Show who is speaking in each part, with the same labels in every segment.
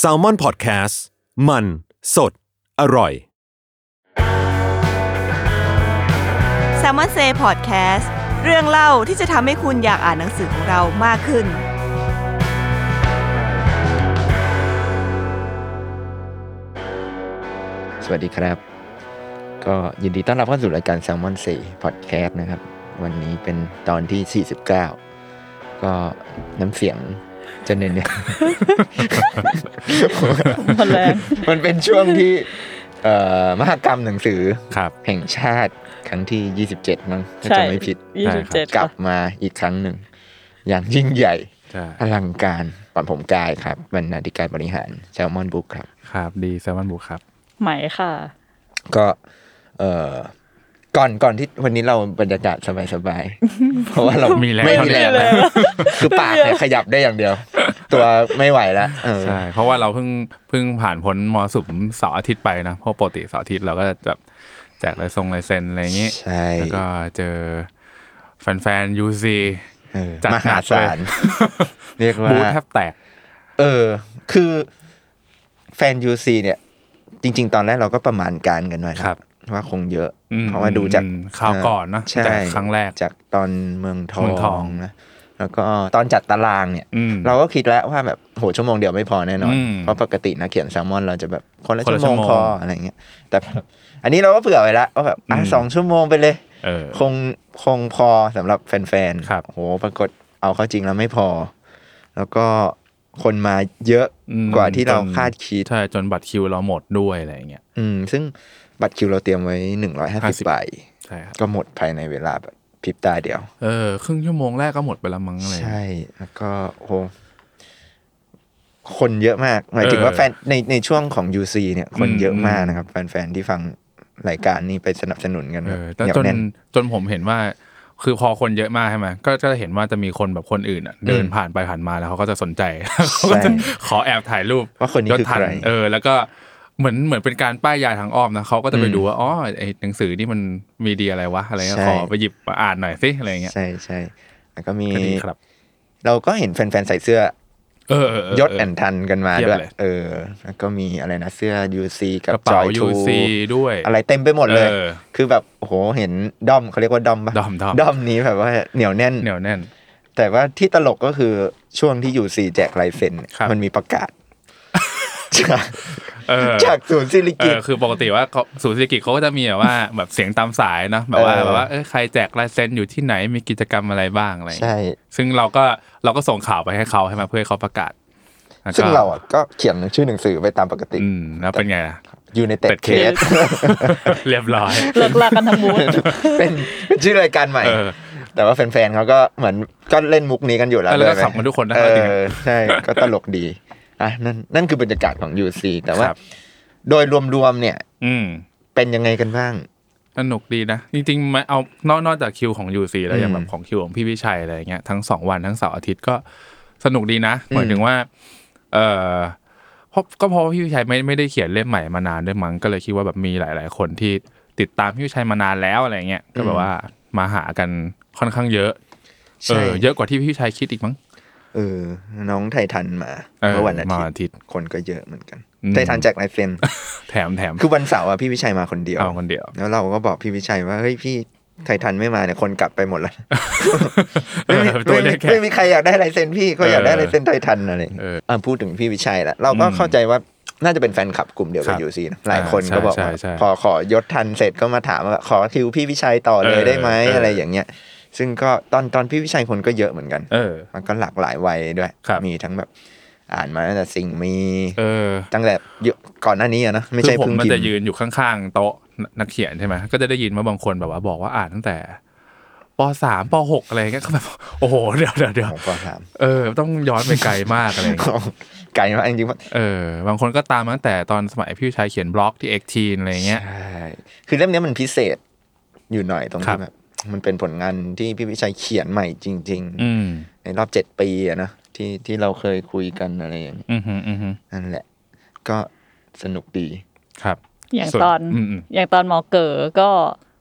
Speaker 1: s a l ม o n PODCAST มันสดอร่อย
Speaker 2: s ซ l m o n s a y Podcast เรื่องเล่าที่จะทำให้คุณอยากอ่านหนังสือของเรามากขึ้น
Speaker 3: สวัสดีครับ ก็ยินดีต้อนรับเข้าสู่รายการ s ซ l m o n 4 Podcast นะครับ วันนี้เป็นตอนที่ 49 ก็น้ำเสียงจะเน้นเนี่ย
Speaker 4: มันแรง
Speaker 3: มันเป็นช่วงที่ เอ่อมหกรรมหนังสือ
Speaker 1: ครับ
Speaker 3: แห่งชาติครั้งที่ 27 มั้งถ้า
Speaker 4: ใช่
Speaker 3: จะไม่ผิด
Speaker 4: ยี่
Speaker 1: ใช่
Speaker 4: สิบ
Speaker 1: ครับ
Speaker 4: เจ็ด
Speaker 3: กลับมาอีกครั้งหนึ่ง อย่างยิ่งใหญ่
Speaker 1: ใช่
Speaker 3: อลังการปอนผมกายครับบรรณาธิการบริหารแซลมอนบุ๊กครับ
Speaker 5: ครับ ดีแซมมอนบุกครับ
Speaker 4: ไหมค่ะ
Speaker 3: ก็เออก่อนก่อนที่วันนี้เราบรรยากาศสบายๆ เพราะว่าเรา
Speaker 5: มีแรง
Speaker 3: ไม่มีแรง
Speaker 4: ไม่มีแรง
Speaker 3: คือปากเนี่ยขยับได้อย่างเดียว ตัวไม่ไหวแล้วเออ
Speaker 5: ใช่ เพราะว่าเราเพิ่งเพิ่งผ่านพ้นมอสุมเสาร์อาทิตย์ไปนะ เพราะปกติเสาร์อาทิตย์เราก็จะแบบแจกลายทรงลายเซ็นอะไรอย่างนี้
Speaker 3: ใช่
Speaker 5: แล้วก็เจอแฟนๆยูซี
Speaker 3: เออ
Speaker 5: จัด
Speaker 3: ม
Speaker 5: หนั
Speaker 3: หาก
Speaker 5: เลย
Speaker 3: ศาล เรียกว่า
Speaker 5: บูธแทบแตก
Speaker 3: เออ คือแฟนยูซีเนี่ย จริง ๆ ตอนแรกเราก็ประมาณการกันไว้นะครับ ว่าคงเยอะ
Speaker 5: อืม
Speaker 3: เพราะว่าดูจาก
Speaker 5: อืมข่าวก่อนนะ
Speaker 3: ใช่
Speaker 5: จากครั้งแรก
Speaker 3: จากตอนเมืองทอ
Speaker 5: เมืองทอง ง
Speaker 3: นะแล้วก็ตอนจัดตารางเนี่ย
Speaker 5: อืม
Speaker 3: เราก็คิดแล้วว่าแบบโหชั่วโมงเดียวไม่พอแน่นอน
Speaker 5: อืม
Speaker 3: เพราะปกตินะเขียนแซลมอนเราจะแบบคนละ
Speaker 5: คน
Speaker 3: ชั่ว
Speaker 5: ละ
Speaker 3: โมง
Speaker 5: ชั่วโมง
Speaker 3: พออะไรเงี้ยแต่แบบอันนี้เราก็เผื่อไว้แล้วว่าแบบอ่ะ
Speaker 5: อืม
Speaker 3: สองชั่วโมงไปเลย
Speaker 5: เออ
Speaker 3: คงคงพอสำหรับแฟน
Speaker 5: ครับ
Speaker 3: โหปรากฏเอาเข้าจริงแล้วไม่พอ แล้วก็คนมาเยอะ
Speaker 5: อืม
Speaker 3: กว่าที่เรา
Speaker 5: จน
Speaker 3: คาดคิด
Speaker 5: ใช่จนบัตรคิวเราหมดด้วยอะไรอย่างเงี้ย
Speaker 3: อืม ซึ่งบัตรคิวเราเตรียมไว้หนึ่งร้อยห้าสิบ
Speaker 5: 50
Speaker 3: ใบ
Speaker 5: ใช่ครับ
Speaker 3: ก็หมดภายในเวลาแบบพริบตาเดียว
Speaker 5: เออครึ่งชั่วโมงแรกก็หมดไปและมั้งอะไร
Speaker 3: ใช่ แล้วก็โหคนเยอะมาก หมายถึง
Speaker 5: เออ
Speaker 3: ว่าแฟนในในช่วงของ UC เนี่ย คน
Speaker 5: อืม
Speaker 3: เยอะมากนะครับ แฟนๆที่ฟังรายการนี้ไปสนับสนุนกัน
Speaker 5: เอ
Speaker 3: แบบเห
Speaker 5: อ
Speaker 3: นีย
Speaker 5: จ
Speaker 3: วนแน่น
Speaker 5: จนผมเห็นว่า คือพอคนเยอะมากใช่ไหมก็ก็จะเห็นว่าจะมีคนแบบคนอื่นอะเดินผ่านไปผ่านมาแล้วเขาก็จะสนใจ เขาก็จะขอแอบถ่ายรูป
Speaker 3: ว่าคนนี้
Speaker 5: ยศ
Speaker 3: คือ
Speaker 5: ทั
Speaker 3: ใคร
Speaker 5: เออ แล้วก็เหมือนเหมือนเป็นการป้ายยาทางอ้อมนะเขาก็จะไป
Speaker 3: อืม
Speaker 5: ดูว่าอ๋อไอหนังสือนี่มันมีดีอะไรวะอะไรเงี้ย
Speaker 3: ใช่
Speaker 5: ขอไปหยิบมาอ่านหน่อยสิอะไรเงี้ย
Speaker 3: ใช่ใช่แล้วก็มี
Speaker 5: ก็ดีครับ
Speaker 3: เราก็เห็นแฟนๆใส่เสื้อ
Speaker 5: เออเออเออ
Speaker 3: ยศแอนทันกันมา
Speaker 5: เพียบ
Speaker 3: ด้วย
Speaker 5: เลย
Speaker 3: เออ แล้วก็มีอะไรนะเสื้อ UC กั
Speaker 5: ก
Speaker 3: บ
Speaker 5: ระ
Speaker 3: จ
Speaker 5: เป๋า
Speaker 3: อย
Speaker 5: ยู
Speaker 3: ทู
Speaker 5: ซีด้วย
Speaker 3: อะไรเต็มไปหมดเลย
Speaker 5: เออ
Speaker 3: คือแบบโอ้โหเห็นด้อมเขาเรียกว่าด้อมปะ
Speaker 5: ด้อมด้อม
Speaker 3: ด้อมนี้แบบว่าเหนียวแน่น
Speaker 5: เหนียวแน่น
Speaker 3: แต่ว่าที่ตลกก็คือช่วงที่ยูซีแจกลายเซ็นเนี่ย
Speaker 5: ครับ
Speaker 3: มันมีประกาศ จาก
Speaker 5: เออ
Speaker 3: จากศูนย์ซิลิ
Speaker 5: เอ
Speaker 3: กิต
Speaker 5: อคือปกติว่าเขาศูนย์เศรษฐกิจเขาก็จะมีแบบว่า แบบเสียงตามสายเนอะแบบว่า
Speaker 3: เออ
Speaker 5: แบบว่าเออใครแจกลายเซ็นอยู่ที่ไหนมีกิจกรรมอะไรบ้างอะไรอย่าง
Speaker 3: ใช่
Speaker 5: เงี้ยซึ่งเราก็เราก็ส่งข่าวไปให้เขาให้มาเพื่อให้เขาประกาศแล้วก็
Speaker 3: ซึ่งเราอ่ะก็เขียนชื่อหนังสือไปตามปกติ
Speaker 5: อืมแล้วเป็นไงล่ะ
Speaker 3: ยูในเต็ด
Speaker 5: Ted
Speaker 3: เคส
Speaker 5: Case เรียบร้อย
Speaker 4: เลิกลากันทั้งบูธ
Speaker 3: เป็นเป็นชื่อรายการใหม่
Speaker 5: เออ
Speaker 3: แต่ว่าแฟนๆเขาก็เหมือนก็เล่นมุกนี้กันอยู่แล้ว
Speaker 5: เออแล้วก็
Speaker 3: ด้วยไหม
Speaker 5: ขำกันทุกคนนะ
Speaker 3: เอ
Speaker 5: จริงๆ
Speaker 3: อใช่ ก็ตลกดีอ่ะนั่นนั่นคือบรรยากาศของยูซีแต่ว่า
Speaker 5: ครับ
Speaker 3: โดยรวมๆเนี่ย
Speaker 5: อืม
Speaker 3: เป็นยังไงกันบ้าง
Speaker 5: สนุกดีนะ จริงๆมาเอานอกนอกจากคิวของยูซีแล้วอย่าง
Speaker 3: อืม
Speaker 5: แบบของคิวของพี่วิชัยอะไรอย่างเงี้ยทั้งสองวันทั้งเสาร์อาทิตย์ก็สนุกดีนะหมายถึงว่า เออเพราะก็เพราะว่าพี่วิชัยไม่ไม่ได้เขียนเล่มใหม่มานานด้วยมั้งก็เลยคิดว่าแบบมีหลาย ๆ คนที่ติดตามพี่วิชัยมานานแล้วอะไรเงี้ยก็แบ
Speaker 3: อื
Speaker 5: บ
Speaker 3: ม
Speaker 5: ว่ามาหากันค่อนข้างเยอะเอ
Speaker 3: ใช่
Speaker 5: อเยอะกว่าที่พี่วิชัยคิดอีกมั้ง
Speaker 3: เออ น้องไททันมา
Speaker 5: เออ
Speaker 3: เมื่อวันอาทิต
Speaker 5: มาอา
Speaker 3: ย์
Speaker 5: ทิตย์
Speaker 3: คนก็เยอะเหมือนกัน
Speaker 5: อืม
Speaker 3: ไททันแจกลายเซ็ น
Speaker 5: แถมแถม
Speaker 3: คือวันเสาร์อะพี่วิชัยมาคนเดียว
Speaker 5: เอาคนเดียว
Speaker 3: แล้วเราก็บอกพี่วิชัยว่าเฮ้ยพี่ไททันไม่มาเนี่ยคนกลับไปหมดแล้ว
Speaker 5: เอ
Speaker 3: ไม่
Speaker 5: อ
Speaker 3: มี
Speaker 5: ตัว
Speaker 3: ไม่
Speaker 5: เล็
Speaker 3: มี
Speaker 5: กแค่
Speaker 3: ไม่มีใครอยากได้ลายเซ็นพี่ก็อยากได้ลายเซ็นไททันอะไรอย่างเงี้ย
Speaker 5: เออ
Speaker 3: อ่ะพูดถึงพี่วิชัยละเราก็เข้าใจว่าน่าจะเป็นแฟนคลับกลุ่มเดียวกั
Speaker 5: ค
Speaker 3: บ
Speaker 5: รับ
Speaker 3: ยูซีหลายคน
Speaker 5: ใช่
Speaker 3: ก็บอก
Speaker 5: ใช่
Speaker 3: ว่า
Speaker 5: ใช่
Speaker 3: พอขอยศทันเสร็จก็มาถามว่าขอคิวพี่วิชัยต่อเลย
Speaker 5: เออ
Speaker 3: ได้ไหม
Speaker 5: เอออ
Speaker 3: อะไรอย่างเงี้ย ซึ่งก็ตอนตอนพี่วิชัยคนก็เยอะเหมือนกัน
Speaker 5: เออ
Speaker 3: มันก็หลากหลายวัยด้วย
Speaker 5: ครับ
Speaker 3: มีทั้งแบบอ่านมาตั้งแต่สิ่งมี
Speaker 5: เออ
Speaker 3: ตั้งแต่ยุคก่อนหน้านี้อะนะไม่ใช่
Speaker 5: คือผ
Speaker 3: เพิ่
Speaker 5: ม
Speaker 3: ง
Speaker 5: มัน
Speaker 3: พิม
Speaker 5: จะ
Speaker 3: พ์
Speaker 5: ยืนอยู่ข้างๆโต๊ะนักเขียนใช่ไหมก็จะได้ยินว่าบางคนแบบว่าบอกว่าอ่านตั้งแต่ปสามปหกอะไรเงี้ยก็แบบ โอ้โหเดี๋ยวเดี๋ยวเดี๋ยว
Speaker 3: ของปสาม
Speaker 5: เออ ต้องย้อนไปไกลมากอะไรเงี้ย
Speaker 3: ไกลมากจริงๆว่า
Speaker 5: เออบางคนก็ตามมาตั้งแต่ตอนสมัยพี่ชายเขียนบล็อกที่เอ็กทีนอะไรเงี้ย
Speaker 3: ใช่คือเล่มเนี้ยมันพิเศษอยู่หน่อยตรง
Speaker 5: ครั
Speaker 3: ที่
Speaker 5: บ
Speaker 3: แบบมันเป็นผลงานที่พี่วิชัยเขียนใหม่จริง
Speaker 5: อืม
Speaker 3: ๆ ในรอบเจ็ดปีอะนะที่ที่เราเคยคุยกันอะไรอย่างนี้
Speaker 5: อืมฮึอืมฮึ
Speaker 3: นั่นแหละ ก็สนุกดี
Speaker 5: ครับ
Speaker 4: อย่าง
Speaker 5: ส่วน
Speaker 4: ตอน
Speaker 5: อืมอืม
Speaker 4: อย่างตอนหมอเก๋อก็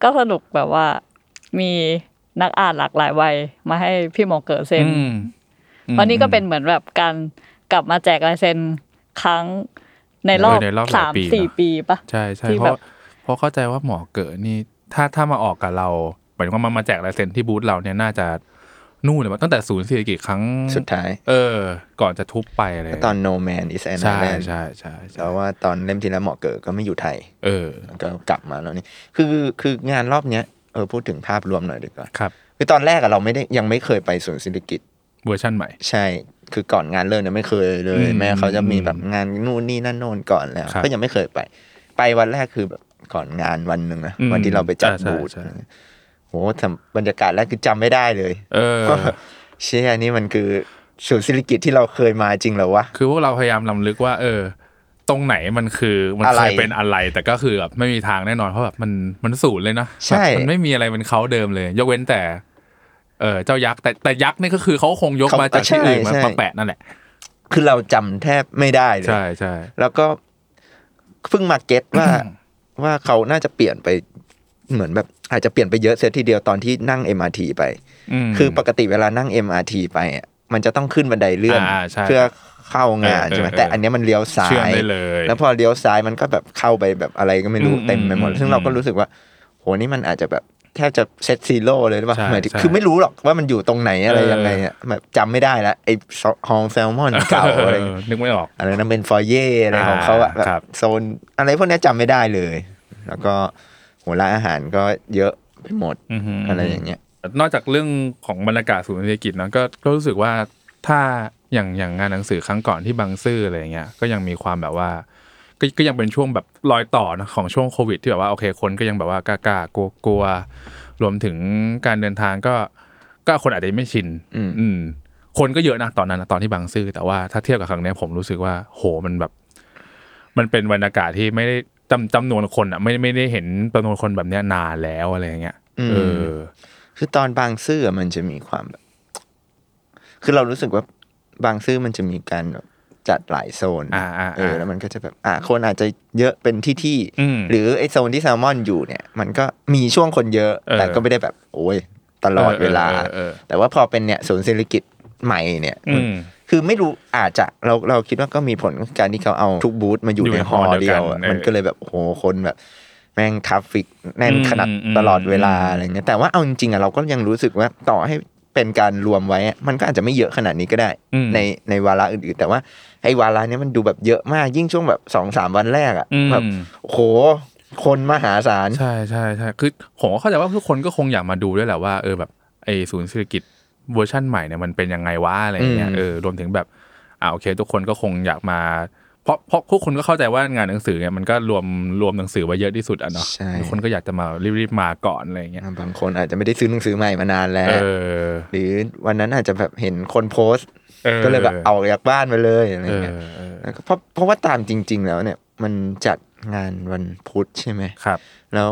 Speaker 4: ก็สนุกแบบว่ามีนักอ่านหลากหลายวัยมาให้พี่หมอเก๋อเซ็น
Speaker 5: อืม
Speaker 4: เพราะนี่ก็เป็นเหมือนแบบการ กลับมาแจกลายเซ็นครั้งในรอบ
Speaker 5: เออในรอบหลาย
Speaker 4: สาม
Speaker 5: ปี
Speaker 4: สี่
Speaker 5: เนอะ
Speaker 4: ปีปะ
Speaker 5: ใช่ใช่
Speaker 4: ที่
Speaker 5: เพ
Speaker 4: แบบ
Speaker 5: ราะเพราะเข้าใจว่าหมอเก๋อนี่ ถ้าถ้ามาออกกับเราหมายถึงว่ามันมาแจกลายเซ็นที่บูธเราเนี่ยน่าจะนู่นเลยว่าตั้งแต่ศูนย์เศรษฐกิจครั้ง
Speaker 3: สุดท้าย
Speaker 5: เออ ก่อนจะทุบไปเลย
Speaker 3: ก็ตอน No Man is an
Speaker 5: ใช่
Speaker 3: Island
Speaker 5: ใช่ใช่
Speaker 3: แต่
Speaker 5: ใช่
Speaker 3: ว่าตอนเล่มที่แล้วหมอเกิดก็ไม่อยู่ไทย
Speaker 5: เออ
Speaker 3: ก็กลับมาแล้วนี่ คือคืองานรอบเนี้ยเออพูดถึงภาพรวมหน่อยดีกว่า
Speaker 5: ครับ
Speaker 3: คือตอนแรกอะเราไม่ได้ยังไม่เคยไปศูนย์เศรษฐกิจ
Speaker 5: เวอร์ชั่นใหม่
Speaker 3: ใช่ คือก่อนงานเริ่มเนี่ยไม่เคยเลย
Speaker 5: อืม
Speaker 3: แม้เขาจะมีแบบงานนู่นนี่นั่นโน่นก่อนแล้ว
Speaker 5: ครับ
Speaker 3: ก็ยังไม่เคยไป ไปวันแรกคือแบบก่อนงานวันหนึ่งนะ
Speaker 5: อืม
Speaker 3: วันที่เราไปจัด
Speaker 5: ใช่
Speaker 3: บูธ
Speaker 5: ใช่ใช่
Speaker 3: โหแต่บรรยากาศแรกคือจำไม่ได้เลย
Speaker 5: เออ
Speaker 3: ว่าเชี่ยนี่มันคือศูนย์เศรษฐกิจที่เราเคยมาจริงเหรอวะ
Speaker 5: คือพวกเราพยายามลำลึกว่า เออ ตรงไหนมันคือมัน
Speaker 3: อะ
Speaker 5: เค
Speaker 3: ไร
Speaker 5: ยเป็นอะไร แต่ก็คือแบบไม่มีทางแน่นอนเพราะแบบมันมันสูญเลยนะ
Speaker 3: ใช่
Speaker 5: แบบมันไม่มีอะไรเป็นเขาเดิมเลย ยกเว้นแต่ เออเจ้ายักษ์แต่แต่ยักษ์นี่ก็คือเขาคงยกมาจากที่อื่นมามาแปะนั่นแหละ
Speaker 3: คือเราจำแทบไม่ได้เลย
Speaker 5: ใช่ใช่
Speaker 3: แล้วก็เพิ่งมาเก็ตว่า ว่าเขาน่าจะเปลี่ยนไปเหมือนแบบอาจจะเปลี่ยนไปเยอะเสียทีเดียวตอนที่นั่ง MRT ไป
Speaker 5: ม
Speaker 3: คือปกติเวลานั่ง MRT ไปอะมันจะต้องขึ้นบันไดเลื่อน
Speaker 5: อ่าใช่
Speaker 3: เพื่อเข้างาน
Speaker 5: เออเออ
Speaker 3: ใช่ไหม
Speaker 5: เออ
Speaker 3: แต่อันเนี้ยมันเลี้ยวซ้า
Speaker 5: เชื่อม
Speaker 3: ย
Speaker 5: ได้เลย
Speaker 3: แล้วพอเลี้ยวซ้ายมันก็แบบเข้าไปแบบอะไรก็ไม่รู้
Speaker 5: อืม
Speaker 3: เต็มไปหมด
Speaker 5: อืม
Speaker 3: ซึ่งเราก็รู้สึกว่า โหนี่มันอาจจะแบบแทบจะเซตซีโร่เลยหรือเปล่า
Speaker 5: ใช่
Speaker 3: หมายถึง
Speaker 5: ใช่
Speaker 3: คือไม่รู้หรอกว่ามันอยู่ตรงไหนอะไร
Speaker 5: เออ
Speaker 3: ยังไงอะแบบจำไม่ได้ละไอ้ฮองแซลมอนเก่าอะไรอย่างเงี้ย
Speaker 5: เนึกไม่ออก
Speaker 3: อะไรนั้นเป็นฟอยเย่อะไรของเขาอะ
Speaker 5: อ่าครับ
Speaker 3: แบบโซนอะไรพวกเนี้ยจำไม่ได้เลย แล้วก็หัวร้านอาหารก็เยอะไปหมด
Speaker 5: ม
Speaker 3: อะไรอย่างเงี้ย
Speaker 5: นอกจากเรื่องของบรรยากาศศูนย์เศรษฐกิจนะก็ก็รู้สึกว่าถ้าอย่างอย่างงานหนังสือครั้งก่อนที่บางซื่ออะไรอย่างเงี้ยก็ยังมีความแบบว่า ก็ก็ยังเป็นช่วงแบบรอยต่อนะของช่วงโควิดที่แบบว่าโอเคคนก็ยังแบบว่ากล้าๆกลัวๆรวมถึงการเดินทางก็ก็คนอาจจะไม่ชิน
Speaker 3: อืม
Speaker 5: อืม คนก็เยอะนะตอนนั้นนะตอนที่บางซื่อแต่ว่าถ้าเทียบกับครั้งเนี้ยผมรู้สึกว่าโหมันแบบ มันเป็นบรรยากาศที่ไม่ได้จำจำนวนคนอ่ะ ไม่ไม่ได้เห็นจำนวนคนแบบเนี้ยนานแล้วอะไรอย่างเงี้ยเออ
Speaker 3: คือตอนบางซื่ออะมันจะมีความแบบ คือเรารู้สึกว่าบางซื่อมันจะมีการแบบจัดหลายโซน
Speaker 5: อ่าอ่าอ่า
Speaker 3: เออ แล้วมันก็จะแบบ อ่าคนอาจจะเยอะเป็นที่ที่ๆ
Speaker 5: อืม
Speaker 3: หรือไอโซนที่แซลมอนอยู่เนี่ย มันก็มีช่วงคนเยอะ
Speaker 5: เออ
Speaker 3: แต่ก็ไม่ได้แบบ โอ้ยตลอดเวลา
Speaker 5: เออเออเออเออ
Speaker 3: แต่ว่าพอเป็นเนี่ยศูนย์เศรษฐกิจใหม่เนี่ย
Speaker 5: อืม
Speaker 3: คือไม่รู้อาจจะเราเราคิดว่าก็มีผลกับการที่เขาเอาทุกบูธมาอยู่
Speaker 5: อยู่
Speaker 3: ใน
Speaker 5: ใน
Speaker 3: ฮอล
Speaker 5: ฮอลล์เดี
Speaker 3: เดี
Speaker 5: ย
Speaker 3: ยว ว
Speaker 5: กัน
Speaker 3: อะ
Speaker 5: เออ
Speaker 3: มันก็เลยแบบโอ้โหคนแบบ แม่งทราฟฟิกแน่นขนาด
Speaker 5: อืมอืม
Speaker 3: ตลอดเวลา
Speaker 5: อืม
Speaker 3: อะไรเงี้ยแต่ว่าเอาจริงๆอะเราก็ยังรู้สึกว่าต่อให้เป็นการรวมไว้อะมันก็อาจจะไม่เยอะขนาดนี้ก็ได้
Speaker 5: อืม
Speaker 3: ในในวาระอื่นๆ แต่ว่าไอ้วาระเนี้ยมันดูแบบเยอะมากยิ่งช่วงแบบสองสามวันแรกอะ
Speaker 5: อืม
Speaker 3: แบบโอ้โห คนมหาศาล
Speaker 5: ใช่ใช่ใช่คือผมก็เข้าใจว่าทุกคนก็คงอยากมาดูด้วยแหละว่าเออแบบไอศูนย์เศรษฐกิจเวอร์ชั่นใหม่เนี่ยมันเป็นยังไงวะอะไรอย่างเงี้ย
Speaker 3: อืม
Speaker 5: เออรวมถึงแบบอ่าโอเค ทุกคนก็คงอยากมา เพราะเพราะทุกคนก็เข้าใจว่างานหนังสือเนี่ยมันก็รวมรวมหนังสือไว้เยอะที่สุดอ่ะเนาะ
Speaker 3: ใช่
Speaker 5: ทุกคนก็อยากจะมารีบๆมาก่อนอะไรอย่างเงี้ย
Speaker 3: บางคนอาจจะไม่ได้ซื้อหนังสือใหม่มานานแล้ว
Speaker 5: เออ
Speaker 3: หรือวันนั้นอาจจะแบบเห็นคนโพสต์
Speaker 5: เออ
Speaker 3: ก็เลยแบบเอาจากบ้านไปเลยอะไร
Speaker 5: เออ
Speaker 3: เงี้ย
Speaker 5: เออ
Speaker 3: แล้วก็เพราะเพราะว่าตามจริง ๆ แล้วเนี่ย มันจัดงานวันพุธใช่ไหม
Speaker 5: ครับ
Speaker 3: แล้ว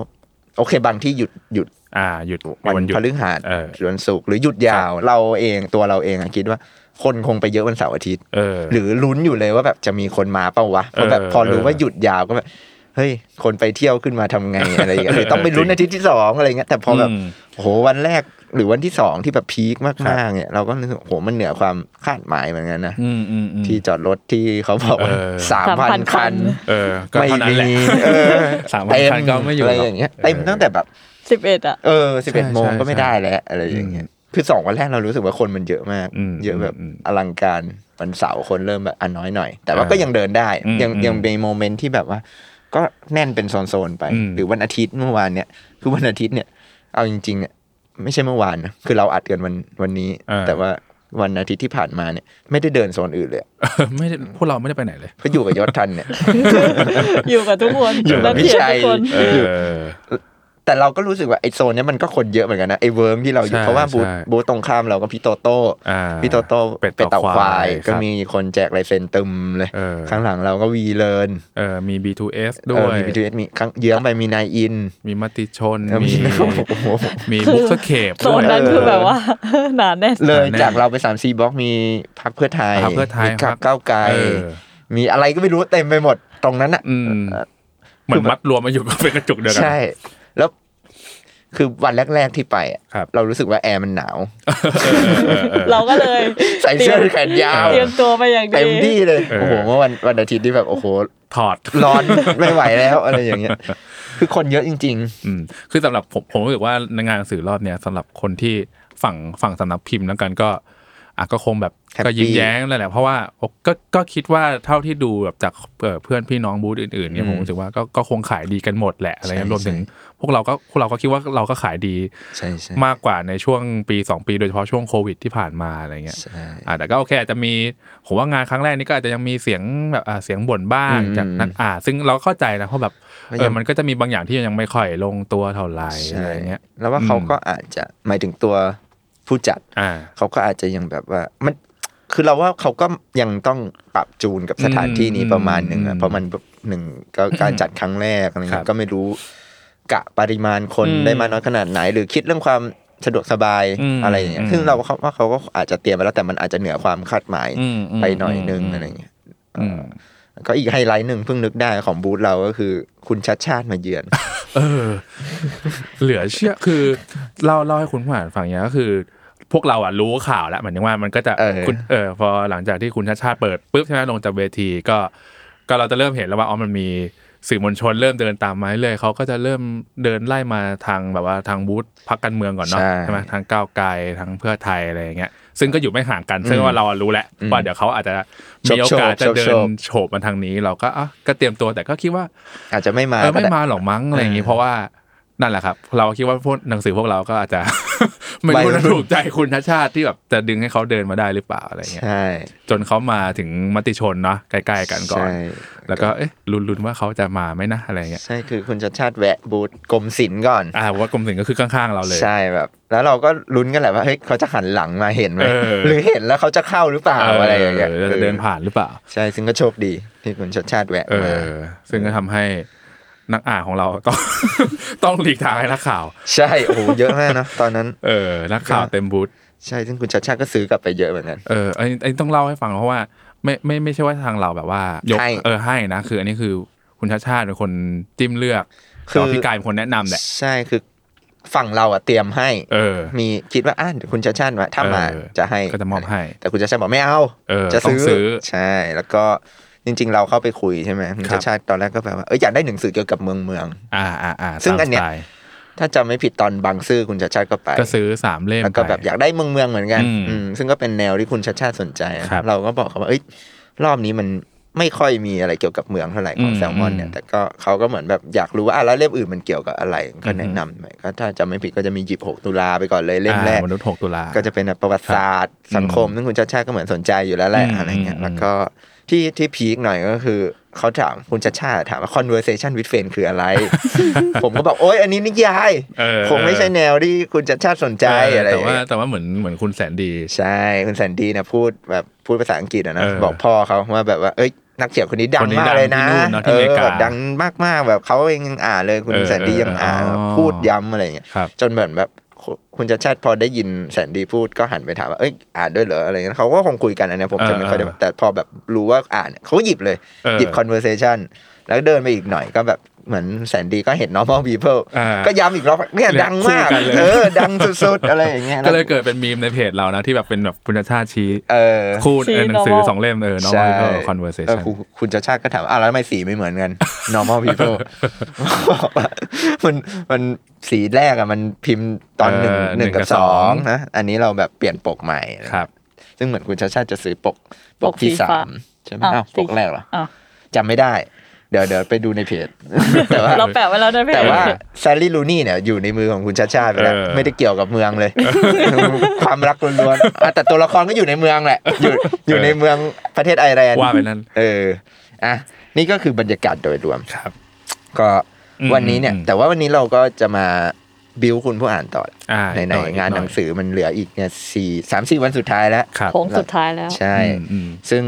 Speaker 3: โอเคบางที่หยุดหยุด
Speaker 5: อ่าหยุด
Speaker 3: วัน
Speaker 5: หยุด
Speaker 3: พฤหัส
Speaker 5: เออ
Speaker 3: วันศุกร์หรือหยุดยาว เราเองตัวเราเองอะคิดว่า คนคงไปเยอะวันเสาร์อาทิตย์
Speaker 5: เออ
Speaker 3: หรือลุ้นอยู่เลยว่าแบบจะมีคนมาเปล่าวะเพราะแบบ
Speaker 5: เออ
Speaker 3: พอรู้ว่า
Speaker 5: เออ
Speaker 3: หยุดยาวก็แบบเฮ้ย คนไปเที่ยวขึ้นมาทำไงอะไรอย่างเงี้ยหรือต้องไปลุ้นอาทิตย์ที่สองอะไรเงี้ยแต่พอแบบ
Speaker 5: อืม
Speaker 3: โหวันแรกหรือวันที่สองที่แบบพีค
Speaker 5: ครั
Speaker 3: มาก
Speaker 5: บ
Speaker 3: ๆเนี่ยเราก็รู้สึกโหมันเหนือความคาดหมายเหมือนกันนะ
Speaker 5: อืมอืมอืม
Speaker 3: ที่จอดรถที่เขาบอกว่า
Speaker 5: เออ
Speaker 3: สามพัน
Speaker 4: 3,000คั
Speaker 3: คัน
Speaker 4: น
Speaker 5: เออก็
Speaker 3: ไม่
Speaker 5: เท่านั้น
Speaker 3: มี
Speaker 5: แหละ
Speaker 3: เออ
Speaker 5: สามพัน
Speaker 3: เต็
Speaker 5: คันก็ไม่อยู่
Speaker 3: อะไร
Speaker 5: หรก
Speaker 3: อย่างเงี้ยเต็มตั้งแต่แบบ
Speaker 4: สิบเอ็ดอะ
Speaker 3: เออสิบเอ็ด
Speaker 5: ใช่
Speaker 3: โมงก็
Speaker 5: ใช่
Speaker 3: ไม่ได้แล้วอะไรอย่างเงี้ยคือสองวันแรกเรารู้สึกว่าคนมันเยอะมาก
Speaker 5: อืม
Speaker 3: เยอะแบบ
Speaker 5: อืมอืม
Speaker 3: อลังการวันเสาร์คนเริ่มแบบอ่ะน้อยหน่อย แต่ว่า
Speaker 5: เออ
Speaker 3: ก็ยังเดินได้
Speaker 5: อืม
Speaker 3: ยัง
Speaker 5: อืม
Speaker 3: ยังมีโมเมนต์ที่แบบว่า ก็แน่นเป็นโซนๆไป
Speaker 5: อืม
Speaker 3: หรือวันอาทิตย์เมื่อวานเนี่ย คือวันอาทิตย์เนี่ย เอาจริงๆเนี่ยไม่ใช่เมื่อวานนะคือเราอัดกันวันวันนี้ แต่ว่าวันอาทิตย์ที่ผ่านมาเนี่ยไม่ได้เดินโซนอื่นเลย
Speaker 5: เออไม่ได้พวกเราไม่ได้ไปไหนเลย
Speaker 3: เพราะอยู่กับยศทันเนี่ย
Speaker 4: อยู่กับทุกคน
Speaker 3: อยู่กับ
Speaker 4: นัก
Speaker 3: พี่
Speaker 4: เรียน
Speaker 3: ชัย
Speaker 4: ทุกคน
Speaker 5: เออ
Speaker 3: แต่เราก็รู้สึกว่าไอโซนเนี้ยมันก็คนเยอะเหมือนกันนะไอเวิร์มที่เราอยู่
Speaker 5: ใช่
Speaker 3: เพราะว่าบูธ
Speaker 5: ใช่
Speaker 3: บูธตรงข้ามเราก็พี่โตโต้
Speaker 5: อ่า
Speaker 3: พี่โตโต้
Speaker 5: เป็ด
Speaker 3: เป็ด
Speaker 5: เต่า
Speaker 3: เต่าค
Speaker 5: คาว
Speaker 3: วาย ย ก็
Speaker 5: ครับ
Speaker 3: มีคนแจกลายเซ็นเต็มเลย
Speaker 5: เออ
Speaker 3: ข้างหลังเราก็วีเลิน
Speaker 5: เออมี B2S
Speaker 3: เอ
Speaker 5: ด้ว
Speaker 3: อย มีพีทีเอสมีข้างเยื้องไปมีนายอิน
Speaker 5: มีมติชน
Speaker 3: แล้ว
Speaker 5: มี
Speaker 3: มีโอ้โห
Speaker 5: มี
Speaker 4: คือ
Speaker 5: บุ๊กสเคป
Speaker 4: โซนนั้นคือแบบว่า หนาแน่น
Speaker 3: เลยจากเราไปสามซีบล็อกมีพักเพื่อไทย
Speaker 5: พรรคเพื่อไทย
Speaker 3: มี
Speaker 5: ค
Speaker 3: กั
Speaker 5: รั
Speaker 3: บบ ก้าวไกล
Speaker 5: เออ
Speaker 3: มีอะไรก็ไม่รู้เต็มไปหมดตรงนั้นอ่ะ
Speaker 5: อืมเหมือนมัดรวมมาอยู่ เป็นกระจุกเดียวกั
Speaker 3: ใช่ แล้ว คือวันแรก ๆที่ไปอะ
Speaker 5: ครับ
Speaker 3: เรารู้สึกว่าแอร์มันหนาว
Speaker 4: เราก็เลย
Speaker 3: ใส่เสื้อแขนยาว
Speaker 4: เตรียมตัวไปอย่างดี
Speaker 3: เต็มที่เลย
Speaker 5: เออ
Speaker 3: โอ้โหเมื่อวันวันอาทิตย์ที่แบบโอ้โห
Speaker 5: ถอด
Speaker 3: ร้อน ไม่ไหวแล้ว อะไรอย่างเงี้ย คือคนเยอะจริง
Speaker 5: อืมคือสำหรับผมผมรู้สึกว่าในงานหนังสือรอบเนี้ยสำหรับคนที่ฝั่งฝั่งสำนักพิมพ์แล้วกันก็อ่ะก็คงแบบ
Speaker 3: แฮปปี้
Speaker 5: ก็ยิ้มแย้งแล้วแหละเพราะว่าก็ก็คิดว่าเท่าที่ดูแบบจากเอ่อเพื่อนพี่น้องบูธอื่นๆเนี่ยผมรู้สึกว่าก็ก็คงขายดีกันหมดแหละอะไรเงี้ยรวมถึง พวกเราก็พวกเราก็คิดว่าเราก็ขายดี
Speaker 3: ๆ ใช่ใช่
Speaker 5: มากกว่าในช่วงปี 2 ปีโดยเฉพาะช่วงโควิดที่ผ่านมาอะไรเงี้ย อ่าแต่ก็โอเคอาจจะมีผมว่างานครั้งแรกนี้ก็อาจจะยังมีเสียงแบบอ่าเสียงบ่นบ้าง
Speaker 3: อืม
Speaker 5: จากนักอ่านซึ่งเราก็เข้าใจนะเพราะแบบ
Speaker 3: ไม่ยัง
Speaker 5: เออมันก็จะมีบางอย่างที่ยังไม่ค่อยลงตัวเท่าไหร่
Speaker 3: ใช่
Speaker 5: อะไรเงี้ย
Speaker 3: แล้วว่าเขาก็อาจจะหมายถึงตัวผู้จัด
Speaker 5: อ่า
Speaker 3: เขาก็อาจจะยังแบบว่ามันคือเราว่าเขาก็ยังต้องปรับจูนกับสถานที่นี้
Speaker 5: อืม
Speaker 3: ประมาณหนึ่ง
Speaker 5: อื
Speaker 3: อะ
Speaker 5: ม
Speaker 3: เพราะมันแบบหนึ่งก็การจัดครั้งแรกอะไร
Speaker 5: ครั
Speaker 3: เงี้
Speaker 5: บ
Speaker 3: ยก็ไม่รู้กะปริมาณคน
Speaker 5: อืม
Speaker 3: ได้มากน้อยขนาดไหน หรือคิดเรื่องความสะดวกสบาย
Speaker 5: อืม
Speaker 3: อะไรอย่างเงี้
Speaker 5: อื
Speaker 3: ย
Speaker 5: ม
Speaker 3: ซึ่งเราว่าเขาว่าเขาก็อาจจะเตรียมไปแล้วแต่มันอาจจะเหนือความคาดหมาย
Speaker 5: อืมม
Speaker 3: ไปหน่อยนึง
Speaker 5: ม
Speaker 3: อะไรเงี้ย
Speaker 5: อืม
Speaker 3: ก็อีกไฮไลท์หนึ่งเพิ่งนึกได้ของบูธเราก็คือคุณชัดชาติมาเยือน
Speaker 5: เออ เหลือเชื่อ คือเล่าเล่าให้คุณผู้อ่านฟังเนี้ยก็คือ พวกเราอ่ะรู้ข่าวแล้วเหมือนว่ามันก็จะ
Speaker 3: เออ
Speaker 5: คุณเออพอหลังจากที่คุณชาติชาติเปิดปุ๊บใช่ไหมลงจากเวทีก็ ก็เราจะเริ่มเห็นแล้วว่าอ๋อมันมีสื่อมวลชนเริ่มเดินตามมาเรื่อยๆเขาก็จะเริ่มเดินไล่มาทางแบบว่าทางบูธพักการเมืองก่อนเนาะ
Speaker 3: ใช่
Speaker 5: ใช่ไหมทางก้าวไกลทางเพื่อไทยอะไรอย่างเงี้ยซึ่งก็อยู่ไม่ห่างกันซึ่งว่าเรารู้แหละว่าเดี๋ยวเขาอาจจะมีโอกาส
Speaker 3: โฉบๆ
Speaker 5: จะเดิน
Speaker 3: โฉบ
Speaker 5: โฉบมาทางนี้ เราก็อ่ะก็เตรียมตัวแต่ก็คิดว่า
Speaker 3: อาจจะไม่มา
Speaker 5: เออ
Speaker 3: ก็
Speaker 5: ไม่
Speaker 3: ด้
Speaker 5: มาหรอกมั้งอะไรอย่างงี้เพราะว่านั่นแหละครับ เราคิดว่าพวกหนังสือพวกเราก็อาจจะ ไม่
Speaker 3: วัย
Speaker 5: รู้
Speaker 3: รุ่
Speaker 5: จะ
Speaker 3: น
Speaker 5: ถูกใจคุณชาติชาติที่แบบจะดึงให้เขาเดินมาได้หรือเปล่าอะไรเงี้ย
Speaker 3: ใช่
Speaker 5: จนเขามาถึงมติชนเนาะใกล้ๆกันก่อน
Speaker 3: ใช่
Speaker 5: แล้วก็เอ๊ะลุ้นๆว่าเขาจะมาไหมนะอะไรเงี้ย
Speaker 3: ใช่คือคุณชัดชาติแวะบูธกรมศิลป์ก่อน
Speaker 5: อ่าผมว่ากรมศิลป์ก็คือข้างๆเราเลย
Speaker 3: ใช่แบบ แล้วเราก็ลุ้นกันแหละว่าเฮ้ยเขาจะหันหลังมาเห็นไหม
Speaker 5: เออ
Speaker 3: หรือเห็นแล้วเขาจะเข้าหรือเปล่าอะไรอย่างเงี้ย
Speaker 5: ออจะเดินผ่านหรือเปล่า
Speaker 3: ใช่ซึ่งก็โชคดีที่คุณชัดชาติแวะ
Speaker 5: เอ
Speaker 3: มา
Speaker 5: อ ซึ่งก็ทำให้นักอ่านของเราต้อง ต้องหลีกทางให้นักข่าว
Speaker 3: ใช่โอ้โหเยอะมากนะตอนนั้น
Speaker 5: เออ นักข่าวเต็มบูธ
Speaker 3: ใช่ซึ่งคุณชัดชาติก็ซื้อกลับไปเยอะเหมือนกัน
Speaker 5: เอออันนี้อันนี้ต้องเล่าให้ฟังเพราะว่าไม่ไม่ไม่ใช่ว่าทางเราแบบว่ายก
Speaker 3: ให้
Speaker 5: เออให้นะคืออันนี้คือคุณชาติชาติเป็นคนจิ้มเลือก
Speaker 3: คื
Speaker 5: แต่
Speaker 3: อ
Speaker 5: ว่าพี่กายเป็นคนแนะนำแหละ
Speaker 3: ใช่คือฝั่งเราอะเตรียมให้
Speaker 5: เออ
Speaker 3: มีคิดว่าอ่ะเดี๋ยวคุณชัดชาติมาถ้ามา
Speaker 5: เออ
Speaker 3: จะให้
Speaker 5: ก็จะมอบให้
Speaker 3: แต่คุณชัดชาติบอกไม่เอา
Speaker 5: เออ
Speaker 3: จะซื้
Speaker 5: ต้องซื้อ
Speaker 3: ใช่แล้วก็จริง ๆ เราเข้าไปคุยใช่ไหมคุณ
Speaker 5: ครับ
Speaker 3: ชัดชาติตอนแรกก็แบบว่าเอยอยากได้หนังสือเกี่ยวกับเมืองเมือง
Speaker 5: อ่าอ่าอ่า
Speaker 3: ซึ่ง
Speaker 5: ตาม
Speaker 3: อันเนี้ย
Speaker 5: สไตล์
Speaker 3: ถ้าจำไม่ผิดตอนบางซื่อคุณชัดชาติก็ไป
Speaker 5: ก็ซื้อสามเล่ม
Speaker 3: แล้วก็แบบ
Speaker 5: ไป
Speaker 3: อยากได้เมืองเมืองๆเหมือนกัน
Speaker 5: อืม
Speaker 3: อืมซึ่งก็เป็นแนวที่คุณชัดชาติสนใจนะครับ เราก็บอกเขาว่าเอ้ยรอบนี้มันไม่ค่อยมีอะไรเกี่ยวกับเมืองเท่าไหร่ของ
Speaker 5: อืม
Speaker 3: แซลมอนเนี่ย
Speaker 5: อืม
Speaker 3: แต่ก็เขาก็เหมือนแบบอยากรู้ว่าอ่ะแล้วเล่มอื่นมันเกี่ยวกับอะไรก็แนะนำไปก็ถ้าจำไม่ผิดก็จะมีหยิบหกตุลาไปก่อนเลยเล่ม
Speaker 5: อ่า
Speaker 3: แรก
Speaker 5: มนุษย์หกตุลา
Speaker 3: ก็จะเป็นแบบประวัติศาสตร์
Speaker 5: ครับ
Speaker 3: สังคมซึ่งคุณชาติชาติก็เหมือนสนใจอยู่แล้วแหละ
Speaker 5: อืม
Speaker 3: อะไรเงี้ย
Speaker 5: อืม
Speaker 3: แล้วก็ที่ที่พีคหน่อยก็คือเขาถามคุณชาติชาติถามว่า conversation with friend คือ อะไร ผมก็บอกโอ๊ยอันนี้นิยาย
Speaker 5: เออ
Speaker 3: คงไม่ใช่แนวที่คุณชาติชาติสนใจอะไร
Speaker 5: เแต่
Speaker 3: อย่าง
Speaker 5: ว่า
Speaker 3: เงี้ย
Speaker 5: แต่ว่าเหมือนเหมือนคุณแสนดี
Speaker 3: ใช่คุณแซนดี้นะพูดแบบพูดภาษาอังกฤษอะนะ
Speaker 5: เออ
Speaker 3: บอกพ่อเขาว่าแบบว่าเอ้ยนักเขียนคนนี้ดั
Speaker 5: ค
Speaker 3: ง
Speaker 5: นนี้
Speaker 3: มาก
Speaker 5: ดัง
Speaker 3: เลยนะ
Speaker 5: ที่นู่นเนอะที่
Speaker 3: เอ
Speaker 5: อ
Speaker 3: อ
Speaker 5: เมริกา
Speaker 3: แบบดังมากๆแบบเขาเองยังอ่านเลยคุณ
Speaker 5: เออ
Speaker 3: แซนดี้ยังอ่าน
Speaker 5: เอออ๋อ
Speaker 3: พูดย้ำอะไรอย่างเงี้ย
Speaker 5: ครับ
Speaker 3: จนเหมือนแบบคุคุณชัดชาติพอได้ยินแซนดี้พูดก็หันไปถามว่าเอ้ยอ่านด้วยเหรออะไรเงี้ยเขาก็คงคุยกันอันเนี้ยผมจะไม่ค่อยได้
Speaker 5: เออเออ
Speaker 3: แต่พอแบบรู้ว่าอ่านเนี่ยเขาก็หยิบเลย
Speaker 5: เออ
Speaker 3: หยิบ conversation แล้วเดินไปอีกหน่อยก็แบบเหมือนแซนดี้ก็เห็น normal people
Speaker 5: อ่า
Speaker 3: ก็ย้ำอีกรอบเนี่ย
Speaker 5: เนี่ย
Speaker 3: ดังมาก
Speaker 5: คู่กันเลย
Speaker 3: เออดังสุดๆอะไรอย่างเงี้ย
Speaker 5: ก็เลยเกิดเป็นมีมในเพจเรานะที่แบบเป็นแบบคุณชาติชาติชี้
Speaker 3: เออ
Speaker 5: คู่เออ
Speaker 4: ชี้
Speaker 5: หนังสือ
Speaker 4: normal
Speaker 5: สองเล่มเออน้อง
Speaker 3: ใช่
Speaker 5: ก็
Speaker 3: เอ
Speaker 5: conversation
Speaker 3: อคุณคุณชาชาติก็ถามอ่ะแล้วทำไมสีไม่เหมือนกัน normal people บอกว่ามันมันสีแรกอ่ะมันพิมพ์ตอนหนึ่ง
Speaker 5: เออ
Speaker 3: หนึ่ง
Speaker 5: หนึ่ง
Speaker 3: กั
Speaker 5: กับบ ส
Speaker 3: ส
Speaker 5: อ
Speaker 3: อง งนะอันนี้เราแบบเปลี่ยนปกใหม่นะครับ ซึ่งเหมือนคุณชาชาติจะซื้อปกป
Speaker 4: ป
Speaker 3: ก
Speaker 4: ก
Speaker 3: ที่
Speaker 4: สี
Speaker 3: สา
Speaker 4: ฟ้าม
Speaker 3: ใช่ไหม
Speaker 4: อ้าว
Speaker 3: อ้าวปก
Speaker 4: สี
Speaker 3: แรกเหรอ
Speaker 4: อ่ะ
Speaker 3: จำไม่ได้ เดี๋ยวเดี๋ยวไปดูในเพจ แต่ว่า
Speaker 4: เราแปะไว้แล้วได้ไหม
Speaker 3: แต่ว่าซารีลูนี่เนี่ยอยู่ในมือของคุณชาชาติไปแล้ว
Speaker 5: เออ
Speaker 3: ไม่ได้เกี่ยวกับเมืองเลย ความรักล้วนๆอ่ะแต่ตัวละครก็อยู่ในเมืองแหละ อยู่อยู่ในเมืองประเทศไอร์แลนด์
Speaker 5: ว่าไปนั่น
Speaker 3: เออ อ่ะ นี่ก็คือบรรยากาศโดยรวม
Speaker 5: ครับ
Speaker 3: ก็
Speaker 5: อืม
Speaker 3: วันนี้เนี่ย
Speaker 5: อืม
Speaker 3: แต่ว่าวันนี้เราก็จะมาบิวคุณผู้อ่านต่อ
Speaker 5: อ่า
Speaker 3: ในไหน
Speaker 5: อีกอย
Speaker 3: งานหนังสือมันเหลืออีกเนี่ยสี่สามสี่วันสุดท้ายแล้ว
Speaker 5: ครับ
Speaker 4: โค้งสุดท้ายแล้ว
Speaker 3: ใช่
Speaker 5: อืมอืม
Speaker 3: ซึ่ง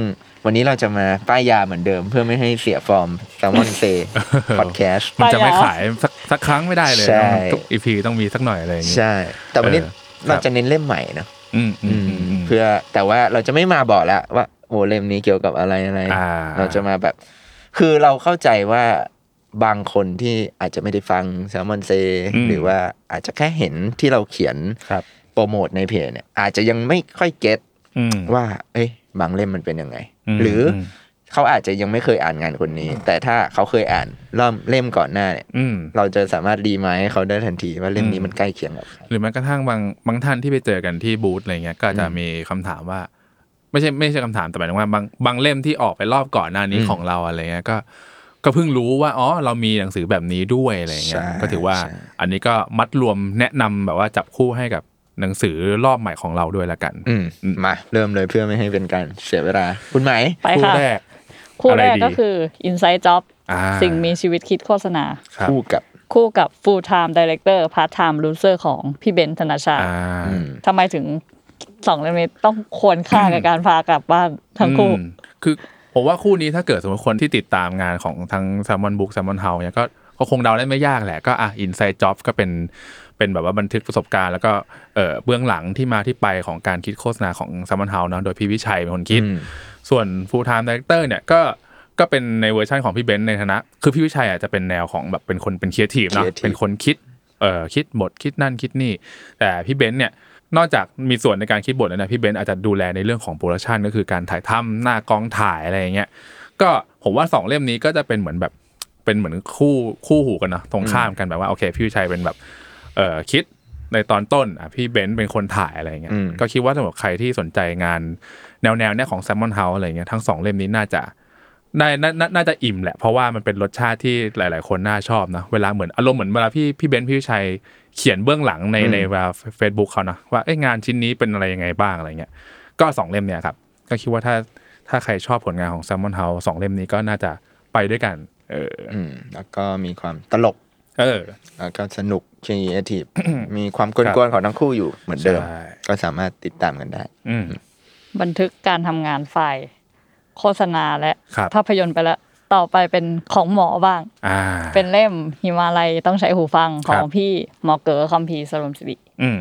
Speaker 3: วันนี้เราจะมาป้ายยาเหมือนเดิม เพื่อไม่ให้เสียฟอร์มแซมมอนเซ พอดแคสต์
Speaker 5: มันจะ
Speaker 4: ไปแล้ว
Speaker 5: ไม่ขายสักสักครั้งไม่ได้เลย
Speaker 3: ใช่
Speaker 5: ต้องทุกอีพีต้องมีสักหน่อยอะไรอย่างงี้
Speaker 3: ใช่ แต่วันนี้
Speaker 5: เออครับ
Speaker 3: เราจะเน้นเล่มใหม่เนอะ
Speaker 5: อืมอืมอืมอืม
Speaker 3: เพื่อแต่ว่าเราจะไม่มาบอกแล้วว่าโอ้เล่มนี้เกี่ยวกับอะไรอะไร
Speaker 5: อ่า
Speaker 3: เราจะมาแบบ คือเราเข้าใจว่า บางคนที่อาจจะไม่ได้ฟังแซลมอนเซ
Speaker 5: อืม
Speaker 3: หรือว่าอาจจะแค่เห็นที่เราเขียน
Speaker 5: ครับ
Speaker 3: โปรโมทในเพจเนี่ยอาจจะยังไม่ค่อยเก็ต
Speaker 5: อืม
Speaker 3: ว่า เอ้ยบางเล่มมันเป็นยังไง
Speaker 5: อืม
Speaker 3: หรืออ
Speaker 5: ม
Speaker 3: เขาอาจจะยังไม่เคยอ่านงานคนนี้ แต่ถ้าเขาเคยอ่านเริ่มเล่มก่อนหน้าเนี่ย
Speaker 5: อืม
Speaker 3: เราจะสามารถรีมายให้เขาได้ทันทีว่าเล่มนี้
Speaker 5: อืม
Speaker 3: มันใกล้เคียงกับใคร
Speaker 5: หรือแม้กระทั่งบางบางท่านที่ไปเจอกันที่บูธอะไรเงี้ยก็อาจจะ
Speaker 3: อืม
Speaker 5: มีคำถามว่า ไม่ใช่ไม่ใช่คำถามแต่หมายถึงว่าบางบางเล่มที่ออกไปรอบก่อนหน้านี้
Speaker 3: อืม
Speaker 5: ของเราอะไรเงี้ยก็ ก็เพิ่งรู้ว่าอ๋อเรามีหนังสือแบบนี้ด้วยอะไรเงี้ย
Speaker 3: ใช่
Speaker 5: ก็ถือว่า
Speaker 3: ใช่
Speaker 5: อันนี้ก็มัดรวมแนะนำแบบว่าจับคู่ให้กับหนังสือรอบใหม่ของเราด้วยละกัน
Speaker 3: อืมมาเริ่มเลยเพื่อไม่ให้เป็นการเสียเวลา คุณไหม
Speaker 4: ไป
Speaker 5: คู่
Speaker 4: ค่ะ
Speaker 5: แรก
Speaker 4: คู่แรก
Speaker 5: อะไรดี
Speaker 4: ก็คือ Inside Job
Speaker 5: อ่า
Speaker 4: สิ่งมีชีวิตคิดโฆษณา
Speaker 5: ครับ
Speaker 3: คู่กับ
Speaker 4: คู่กับ Full Time Director Part Time Loser ของพี่เบนซ์ธนาชาติ
Speaker 5: อ่า
Speaker 3: อืม
Speaker 4: ทำไมถึงสองเล่มนี้ต้องควรค่ากับการพากลับบ้านทั้งคู่
Speaker 5: อืมคือผมว่าคู่นี้ถ้าเกิดสมมติคนที่ติดตามงานของทั้ง s ซ l m o n Book s ซ l m o n House เนี่ยก็ก็คงเดาได้ไม่ยากแหละ ก็อ่ะ Inside Job ก็เป็นเป็นแบบว่าบันทึกประสบการณ์ แล้วก็เอ่อเบื้องหลังที่มาที่ไปของการคิดโฆษณาของ s ซ l m o n House เนอะโดยพี่วิชัยเป็นคนคิด
Speaker 3: อืม
Speaker 5: ส่วน Full Time Director เนี่ยก็ก็เป็นในเวอร์ชันของพี่เบนซ์ในฐานะ คือพี่วิชัยอาจจะเป็นแนวของแบบเป็นคนเป็นครีเอทีฟเนาะ
Speaker 3: creative
Speaker 5: เป็นคนคิดเอ่อคิดบทคิดนั่นคิดนี่ แต่พี่เบนซ์เนี่ย นอกจากมีส่วนในการคิดบทแล้วเนะพี่เบนซ์อาจจะดูแลในเรื่องของโปรดักชันก็คือการถ่ายทำหน้ากองถ่ายอะไรอย่างเงี้ยก็ผมว่าสองเล่มนี้ก็จะเป็นเหมือนแบบเป็นเหมือนคู่คู่หูกันเนาะตรงข้ามกันแบบว่าโอเคพี่วิชัยเป็นแบบเอ่อคิดในตอนต้นอ่ะพี่เบนซ์เป็นคนถ่ายอะไรอย่างเงี้ย
Speaker 3: อืม
Speaker 5: ก็คิดว่าสำหรับใครที่สนใจงานแนวแนวๆเนี่ยของแซมมอนเฮาอะไรเงี้ยทั้งสองเล่มนี้น่าจะ ได้นาน่าน่าจะอิ่มแหละ เพราะว่ามันเป็นรสชาติที่หลาย ๆ คนน่าชอบนะ เวลาเหมือนอารมณ์เหมือนเวลาพี่พี่เบนซ์พี่วิชัยเขียนเบื้องหลังใน
Speaker 3: อืม
Speaker 5: ในเวลาเฟซบุ๊กเขานะว่าเอ้ยงานชิ้นนี้เป็นอะไรยังไงบ้างอะไรเงี้ยก็สองเล่มเนี่ยครับ ก็คิดว่าถ้าถ้าใครชอบผลงานของ s ซ l m o n House สองเล่มนี้ก็น่าจะไปด้วยกัน เออ
Speaker 3: อืมแล้วก็มีความตลก
Speaker 5: เออ
Speaker 3: แล้วก็สนุกครีเอที ฟ มีความกวนๆของทั้งคู่อยู่เหมือนเดิม
Speaker 5: ใช่
Speaker 3: ก็สามารถติดตามกันได้
Speaker 5: อืม
Speaker 4: บันทึกการทำงานฝ่ายโฆษณาและ
Speaker 5: ครับ
Speaker 4: ภาพยนตร์ไปแล้ว ต่อไปเป็นของหมอบ้าง
Speaker 5: อ่า
Speaker 4: เป็นเล่มหิมาลัยต้องใช้หูฟังขอ
Speaker 5: ค
Speaker 4: ง
Speaker 5: รับ
Speaker 4: พี่หมอเก๋อคัมพีร์สรมสิริ
Speaker 5: อืม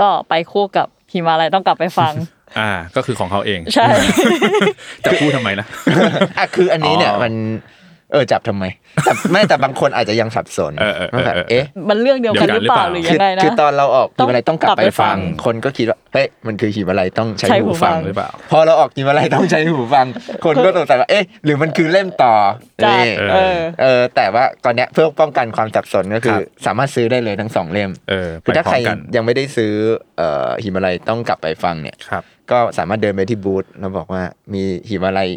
Speaker 4: ก็ไปคู่กับหิมาลัยต้องกลับไป ฟัง
Speaker 5: อ่า ก็คือของเขาเอง
Speaker 4: ใช่
Speaker 5: จะพูดทำไม นะ
Speaker 3: อ่ะคืออันนี้เนี่ย
Speaker 5: อ๋อ
Speaker 3: มันเออจับทำ ไมแต่ไม่แต่บางคนอาจจะยังสับสน
Speaker 5: เออเออเออ
Speaker 3: ว่าแบบ
Speaker 5: เออ
Speaker 3: เอ๊ะ
Speaker 4: มันเรื่องเดียวกันหรือเปล่าหรื
Speaker 5: เดี๋ยว
Speaker 4: อ
Speaker 5: ก่อ
Speaker 4: ยั
Speaker 5: น
Speaker 4: งไง
Speaker 3: คื
Speaker 4: นะ
Speaker 3: อตอนเราออก
Speaker 4: ต้อง
Speaker 3: หิมาลัยต้องกลับไปฟัง
Speaker 4: กลับไปฟัง
Speaker 3: คนก็คิดว่าเอ๊ะมันคือหิมาลัยต้องใช้
Speaker 4: ใช้หู
Speaker 3: หู
Speaker 4: ฟั
Speaker 3: ฟั
Speaker 4: ง
Speaker 3: ง
Speaker 5: หรือเปล่า
Speaker 3: พอเราออกหิมาลัยต้องใช้หูฟัง คนก็สงสัยว่าเอ๊ะหรือมันคือเล่มต่อ
Speaker 4: จาก
Speaker 3: นี่
Speaker 4: เอ
Speaker 5: เอ
Speaker 4: อ
Speaker 5: อ
Speaker 3: เออแต่ว่าตอนเนี้ยเพื่อป้องกันความสับสนก็คือ สามารถซื้อได้เลยทั้งสองเล่ม
Speaker 5: เออไป
Speaker 3: คือถ้า
Speaker 5: พร้อ
Speaker 3: ใคร
Speaker 5: มกัน
Speaker 3: ยังไม่ได้ซื้อเอ่อหิมาลัยต้องกลับไปฟังเนี่ย
Speaker 5: ครับ
Speaker 3: ก็สามารถเดินไปที่บูธแล้วบอกว่ามีหิมาลัย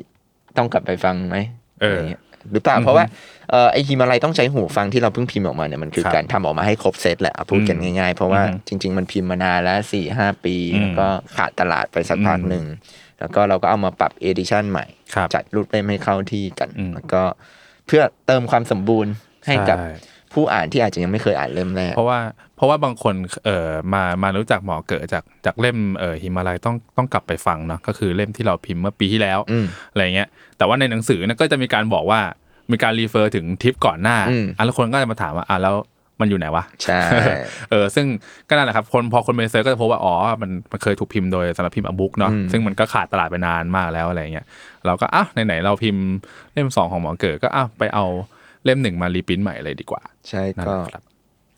Speaker 3: ต้องกลับไปฟังไหม
Speaker 5: เออ
Speaker 3: ไรงี้ยหรือเปล่า
Speaker 5: อือฮึ
Speaker 3: เพราะว่าเอ่อไอหิมาลัยต้องใช้หูฟังที่เราเพิ่งพิมพ์ออกมาเนี่ยมันคือ
Speaker 5: ครับ
Speaker 3: การทำออกมาให้ครบเซตแหละอ่ะพูดกัน
Speaker 5: อืม
Speaker 3: ง่ายๆ เพราะว่า
Speaker 5: อือฮึ
Speaker 3: จริง ๆ มันพิมพ์มานานแล้วสี่ห้าปี
Speaker 5: อืม
Speaker 3: แล้วก็ขาดตลาดไปสักพัก
Speaker 5: อืม
Speaker 3: หนึ่งแล้วก็เราก็เอามาปรับเอดิชันใหม่
Speaker 5: ครับ
Speaker 3: จัดรูปเล่มให้เข้าที่กัน
Speaker 5: อืม
Speaker 3: แล้วก็เพื่อเติมความสมบูรณ์ให้กับ
Speaker 5: ช่
Speaker 3: ผู้อ่านที่อาจจะยังไม่เคยอ่านเล่มแรก
Speaker 5: เพราะว่าเพราะว่าบางคนเอ่อมามารู้จักหมอเกิดจากจากเล่มเอ่อหิมาลัยต้องต้องกลับไปฟังเนาะก็คือเล่มที่เราพิมพ์เมื่อปีที่แล้ว
Speaker 3: อืม
Speaker 5: อะไรเงี้ยแต่ว่าในหนังสือเนะก็จะมีการบอกว่ามีการรีเฟอร์ถึงทริปก่อนหน้า
Speaker 3: อืม
Speaker 5: อ่ะแล้วคนก็จะมาถามว่าอ่ะแล้วมันอยู่ไหนวะ
Speaker 3: ใช่
Speaker 5: เออซึ่งก็นั่นแหละครับคนพอคนไปเซิร์ชก็จะพบว่า อ๋อ มันมันเคยถูกพิมพ์โดยสำนักพิมพ์อบุ๊กเนาะ
Speaker 3: อืม
Speaker 5: ซึ่งมันก็ขาดตลาดไปนานมากแล้วอะไรเงี้ยเราก็อ้าวไหนๆเราพิมพ์เล่มสองของหมอเกิดก็อ้าวไปเอาเล่มหนึ่งมารีพิมพ์ใหม่เลยดีกว่า
Speaker 3: ใช่
Speaker 5: นั่น
Speaker 3: ก็
Speaker 5: แหละครับ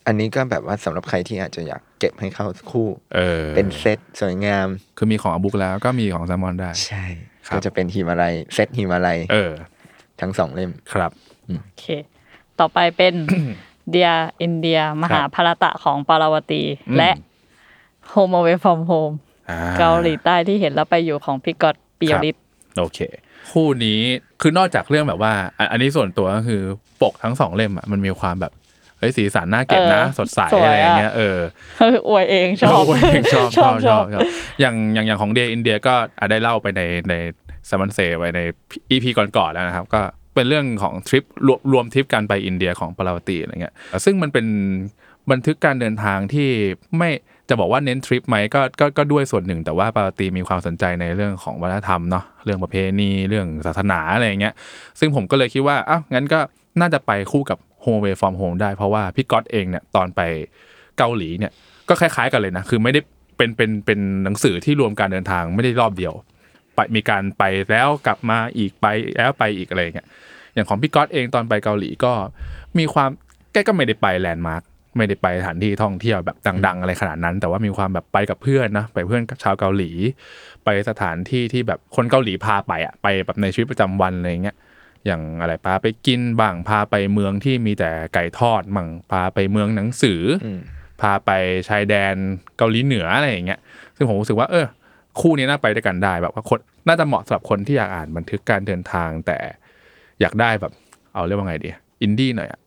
Speaker 3: อันนี้ก็แบบว่าสำหรับใครที่อาจจะอยากเก็บให้เข้าคู่
Speaker 5: เออ
Speaker 3: เป็นเซตสวยงาม
Speaker 5: คือมีของอบุ๊กแล้วก็มีของแซมมอนได้
Speaker 3: ใช่
Speaker 5: ครับ
Speaker 3: ก็จะเป็นหิมาลัยเซตหิมาลัย
Speaker 5: เออ
Speaker 3: ทั้งสองเล่ม
Speaker 5: ครับ
Speaker 4: โอเค ต่อไป เป็น เดียอินเดียมหาภารตะของปาราวตี
Speaker 5: อืม
Speaker 4: และ Home Away from Home
Speaker 5: อ่
Speaker 4: เกาหลีใต้ที่เห็นแล้วไปอยู่ของพี่กอตปิยริศ
Speaker 5: โอเค คู่นี้คือนอกจากเรื่องแบบว่าอ่ะอันนี้ส่วนตัวก็คือปกทั้งสองเล่มอ่ะมันมีความแบบเฮ้ยสีสันน่าเก็บนะ สดใสอะไรอย่างเงี้ยเออ
Speaker 4: เฮ้ยอวยเองชอบ
Speaker 5: โยช อบชอบชอบชอบอย่างอย่างอย่างของเดย์อินเดียก็อ่ะได้เล่าไปในในสมันเซไว้ในอีพีก่อนๆแล้วนะครับ ก็เป็นเรื่องของทริปรวมรวมทริปการไปอินเดียของปาราวตีอะไรเงี้ยซึ่งมันเป็นบันทึกการเดินทางที่ไม่จะบอกว่าเน้นทริปไหมก็ก็ก็ด้วยส่วนหนึ่ง แต่ว่าปาราวตีมีความสนใจในเรื่องของวัฒนธรรมเนาะเรื่องประเพณีเรื่องศาสนาอะไรอย่างเงี้ย ซึ่งผมก็เลยคิดว่าอ้าวงั้นก็น่าจะไปคู่กับ Home Away from Home ได้เพราะว่าพี่ก๊อตเองเนี่ยตอนไปเกาหลีเนี่ยก็คล้ายๆกันเลยนะ คือไม่ได้เป็นเป็นเป็นหนังสือที่รวมการเดินทางไม่ได้รอบเดียว ไปมีการไปแล้วกลับมาอีกไปแล้วไปอีกอะไรอย่างเงี้ย อย่างของพี่ก๊อตเองตอนไปเกาหลีก็มีความแกก็ไม่ได้ไปแลนด์มาร์คไม่ได้ไปสถานที่ท่องเที่ยวแบบดัง ๆ อะไรขนาดนั้น แต่ว่ามีความแบบไปกับเพื่อนนะไปเพื่อนชาวเกาหลี ไปสถานที่ที่แบบคนเกาหลีพาไปอะไปแบบในชีวิตประจำวันอะไรอย่างเงี้ย อย่างอะไรพาไปกินบ้างพาไปเมืองที่มีแต่ไก่ทอดมั่งพาไปเมืองหนังสืออ
Speaker 3: ม
Speaker 5: พาไปชายแดนเกาหลีเหนืออะไรอย่างเงี้ยซึ่งผมรู้สึกว่าเออ คู่นี้น่าไปด้วยกันได้แบบว่าคนน่าจะเหมาะสำหรับคนที่อยากอ่านบันทึกการเดินทางแต่อยากได้แบบ เอาเรียกว่าไงดีอินดี้หน่อย อะ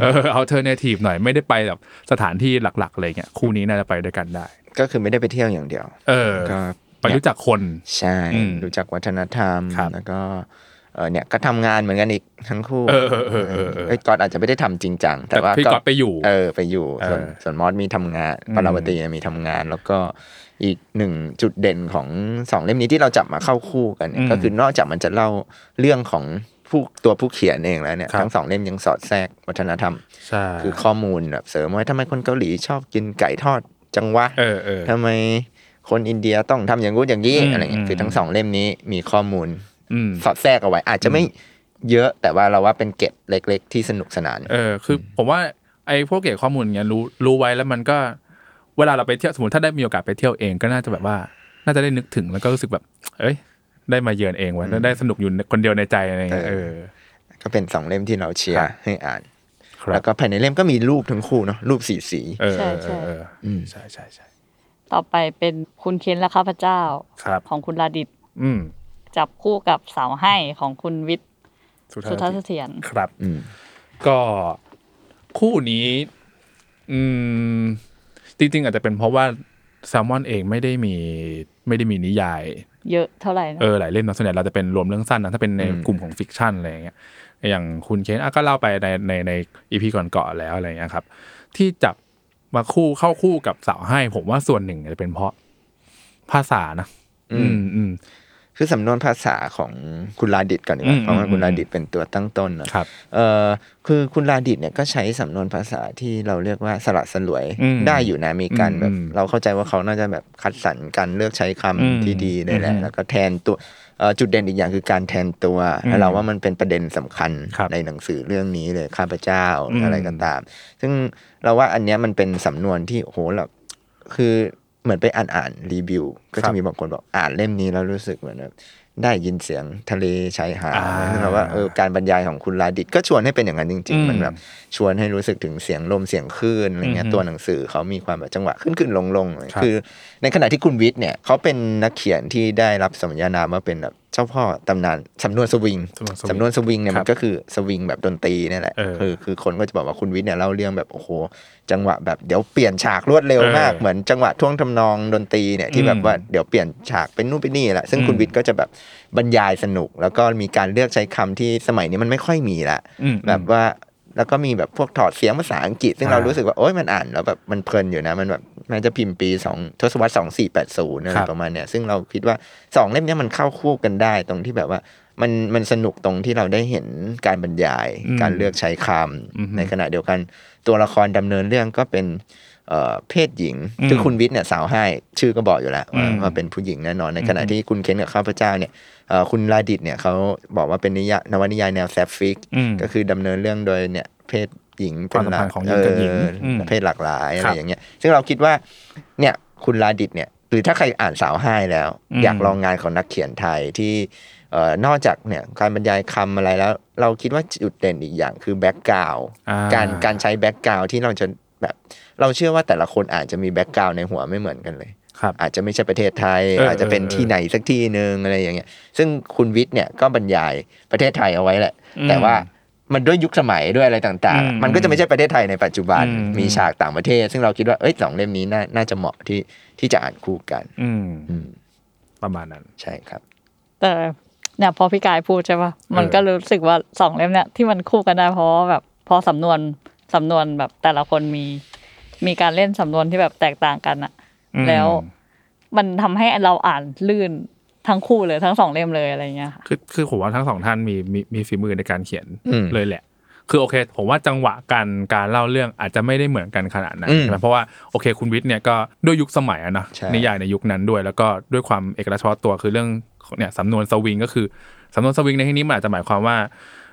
Speaker 5: เออเอาเทอร์เนทีฟหน่อยไม่ได้ไปแบบสถานที่หลักๆอะไรเงี้ยคู่นี้น่าจะไปด้วยกันได้
Speaker 3: ก็คือไม่ได้ไปเที่ยวอย่างเดียว
Speaker 5: เออ
Speaker 3: ก็
Speaker 5: ไปรู้จักคน
Speaker 3: ใช่
Speaker 5: อืม
Speaker 3: รู้จักวัฒนธรรม
Speaker 5: ครับ
Speaker 3: แล้วก็เออเนี่ยก็ทำงานเหมือนกันอีกทั้งคู่
Speaker 5: เออเออเออเออเออ
Speaker 3: ไอ้ยก๊อตอาจจะไม่ได้ทำจริงจัง
Speaker 5: แต่
Speaker 3: แต่ว่า
Speaker 5: พี่ก๊อตไปอยู่
Speaker 3: เออไปอยู่ส่วน
Speaker 5: เออ
Speaker 3: ส่วนมอสมีทำงาน
Speaker 5: อืม
Speaker 3: ปาราวตีมีทำงาน แล้วก็อีกหนึ่งจุดเด่นของสองเล่มนี้ที่เราจับมาเข้าคู่กันเนี่ยก็คือนอกจากมันจะเล่าเรื่องของผู้ตัวผู้เขียนเองแล้วเนี่ยทั้งสองเล่มยังสอดแทรกวัฒนธรรม
Speaker 5: ใช่
Speaker 3: คือข้อมูลแบบเสริมว่าทำไมคนเกาหลีชอบกินไก่ทอดจังวะ
Speaker 5: เออเออ
Speaker 3: ทำไมคนอินเดียต้องทำอย่างงู้นอย่างนี้
Speaker 5: อืม
Speaker 3: อะไรเงี้
Speaker 5: อื
Speaker 3: ย
Speaker 5: ม
Speaker 3: คือทั้งสองเล่มนี้มีข้อมูล
Speaker 5: อืม
Speaker 3: สอดแทรกเอาไว้ อาจจะไม่เยอะแต่ว่าเราว่าเป็นเก็บเล็ก ๆ ที่สนุกสนาน
Speaker 5: เออคือผมว่าไอ้พวกเก็บข้อมูลเงี้ยรู้รู้ไว้แล้วมันก็ เวลาเราไปเที่ยวสมมติถ้าได้มีโอกาสไปเที่ยวเองก็น่าจะแบบว่า น่าจะได้นึกถึงแล้วก็รู้สึกแบบ เอ้ย ได้มาเยือนเองวะได้สนุกอยู่คนเดียวในใจอะไรเงี้ยเอ
Speaker 3: เออ
Speaker 5: อ
Speaker 3: ก็เป็นสองเล่มที่เราเชีย
Speaker 5: ครั
Speaker 3: ร์
Speaker 5: บ
Speaker 3: ให้อ่าน
Speaker 5: ครั
Speaker 3: แล้
Speaker 5: บ
Speaker 3: วก็ภายในเล่มก็มีรูปทั้งคู่เนาะรูปสีสี
Speaker 5: เออ
Speaker 4: ใช่
Speaker 5: เออ
Speaker 4: ใช่
Speaker 5: เออเอออ
Speaker 3: ม
Speaker 5: ใช่ใช่ใช่
Speaker 4: ต่อไปเป็นคุณเคนและข้าพเจ้า
Speaker 5: ครับ
Speaker 4: ของคุณลาดิต
Speaker 5: อืม
Speaker 4: จับคู่กับสาวให้ของคุณวิทย์
Speaker 5: สุด
Speaker 4: สุทั
Speaker 5: ท้า
Speaker 4: ศ
Speaker 5: ย
Speaker 4: น์เสถียร
Speaker 5: ครับ
Speaker 3: อืม
Speaker 5: ก็คู่นี้ อืม จริงๆ อาจจะเป็นเพราะว่าแซลมอนเองไม่ได้มีไม่ได้มีนิยาย
Speaker 4: เยอะเท่าไหร่นะ
Speaker 5: เออหลายเล่มนะส่วนใหญ่เราจะเป็นรวมเรื่องสั้นนะถ้าเป็นในกลุ่มของฟิกชันอะไรอย่างเงี้ยอย่างคุณเคนอ่ะก็เล่าไปในในในอีพีก่อนเกาะแล้วอะไรอย่างเงี้ยครับ ที่จับมาคู่เข้าคู่กับสาวให้ ผมว่าส่วนหนึ่งอาจจะเป็นเพราะภาษานะอืมอืม
Speaker 3: คือสำนวนภาษาของคุณลาดิตก่อนดีก
Speaker 5: อื
Speaker 3: ว่าม เพราะว่า
Speaker 5: อืม
Speaker 3: คุณลาดิตเป็นตัวตั้งต้นเนอะ
Speaker 5: ครับ
Speaker 3: เออคือคุณลาดิตเนี่ยก็ใช้สำนวนภาษาที่เราเรียกว่าสละสลวย
Speaker 5: อืม
Speaker 3: ได้อยู่นะมีการแบบ
Speaker 5: อืม
Speaker 3: เราเข้าใจว่าเขาน่าจะแบบคัดสรรการเลือกใช้คำ
Speaker 5: อืม
Speaker 3: ที่ดีเลยแห
Speaker 5: อื
Speaker 3: ละ
Speaker 5: ม
Speaker 3: แล้วก็แทนตัวเอ่อจุดเด่นอีกอย่างคือการแทนตัว
Speaker 5: อืม
Speaker 3: แล้วเราว่ามันเป็นประเด็นสำคัญ
Speaker 5: ครับ
Speaker 3: ในหนังสือเรื่องนี้เลยข้าพเจ้า
Speaker 5: อืม
Speaker 3: อะไรก็ตาม ซึ่งเราว่าอันเนี้ยมันเป็นสำนวนที่โอ้โหเราคือเหมือนไปอ่านอ่านรีวิว ก็จะมีบางคนบอกอ่านเล่มนี้แล้วรู้สึกเหมือนแบบได้ยินเสียงทะเลชายหาด
Speaker 5: อ่า
Speaker 3: ซึ่งเราว่าเออ การบรรยายของคุณลาดิตก็ชวนให้เป็นอย่างนั้นจริง
Speaker 5: อืม
Speaker 3: ๆ มันแบบชวนให้รู้สึกถึงเสียงลมเสียงคลื่นอะไรเงี้ย
Speaker 5: อืม
Speaker 3: ตัวหนังสือเขามีความแบบจังหวะขึ้นขึ้นลงลง
Speaker 5: ครับ
Speaker 3: คือ ในขณะที่คุณวิทย์เนี่ยเขาเป็นนักเขียนที่ได้รับสมญานามว่าเป็นแบบเจ้าพ่อตำนานสำนวนสวิง
Speaker 5: สำ
Speaker 3: สำน
Speaker 5: นวนสวิง
Speaker 3: วนสวิงเนี่ย
Speaker 5: ครั
Speaker 3: มั
Speaker 5: บ
Speaker 3: นก็คือสวิงแบบดนตรีเนี่ยแหละ
Speaker 5: เออ
Speaker 3: คือคือคนก็จะบอกว่าคุณวิทย์เนี่ยเล่าเรื่องแบบโอ้โห จังหวะแบบเดี๋ยวเปลี่ยนฉากรวดเร็วมาก
Speaker 5: เออ
Speaker 3: เหมือนจังหวะท่วงทำนองดนตรีเนี่ยที่
Speaker 5: อืม
Speaker 3: แบบว่าเดี๋ยวเปลี่ยนฉากเป็นนู่นเป็นนี่แหละซึ่งคุณ
Speaker 5: อืม
Speaker 3: วิทย์ก็จะแบบบรรยายสนุก แล้วก็มีการเลือกใช้คำที่สมัยนี้มันไม่ค่อยมีละ
Speaker 5: อืม
Speaker 3: แบบว่าแล้วก็มีแบบพวกถอดเสียงภาษาอังกฤษ ซึ่ง
Speaker 5: อ่า
Speaker 3: เรารู้สึกว่าโอ๊ยมันอ่านแล้วแบบมันเพลินอยู่นะ มันแบบมันจะพิมพ์ปีสองทศวรรษสองสี่แปดศูนย์อะไร
Speaker 5: ครับ
Speaker 3: ประมาณเนี้ยซึ่งเราคิดว่าสองเล่มเนี้ยมันเข้าคู่กันได้ตรงที่แบบว่ามันมันสนุกตรงที่เราได้เห็นการบรรยาย
Speaker 5: อืม
Speaker 3: การเลือกใช้คำ
Speaker 5: อือฮึ
Speaker 3: ในขณะเดียวกัน ตัวละครดำเนินเรื่องก็เป็นเอ่อเพศหญิง
Speaker 5: อืม
Speaker 3: คือคุณวิทย์เนี่ยสาวให้ชื่อก็บอกอยู่แล้วว่า
Speaker 5: อืม
Speaker 3: ว่าเป็นผู้หญิงแน่นอนในขณะ
Speaker 5: อือฮึ
Speaker 3: ที่คุณเคนกับข้าพเจ้าเนี่ยเอ่อคุณลาดิตเนี่ยเขาบอกว่าเป็นนิยายนวนิยายแนวแซฟฟิก
Speaker 5: อืม
Speaker 3: ก็คือดำเนินเรื่องโดยเนี่ยเพศหญิงเป็นหลั
Speaker 5: ความสัมพันธ์ของหญิงกับหญิง
Speaker 3: เอออ
Speaker 5: ม
Speaker 3: เพศหลากหลายอะ
Speaker 5: ครั
Speaker 3: ไร
Speaker 5: บ
Speaker 3: อย่างเงี้ยซึ่งเราคิดว่าเนี่ยคุณลาดิตเนี่ยหรือถ้าใครอ่านสาวห้ายแล้ว
Speaker 5: อืม
Speaker 3: อยากลองงานของนักเขียนไทยที่เอ่อนอกจากเนี่ยการบรรยายคำอะไรแล้ว เราคิดว่าจุดเด่นอีกอย่างคือแบ็กกราว
Speaker 5: อ่า
Speaker 3: การการใช้แบ็กกราวที่เราจะแบบเราเชื่อว่าแต่ละคนอาจจะมีแบ็กกราวในหัวไม่เหมือนกันเลย
Speaker 5: ครับ
Speaker 3: อาจจะไม่ใช่ประเทศไทย
Speaker 5: เออ
Speaker 3: อาจจะเป็น
Speaker 5: เออ
Speaker 3: ที่ไหนสักที่หนึ่งอะไรอย่างเงี้ยซึ่งคุณวิทย์เนี่ยก็บรรยายประเทศไทยเอาไว้แหละ
Speaker 5: อืม
Speaker 3: แต่ว่ามันด้วยยุคสมัยด้วยอะไรต่าง
Speaker 5: อืม
Speaker 3: ๆ มันก็จะไม่ใช่ประเทศไทยในปัจจุบัน
Speaker 5: อืม
Speaker 3: มีฉากต่างประเทศ ซึ่งเราคิดว่าเอ้ยสองเล่มนี้น่าน่าจะเหมาะที่ที่จะอ่านคู่กัน
Speaker 5: อืม
Speaker 3: อืม
Speaker 5: ประมาณนั้น
Speaker 3: ใช่ครับ
Speaker 4: แต่เนี่ยพอพี่กายพูดใช่ปะมันก็รู้สึกว่าสองเล่มเนี่ยที่มันคู่กันได้เพราะว่าแบบเพอสำนวนสำนวนแบบแต่ละคนมี มีการเล่นสำนวนที่แบบแตกต่างกันอะ
Speaker 5: อืม
Speaker 4: แล้วมันทำให้เราอ่านลื่นทั้งคู่เลยทั้งสองเล่มเลยอะไรเงี้ยค่ะ
Speaker 5: คือคือผมว่าทั้งสองท่านมีมีมีฝีมือในการเขียน
Speaker 3: อืม
Speaker 5: เลยแหละ คือโอเค ผมว่าจังหวะการการเล่าเรื่องอาจจะไม่ได้เหมือนกันขนาดนั้น
Speaker 3: อืม
Speaker 5: ใช่ไหมเพราะว่าโอเคคุณวิทย์เนี่ยก็ด้วยยุคสมัยอะนะ
Speaker 3: ใช่
Speaker 5: นิยายในยุคนั้นด้วย แล้วก็ด้วยความเอกลักษณ์เฉพาะตัวคือเรื่องเนี่ยสำนวนสวิงก็คือสำนวนสวิงในที่นี้มันอาจจะหมายความว่า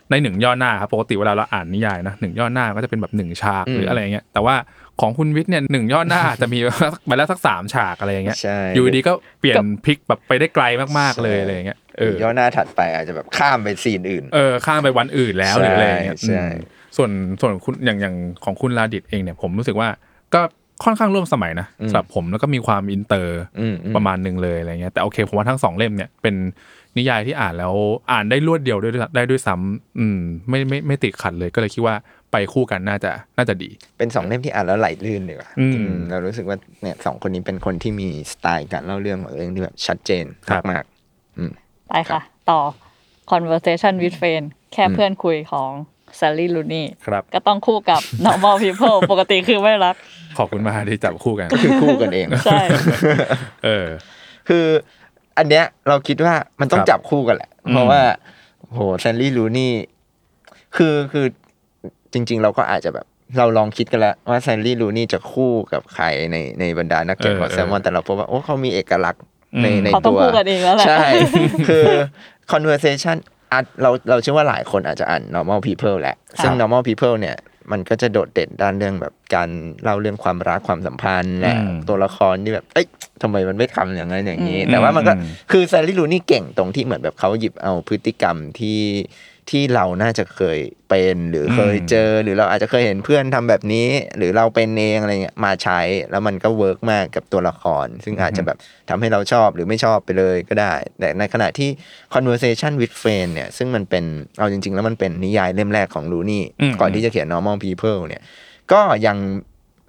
Speaker 5: ในหนึ่งย่อหน้าครับปกติเวลาเราอ่านนิยายนะหนึ่งย่อหน้าก็จะเป็นแบบหนึ่งฉากหรืออะไรอย่างเงี้ยแต่ว่าของคุณวิทย์เนี่ยหนึ่งย่อหน้า จะมีไป แล้วสักสามฉากอะไรอย่างเงี้ย
Speaker 3: ใช่
Speaker 5: อยู่ดีก็เปลี่ยนพลิกแบบไปได้ไกลมากๆเลยอะไรอย่างเงี้ยเออ
Speaker 3: ย่อหน้าถัดไปอาจจะแบบข้ามไปซีนอื่น
Speaker 5: เออข้ามไปวันอื่นแล้วห
Speaker 3: ใช่
Speaker 5: รืออะไรอย่างเงี้ย
Speaker 3: ใช่
Speaker 5: อืมส่วนส่วนคุณอย่างอย่างของคุณลาดิดเองเนี่ยผมรู้สึกว่าก็ค่อนข้างร่วมสมัยนะสำหรับผมแล้วก็มีความอินเตอร์
Speaker 3: อืมอืม
Speaker 5: ประมาณหนึ่งเลยอะไรเงี้ยแต่โอเคผมว่าทั้งสองเล่มเนี่ยเป็นนิยายที่อ่านแล้วอ่านได้รวดเดียวด้วยได้ด้วยซ้ำอืมไม่ไม่ไม่ติดขัดเลยก็เลยคิดว่าไปคู่กันน่าจะน่าจะดี
Speaker 3: เป็นสองเล่มที่อ่านแล้วไหลลื่นดีกว่า
Speaker 5: อืม
Speaker 3: อืมเรารู้สึกว่าเนี่ยสองคนนี้เป็นคนที่มีสไตล์การเล่าเรื่องของเรื่องที่แบบชัดเจน
Speaker 5: ครับ
Speaker 3: มากๆอืม
Speaker 4: ไปค่ะ ต่อ conversation with friend แค่เพื่อนคุยของ Sally Rooney
Speaker 5: ครับ
Speaker 4: ก็ต้องคู่กับ normal people ปกติคือไม่รัก
Speaker 5: ขอบคุณมากที่จับคู่กัน
Speaker 3: คือคู่กันเอง
Speaker 4: ใช่
Speaker 5: เออ
Speaker 3: คืออันเนี้ยเราคิดว่ามันต้อง
Speaker 5: ครับ
Speaker 3: จับคู่กันแหละ
Speaker 5: อืม
Speaker 3: เพราะว่าโหแซนลี่ลูนี่คือคือจริง ๆ เราก็อาจจะแบบเราลองคิดกันแล้วว่าแซนลี่ลูนี่จะคู่กับใครในในบรรดานักเขียน
Speaker 5: เออ
Speaker 3: ของแซมมอนแต่เราพบว่าโอ้เขามีเอกลักษณ์
Speaker 5: อืม
Speaker 3: ในใน
Speaker 4: เขาต้อ
Speaker 3: ตั
Speaker 4: ง
Speaker 3: ว
Speaker 4: คู่กันเองแล้วแหละ
Speaker 3: ใช่ คือ conversation อาจเราเราเชื่อว่าหลายคนอาจจะอ่าน normal people แหละ ซึ่ง normal people เนี่ย มันก็จะโดดเด่นด้านเรื่องแบบการเล่าเรื่องความรักความสัมพันธ์และ
Speaker 5: อืม
Speaker 3: ตัวละครที่แบบ เอ้ยทำไมมันไม่ทำอย่างนั้นอย่างนี้
Speaker 4: อืม
Speaker 3: แต่ว่ามันก็
Speaker 5: อืม
Speaker 3: คือแซลลี่ลูนี่เก่งตรงที่เหมือนแบบเขาหยิบเอาพฤติกรรมที่ที่เราน่าจะเคยเป็นหรือเคยเจอ หรือเราอาจจะเคยเห็นเพื่อนทำแบบนี้ หรือเราเป็นเองอะไรเงี้ยมาใช้แล้วมันก็เวิร์กมากกับตัวละคร ซึ่งอาจจะแบบทำให้เราชอบหรือไม่ชอบไปเลยก็ได้ แต่ในขณะที่ conversation with friend เนี่ยซึ่งมันเป็นเอาจริง ๆ แล้วมันเป็นนิยายเล่มแรกของลูนี่
Speaker 5: อืม
Speaker 3: ก่อนที่จะเขียน normal people เนี่ยก็ยัง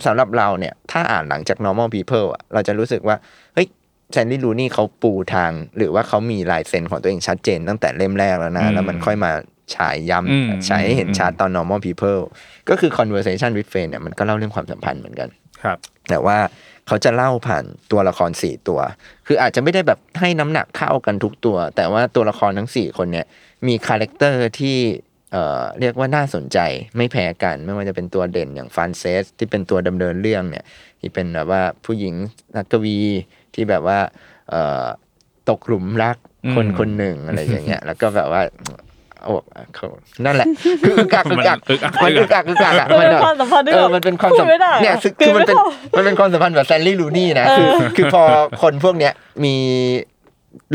Speaker 3: สำหรับเราเนี่ยถ้าอ่านหลังจาก normal people อ่ะเราจะรู้สึกว่า เฮ้ยแซนดี้ลูนี่เขาปูทาง หรือว่าเขามีลายเซ็นของตัวเองชัดเจนตั้งแต่เล่มแรกแล้วนะ
Speaker 5: อืม
Speaker 3: แล้วมันค่อยมาฉายย้
Speaker 5: อืม
Speaker 3: ำฉายให้เห็น
Speaker 5: อืม
Speaker 3: ชัดตอน normal people ก็คือ conversation with friend เนี่ยมันก็เล่าเรื่องความสัมพันธ์เหมือนกัน
Speaker 5: ครับ
Speaker 3: แต่ว่าเขาจะเล่าผ่านตัวละครสี่ตัว คืออาจจะไม่ได้แบบให้น้ำหนักเท่ากันทุกตัว แต่ว่าตัวละครทั้งสี่คนเนี่ยมีคาแรคเตอร์ที่เอ่อเรียกว่าน่าสนใจไม่แพ้กัน ไม่ว่าจะเป็นตัวเด่นอย่างฟรานเซสที่เป็นตัวดำเนินเรื่องเนี่ยที่เป็นแบบว่าผู้หญิงนักกวีที่แบบว่าเอ่อตกหลุมรักคน
Speaker 5: อืม
Speaker 3: คนหนึ่งอะไรอย่างเงี้ย แล้วก็แบบว่าโอ้เขานั่นแหละ คืออึกอักอึกอัก มันอึกอักอึกอักอะ
Speaker 4: มันเป็น
Speaker 3: แบบ
Speaker 4: ความสัมพันธ์ที่
Speaker 3: เอ
Speaker 4: แบ
Speaker 3: อบ มันเป็นความ
Speaker 4: พู
Speaker 3: สั
Speaker 4: ด
Speaker 3: ม
Speaker 4: ไม่ได้อะ
Speaker 3: เนี่ยคือคือมันเป็น
Speaker 4: กลืไข้า
Speaker 3: มันเป็นความสัมพันธ์แบบแซนลี่ลูนี่นะคือ
Speaker 4: เออ
Speaker 3: คือพอคนพวกเนี้ยมี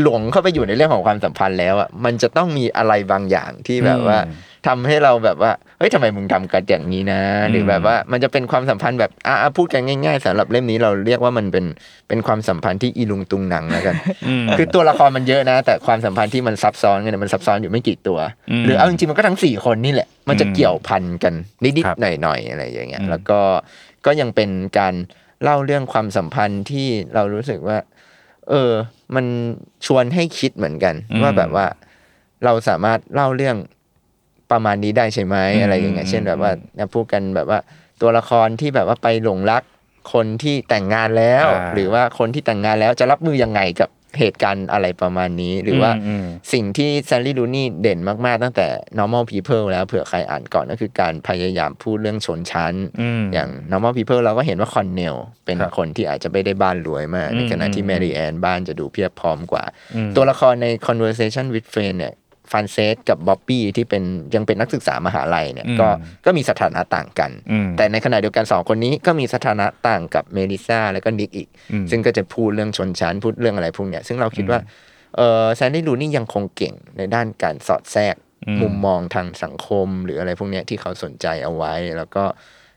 Speaker 3: หลงเข้าไปอยู่ในเรื่องของความสัมพันธ์แล้วอ่ะมันจะต้องมีอะไรบางอย่างที่แบบว่า
Speaker 5: อืม
Speaker 3: ทำให้เราแบบว่าเฮ้ยทำไมมึงทำกันอย่างนี้นะ หรือแบบว่ามันจะเป็นความสัมพันธ์แบบอ่ะอ่ะพูดกันง่ายๆสำหรับเล่มนี้เราเรียกว่ามันเป็นเป็นความสัมพันธ์ที่อีลุงตุงหนังแล้วกัน
Speaker 5: อืม
Speaker 3: คือตัวละครมันเยอะนะ แต่ความสัมพันธ์ที่มันซับซ้อนกันเนี่ยมันซับซ้อนอยู่ไม่กี่ตัว
Speaker 5: อืม
Speaker 3: หรือเอาจริงๆมันก็ทั้งสี่คนนี่แหละ มันจะ
Speaker 5: อืม
Speaker 3: เกี่ยวพันกันนิด
Speaker 5: ครับ
Speaker 3: ๆหน่อยๆอะไรอย่างเงี้ย
Speaker 5: อืม
Speaker 3: แล้วก็ก็ยังเป็นการเล่าเรื่องความสัมพันธ์ที่เรารู้สึกว่า เออ มันชวนให้คิดเหมือนกัน ว่าแบบว่าเราสามารถเล่าเรื่องประมาณนี้ได้ใช่ไหมอะไรอย่างเงี้ยเช่นแบบว่าพูดกันแบบว่า ตัวละครที่แบบว่าไปหลงรักคนที่แต่งงานแล้ว
Speaker 5: อ่า
Speaker 3: หรือว่าคนที่แต่งงานแล้วจะรับมือยังไงกับเหตุการณ์อะไรประมาณนี้ หรือว่า
Speaker 5: อืม
Speaker 3: สิ่งที่แซนลี่ลูนี่เด่นมาก ๆ ตั้งแต่ normal people แล้วเผื่อใครอ่านก่อนก็คือการพยายามพูดเรื่องชนชั้น
Speaker 5: อืม
Speaker 3: อย่าง normal people เราก็เห็นว่าคอนเนลเป็น
Speaker 5: ครับ
Speaker 3: คนที่อาจจะไม่ได้บ้านรวยมาก
Speaker 5: อืม
Speaker 3: ในขณะที่
Speaker 5: อืม
Speaker 3: แมรี่แอนบ้านจะดูเพียบพร้อมกว่า
Speaker 5: อืม
Speaker 3: ตัวละครใน conversation with friend เนี่ยฟันเซสกับบ๊อบบี้ที่เป็นยังเป็นนักศึกษามหาลัยเนี่ยก็ก็มีสถานะต่างกัน
Speaker 5: อืม
Speaker 3: แต่ในขณะเดียวกันสองคนนี้ก็มีสถานะต่างกับเมลิซาแล้วก็นิกอีก
Speaker 5: อืม
Speaker 3: ซึ่งก็จะพูดเรื่องชนชั้นพูดเรื่องอะไรพวกเนี้ยซึ่งเราคิดว่าเออแซนดี้ลูนี่ยังคงเก่งในด้านการสอดแทรก
Speaker 5: อืม
Speaker 3: มุมมองทางสังคมหรืออะไรพวกเนี้ยที่เขาสนใจเอาไว้ แล้วก็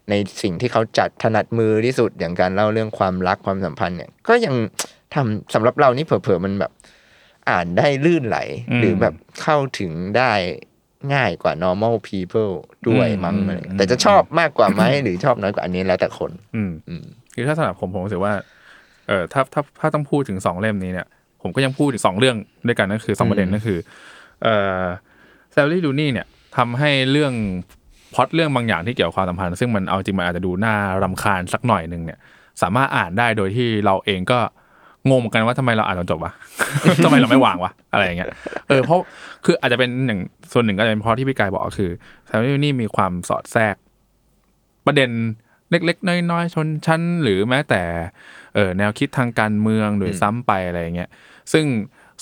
Speaker 3: ในสิ่งที่เขาจัดถนัดมือที่สุดอย่างการเล่าเรื่องความรักความสัมพันธ์เนี่ยก็ยังทำสำหรับเรานี่เผลอๆมันแบบอ่านได้ลื่นไหล
Speaker 5: อืม
Speaker 3: หรือแบบเข้าถึงได้ง่ายกว่า normal people ด้วยมั้ง
Speaker 5: อืม
Speaker 3: อะไร
Speaker 5: อืม
Speaker 3: แต่จะชอบ ชอบมากกว่าไหม หรือชอบน้อยกว่าอันนี้แล้วแต่คน
Speaker 5: อืม
Speaker 3: อืม
Speaker 5: คือถ้าสำหรับผมผมรู้สึกว่า เออถ้าถ้าถ้าต้องพูดถึงสองเล่มนี้เนี่ย ผมก็ยังพูดถึงสองเรื่องด้วยกันนั่นคือสองประเด็นนั่นคือ เออแซลลี่ดูนี่เนี่ยทำให้เรื่องพล็อตเรื่องบางอย่างที่เกี่ยวกับความสัมพันธ์ ซึ่งมันเอาจริงมันอาจจะดูน่ารำคาญสักหน่อยหนึ่งเนี่ย สามารถอ่านได้โดยที่เราเองก็งงเหมือนกันว่าทำไมเราอ่านจนจบวะ ทำไมเราไม่วางวะอะไรอย่างเงี้ยเออเพราะคืออาจจะเป็นหนึ่งส่วนหนึ่งก็จะเป็นเพราะที่พี่กายบอกก็คือแซมมี่นี่มีความสอดแทรก ประเด็นเล็กๆ น้อยๆ ชนชั้น หรือแม้แต่เออแนวคิดทางการเมืองโดยซ้ำไปอะไรอย่างเงี้ยซึ่ง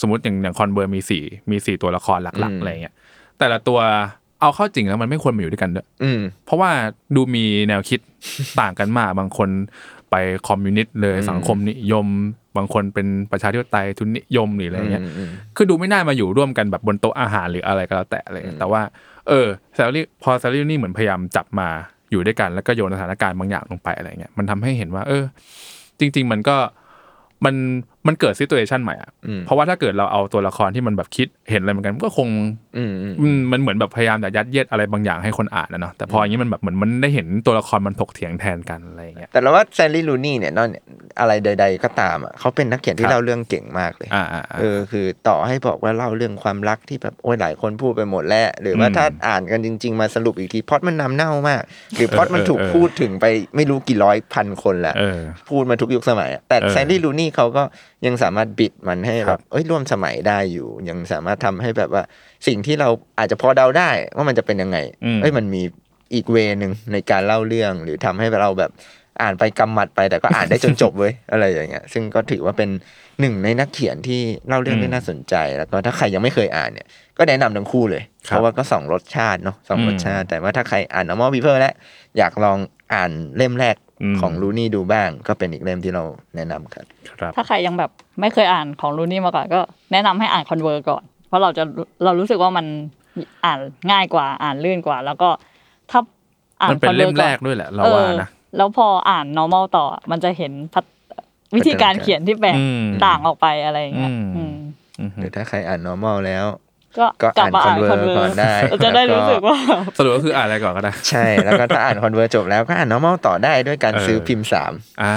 Speaker 5: สมมติอย่างอย่างคอนเบอร์มีสี่มีสี่ตัวละครหลัก
Speaker 3: อื
Speaker 5: ๆ
Speaker 3: ม
Speaker 5: อะไรอย่างเงี้ยแต่ละตัว เอาเข้าจริงแล้วมันไม่ควรมาอยู่ด้วยกันด้วย
Speaker 3: อืม
Speaker 5: เพราะว่าดูมีแนวคิ ด ต่างกันมากบางคนไปคอมมิวนิสต์เลย
Speaker 3: อืม
Speaker 5: สังคมนิยม บางคนเป็นประชาธิปไตยทุนนิยมหรืออะไรเงี้ย
Speaker 3: อืม
Speaker 5: คือดูไม่น่ามาอยู่ร่วมกันแบบบนโต๊ะอาหารหรืออะไรก็แล้วแต่อะไรเลยแต่ว่า เออแซลลี่พอแซลลี่นี่เหมือนพยายามจับมาอยู่ด้วยกันแล้วก็โยนสถานการณ์บางอย่างลงไปอะไรเงี้ยมันทำให้เห็นว่า เออ จริง ๆ มันก็มันมันเกิดซิ t u เ t ชันใหม่อ่ะ
Speaker 3: อืม
Speaker 5: เพราะว่าถ้าเกิดเราเอาตัวละครที่มันแบบคิดเห็นอะไรเหมือนกันมันก็คง
Speaker 3: อืมอืม
Speaker 5: อืมมันเหมือนแบบพยายามจะยัดเยียดอะไรบางอย่างให้คนอ่านนะเนาะแต่พออย่างนี้มันแบบเหมือนมันได้เห็นตัวละครมันถกเถียงแทนกันอะไรอย่างเงี้ย
Speaker 3: แต่เราว่าแซนลี่ลูนี่เนี่ยนอนอะไรใด ๆ ก็ตามอ่ะเขาเป็นนักเขียน
Speaker 5: ครั
Speaker 3: ที่
Speaker 5: บ
Speaker 3: เล่าเรื่องเก่งมากเลย
Speaker 5: อ่าอ่าอ่า
Speaker 3: เออคือต่อให้บอกว่าเล่าเรื่องความรักที่แบบโอ้ยหลายคนพูดไปหมดแล้ว หรือว่า
Speaker 5: อืม
Speaker 3: ถ้าอ่านกันจริง ๆ มาสรุปอีกทีพล็อดมันนำเน่ามาก หรือพล็อดมัน
Speaker 5: เออ
Speaker 3: ถูก
Speaker 5: เออ
Speaker 3: พูดถึงไปไม่รู้กี่ร้อยพันคนแล้ว
Speaker 5: เออ
Speaker 3: พูดมาทุกยุคสมัยอะแต่
Speaker 5: เออ
Speaker 3: แซนดี้ลูนี่เขาก็ยังสามารถบิดมันให้
Speaker 5: ค
Speaker 3: แบ
Speaker 5: รั
Speaker 3: บบ เอ้ยร่วมสมัยได้อยู่ ยังสามารถทำให้แบบว่าสิ่งที่เราอาจจะพอเดาได้ว่ามันจะเป็นยังไง
Speaker 5: อืม
Speaker 3: เอ้ยมันมีอีกเวนึงในการเล่าเรื่องหรือทำให้เราแบบอ่านไปกำหมัดไปแต่ก็อ่านได้จนจบเว้ย อะไรอย่างเงี้ย ซึ่งก็ถือว่าเป็นหนึ่งในนักเขียนที่เล่าเรื่องได้น่าสนใจ แล้วก็ถ้าใครยังไม่เคยอ่านเนี่ยก็แนะนำทั้งคู่เลย
Speaker 5: ครับ
Speaker 3: เพราะว่าก็สองรสชาติเนาะสองรสชาติ แต่ว่าถ้าใครอ่านนอร์มอลบีเพิลแล้วอยากลองอ่านเล่มแรก
Speaker 5: อืม
Speaker 3: ของ ลูนี่ดูบ้างก็เป็นอีกเล่มที่เราแนะนำครับ
Speaker 5: ครับ
Speaker 4: ถ้าใครยังแบบไม่เคยอ่านของรูนี่มาก่อนก็แนะนำให้อ่านคอนเวอร์ก่อน เพราะเราจะเรารู้สึกว่ามันอ่านง่ายกว่าอ่านลื่นกว่า แล้วก็ถ้าอ่าน
Speaker 5: มันเป็น
Speaker 4: Convert
Speaker 5: เล่ม
Speaker 4: อน
Speaker 5: แรกด้วยแหละเราว่านะ
Speaker 4: เออแล้วพออ่าน normal ต่ออะมันจะเห็นพัฒวิธีการเขียนที่แปลก
Speaker 5: อืม
Speaker 4: ต่างออกไปอะไรอย่างเงี้ย
Speaker 5: อืม
Speaker 4: อืม
Speaker 5: อือฮึ
Speaker 3: หรือถ้าใครอ่าน normal แล้ว
Speaker 4: ก็
Speaker 3: ก็
Speaker 4: กลับมาอ่า
Speaker 3: อ่า
Speaker 4: น
Speaker 3: น Convert
Speaker 4: Convert
Speaker 3: ก่อนได้
Speaker 4: จะได้
Speaker 3: แล้วก็
Speaker 4: รู้สึกว่า
Speaker 5: สรุปก็คืออ่านอะไรก่อนก็ได้
Speaker 3: ใช่ แล้วก็ถ้าอ่าน convert จบแล้วก็อ่าน normal ต่อได้ด้วยการ
Speaker 5: เออ
Speaker 3: ซื้อพิมพ์สาม
Speaker 5: อ่า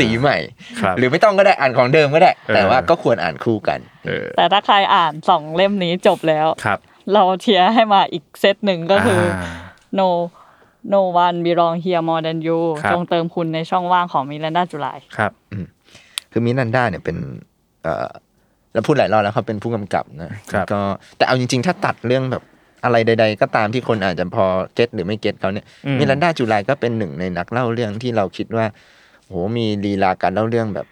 Speaker 3: สีใหม่
Speaker 5: ครับ
Speaker 3: หรือไม่ต้องก็ได้อ่านของเดิมก็ได้
Speaker 5: เออ
Speaker 3: แต่ว่าก็ควรอ่านคู่กัน
Speaker 5: เออ
Speaker 4: แต่ถ้าใครอ่านสองเล่มนี้จบแล้ว
Speaker 5: ครับ
Speaker 4: เราเชียร์ให้มาอีกเซตหนึ่งก็คืออ
Speaker 5: า
Speaker 4: no no one belong here more than you
Speaker 5: ครับ
Speaker 4: จงเติมคุณในช่องว่างของมิรันดาจุไลาย
Speaker 5: ครับ
Speaker 3: คือมินันดาเนี่ยเป็นเอ่อเราพูดหลายรอบแล้วเขาเป็นผู้กำกับนะครับ ก็แต่เอาจริง ๆ ถ้าตัดเรื่องแบบอะไรใด ๆ ก็ตามที่คนอาจจะพอเก็ตหรือไม่เก็ตเขาเนี่ย
Speaker 5: อื
Speaker 3: มิรันดาจูไลก็เป็นหนึ่งในนักเล่าเรื่องที่เราคิดว่าโหมีลีลาการเล่าเรื่องแบบ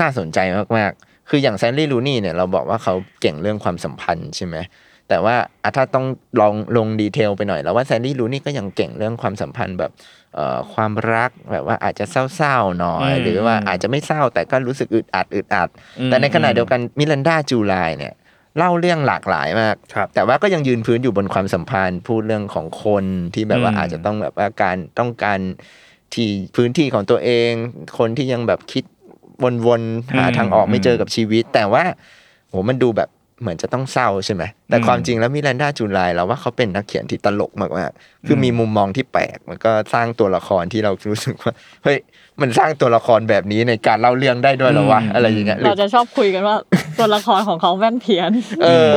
Speaker 3: น่าสนใจมากๆ คืออย่างแซนดี้ลูนี่เนี่ยเราบอกว่าเขาเก่งเรื่องความสัมพันธ์ใช่ไหมแต่ว่าอ่ะถ้าต้องลองลงดีเทลไปหน่อยแล้วว่าแซนดี้ลูนี่ก็ยังเก่งเรื่องความสัมพันธ์แบบเอ่อความรักแบบว่าอาจจะเศร้าๆหน่อย หรือว่าอาจจะไม่เศร้าแต่ก็รู้สึกอึดอัดอึดอัด
Speaker 5: อืม
Speaker 3: แต่ในขณะเดียวกันมิรันดาจูไลเนี่ยเล่าเรื่องหลากหลายมาก
Speaker 5: ครับ
Speaker 3: แต่ว่าก็ยังยืนพื้นอยู่บนความสัมพันธ์ พูดเรื่องของคนที่แบบว่า
Speaker 5: อืม
Speaker 3: อาจจะต้องแบบว่าการต้องการที่พื้นที่ของตัวเอง คนที่ยังแบบคิดวนๆหา
Speaker 5: อืม
Speaker 3: ทางออกไม่
Speaker 5: อืม
Speaker 3: เจอกับชีวิต แต่ว่าโหมันดูแบบเหมือนจะต้องเศร้าใช่ไหมแต่
Speaker 5: อืม
Speaker 3: ความจริงแล้วมิรันดาจูไลเราว่าเขาเป็นนักเขียนที่ตลกมากๆคือมีมุมมองที่แปลกมันก็สร้างตัวละครที่เรารู้สึกว่าเฮ้ยมันสร้างตัวละครแบบนี้ในการเล่าเรื่องได้ด้วยเหรอวะ
Speaker 5: อืม
Speaker 3: อะไรอย่างเงี้ยหรือ
Speaker 4: เราจะชอบคุยกันว่า ตัวละครของเขาแม่นเพี้ยน
Speaker 3: เออ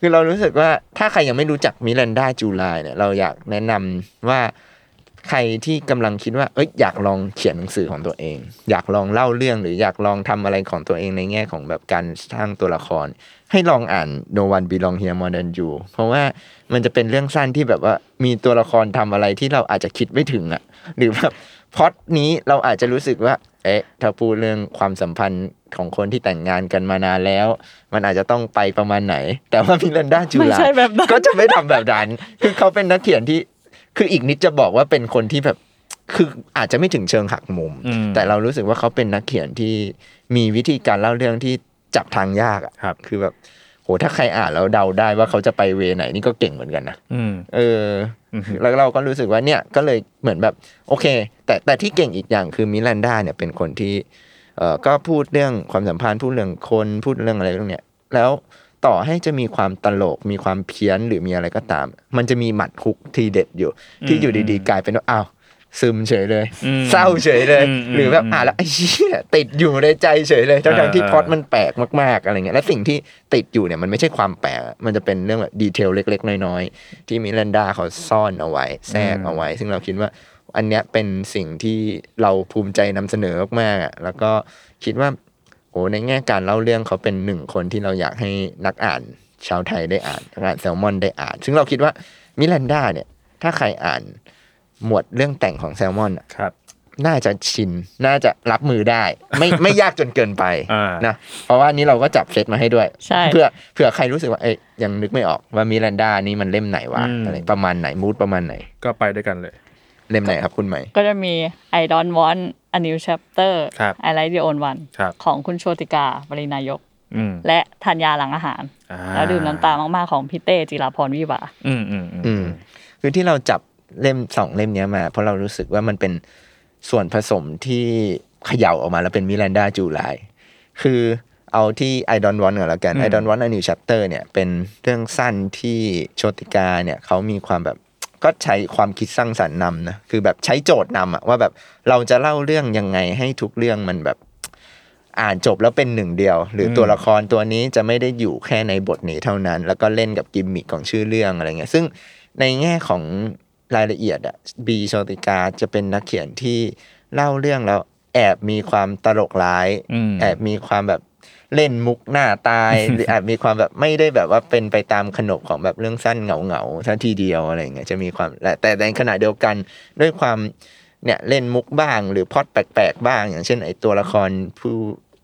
Speaker 3: คือเรารู้สึกว่าถ้าใครยังไม่รู้จักมิรันดาจูไลายเนี่ยเราอยากแนะนำว่าใครที่กำลังคิดว่าเอ้ยอยากลองเขียนหนังสือของตัวเอง อยากลองเล่าเรื่องหรืออยากลองทำอะไรของตัวเองในแง่ของแบบการสร้างตัวละคร ให้ลองอ่าน No One Belong Here More Than You เพราะว่ามันจะเป็นเรื่องสั้นที่แบบว่ามีตัวละครทำอะไรที่เราอาจจะคิดไม่ถึงอะหรือแบบพล็อดนี้เราอาจจะรู้สึกว่า เอ๊ะถ้าพูดเรื่องความสัมพันธ์ของคนที่แต่งงานกันมานานแล้ว มันอาจจะต้องไปประมาณไหน แต่ว่ามิรันดาจู
Speaker 4: ไม่
Speaker 3: ลา
Speaker 4: ใช่แบบนั้น
Speaker 3: ก็จะไม่ทำแบบนั้นคือเขาเป็นนักเขียนที่คืออีกนิดจะบอกว่าเป็นคนที่แบบคืออาจจะไม่ถึงเชิงหักมุม
Speaker 5: อืม
Speaker 3: แต่เรารู้สึกว่าเขาเป็นนักเขียนที่มีวิธีการเล่าเรื่องที่จับทางยากอะ
Speaker 5: ครับ
Speaker 3: คือแบบโหถ้าใครอ่านแล้วเดาได้ว่าเขาจะไปเวไหนนี่ก็เก่งเหมือนกันนะ
Speaker 5: อืม
Speaker 3: เอออ
Speaker 5: อฮึ
Speaker 3: แล้วเราก็รู้สึกว่าเนี่ยก็เลยเหมือนแบบโอเค แต่แต่ที่เก่งอีกอย่างคือมิลันดาเนี่ยเป็นคนที่เออก็พูดเรื่องความสัมพันธ์พูดเรื่องคนพูดเรื่องอะไรเรื่องเนี้ยแล้วต่อให้จะมีความตลกมีความเพี้ยนหรือมีอะไรก็ตาม มันจะมีหมัดฮุกทีเด็ดอยู่ ที่อยู่ดีๆกลายเป็นว่าอ้าวซึมเฉยเลย
Speaker 5: อืม
Speaker 3: เศร้าเฉยเลย
Speaker 5: อืม
Speaker 3: หรือแบบ
Speaker 5: อืม
Speaker 3: อ่านแล้วไอ้ เชี่ยติดอยู่ในใจเฉยเลย
Speaker 5: เอ
Speaker 3: ทั้ง
Speaker 5: อ
Speaker 3: ๆที่
Speaker 5: เออ
Speaker 3: พล็อดมันแปลกมากๆอะไรเงี้ยและสิ่งที่ติดอยู่เนี่ยมันไม่ใช่ความแปลกอะมันจะเป็นเรื่องแบบดีเทลเล็ก ๆ น้อยๆที่มิรันดาเขาซ่อนเอาไว้ แทรกเอาไว้ ซึ่งเราคิดว่าอันเนี้ยเป็นสิ่งที่เราภูมิใจนำเสนอมากๆอะแล้วก็คิดว่าโอ้ในแง่การเล่าเรื่องเขาเป็นหนึ่งคนที่เราอยากให้นักอ่านชาวไทยได้อ่านนักอ่านแซลมอนได้อ่าน ซึ่งเราคิดว่ามิรันดาเนี่ยถ้าใครอ่าน หมวดเรื่องแต่งของแซลมอนอะ
Speaker 5: ครับ
Speaker 3: น่าจะชิน น่าจะรับมือได้ ไม่ไม่ยากจนเกินไป
Speaker 5: อ่าน
Speaker 3: นะเพราะว่านี้เราก็จับเซตมาให้ด้วย
Speaker 4: ใช่
Speaker 3: เพื่อเผื่อใครรู้สึกว่าเอ้ยยังนึกไม่ออกว่ามิรันดานี่มันเล่มไหนวะ
Speaker 5: อืม
Speaker 3: อะไรประมาณไหนมูดประมาณไหน
Speaker 5: ก็ไปด้วยกันเลย
Speaker 3: เล่มไหนครับคุณใหม่
Speaker 4: ก็จะมี I don't want a new chapter
Speaker 5: ครับ
Speaker 4: I like the old one
Speaker 5: ครับ
Speaker 4: ของคุณโชติกาบรินายก
Speaker 5: อืม
Speaker 4: และทานยาหลังอาหาร
Speaker 5: อ่า
Speaker 4: แล้วดื่มน้ำตามากๆของพี่เต้จิราพรวิวา
Speaker 5: อืมอืมอืม
Speaker 3: อืมคือที่เราจับเล่มสองเล่มเนี้ยมา เพราะเรารู้สึกว่ามันเป็นส่วนผสมที่เขย่าออกมาแล้วเป็นมิรันดาจูไลคือเอาที่ I don't want ก่อนแล้วกัน I don't want a new chapter เนี่ยเป็นเรื่องสั้นที่โชติกาเนี่ยเขามีความแบบ ก็ใช้ความคิดสร้างสรรค์นำนะคือแบบใช้โจทย์นำอะว่าแบบเราจะเล่าเรื่องยังไงให้ทุกเรื่องมันแบบ อ่านจบแล้วเป็นหนึ่งเดียว หรืออตัวละครตัวนี้จะไม่ได้อยู่แค่ในบทนี้เท่านั้น แล้วก็เล่นกับกิมมิคของชื่อเรื่องอะไรเงี้ยซึ่งในแง่ของรายละเอียดอะบีโชติกาจะเป็นนักเขียนที่เล่าเรื่องแล้วแอบมีความตลกร้าย
Speaker 5: อืม
Speaker 3: แอบมีความแบบเล่นมุกหน้าตาย หรือแอบมีความแบบไม่ได้แบบว่าเป็นไปตามขนบของแบบเรื่องสั้นเหงาเหงาๆซะทีเดียวอะไรอย่างเงี้ยจะมีความแต่แต่ในขณะเดียวกันด้วยความเนี่ยเล่นมุกบ้าง หรือพล็อดแปลกๆบ้าง อย่างเช่นไอตัวละครผู้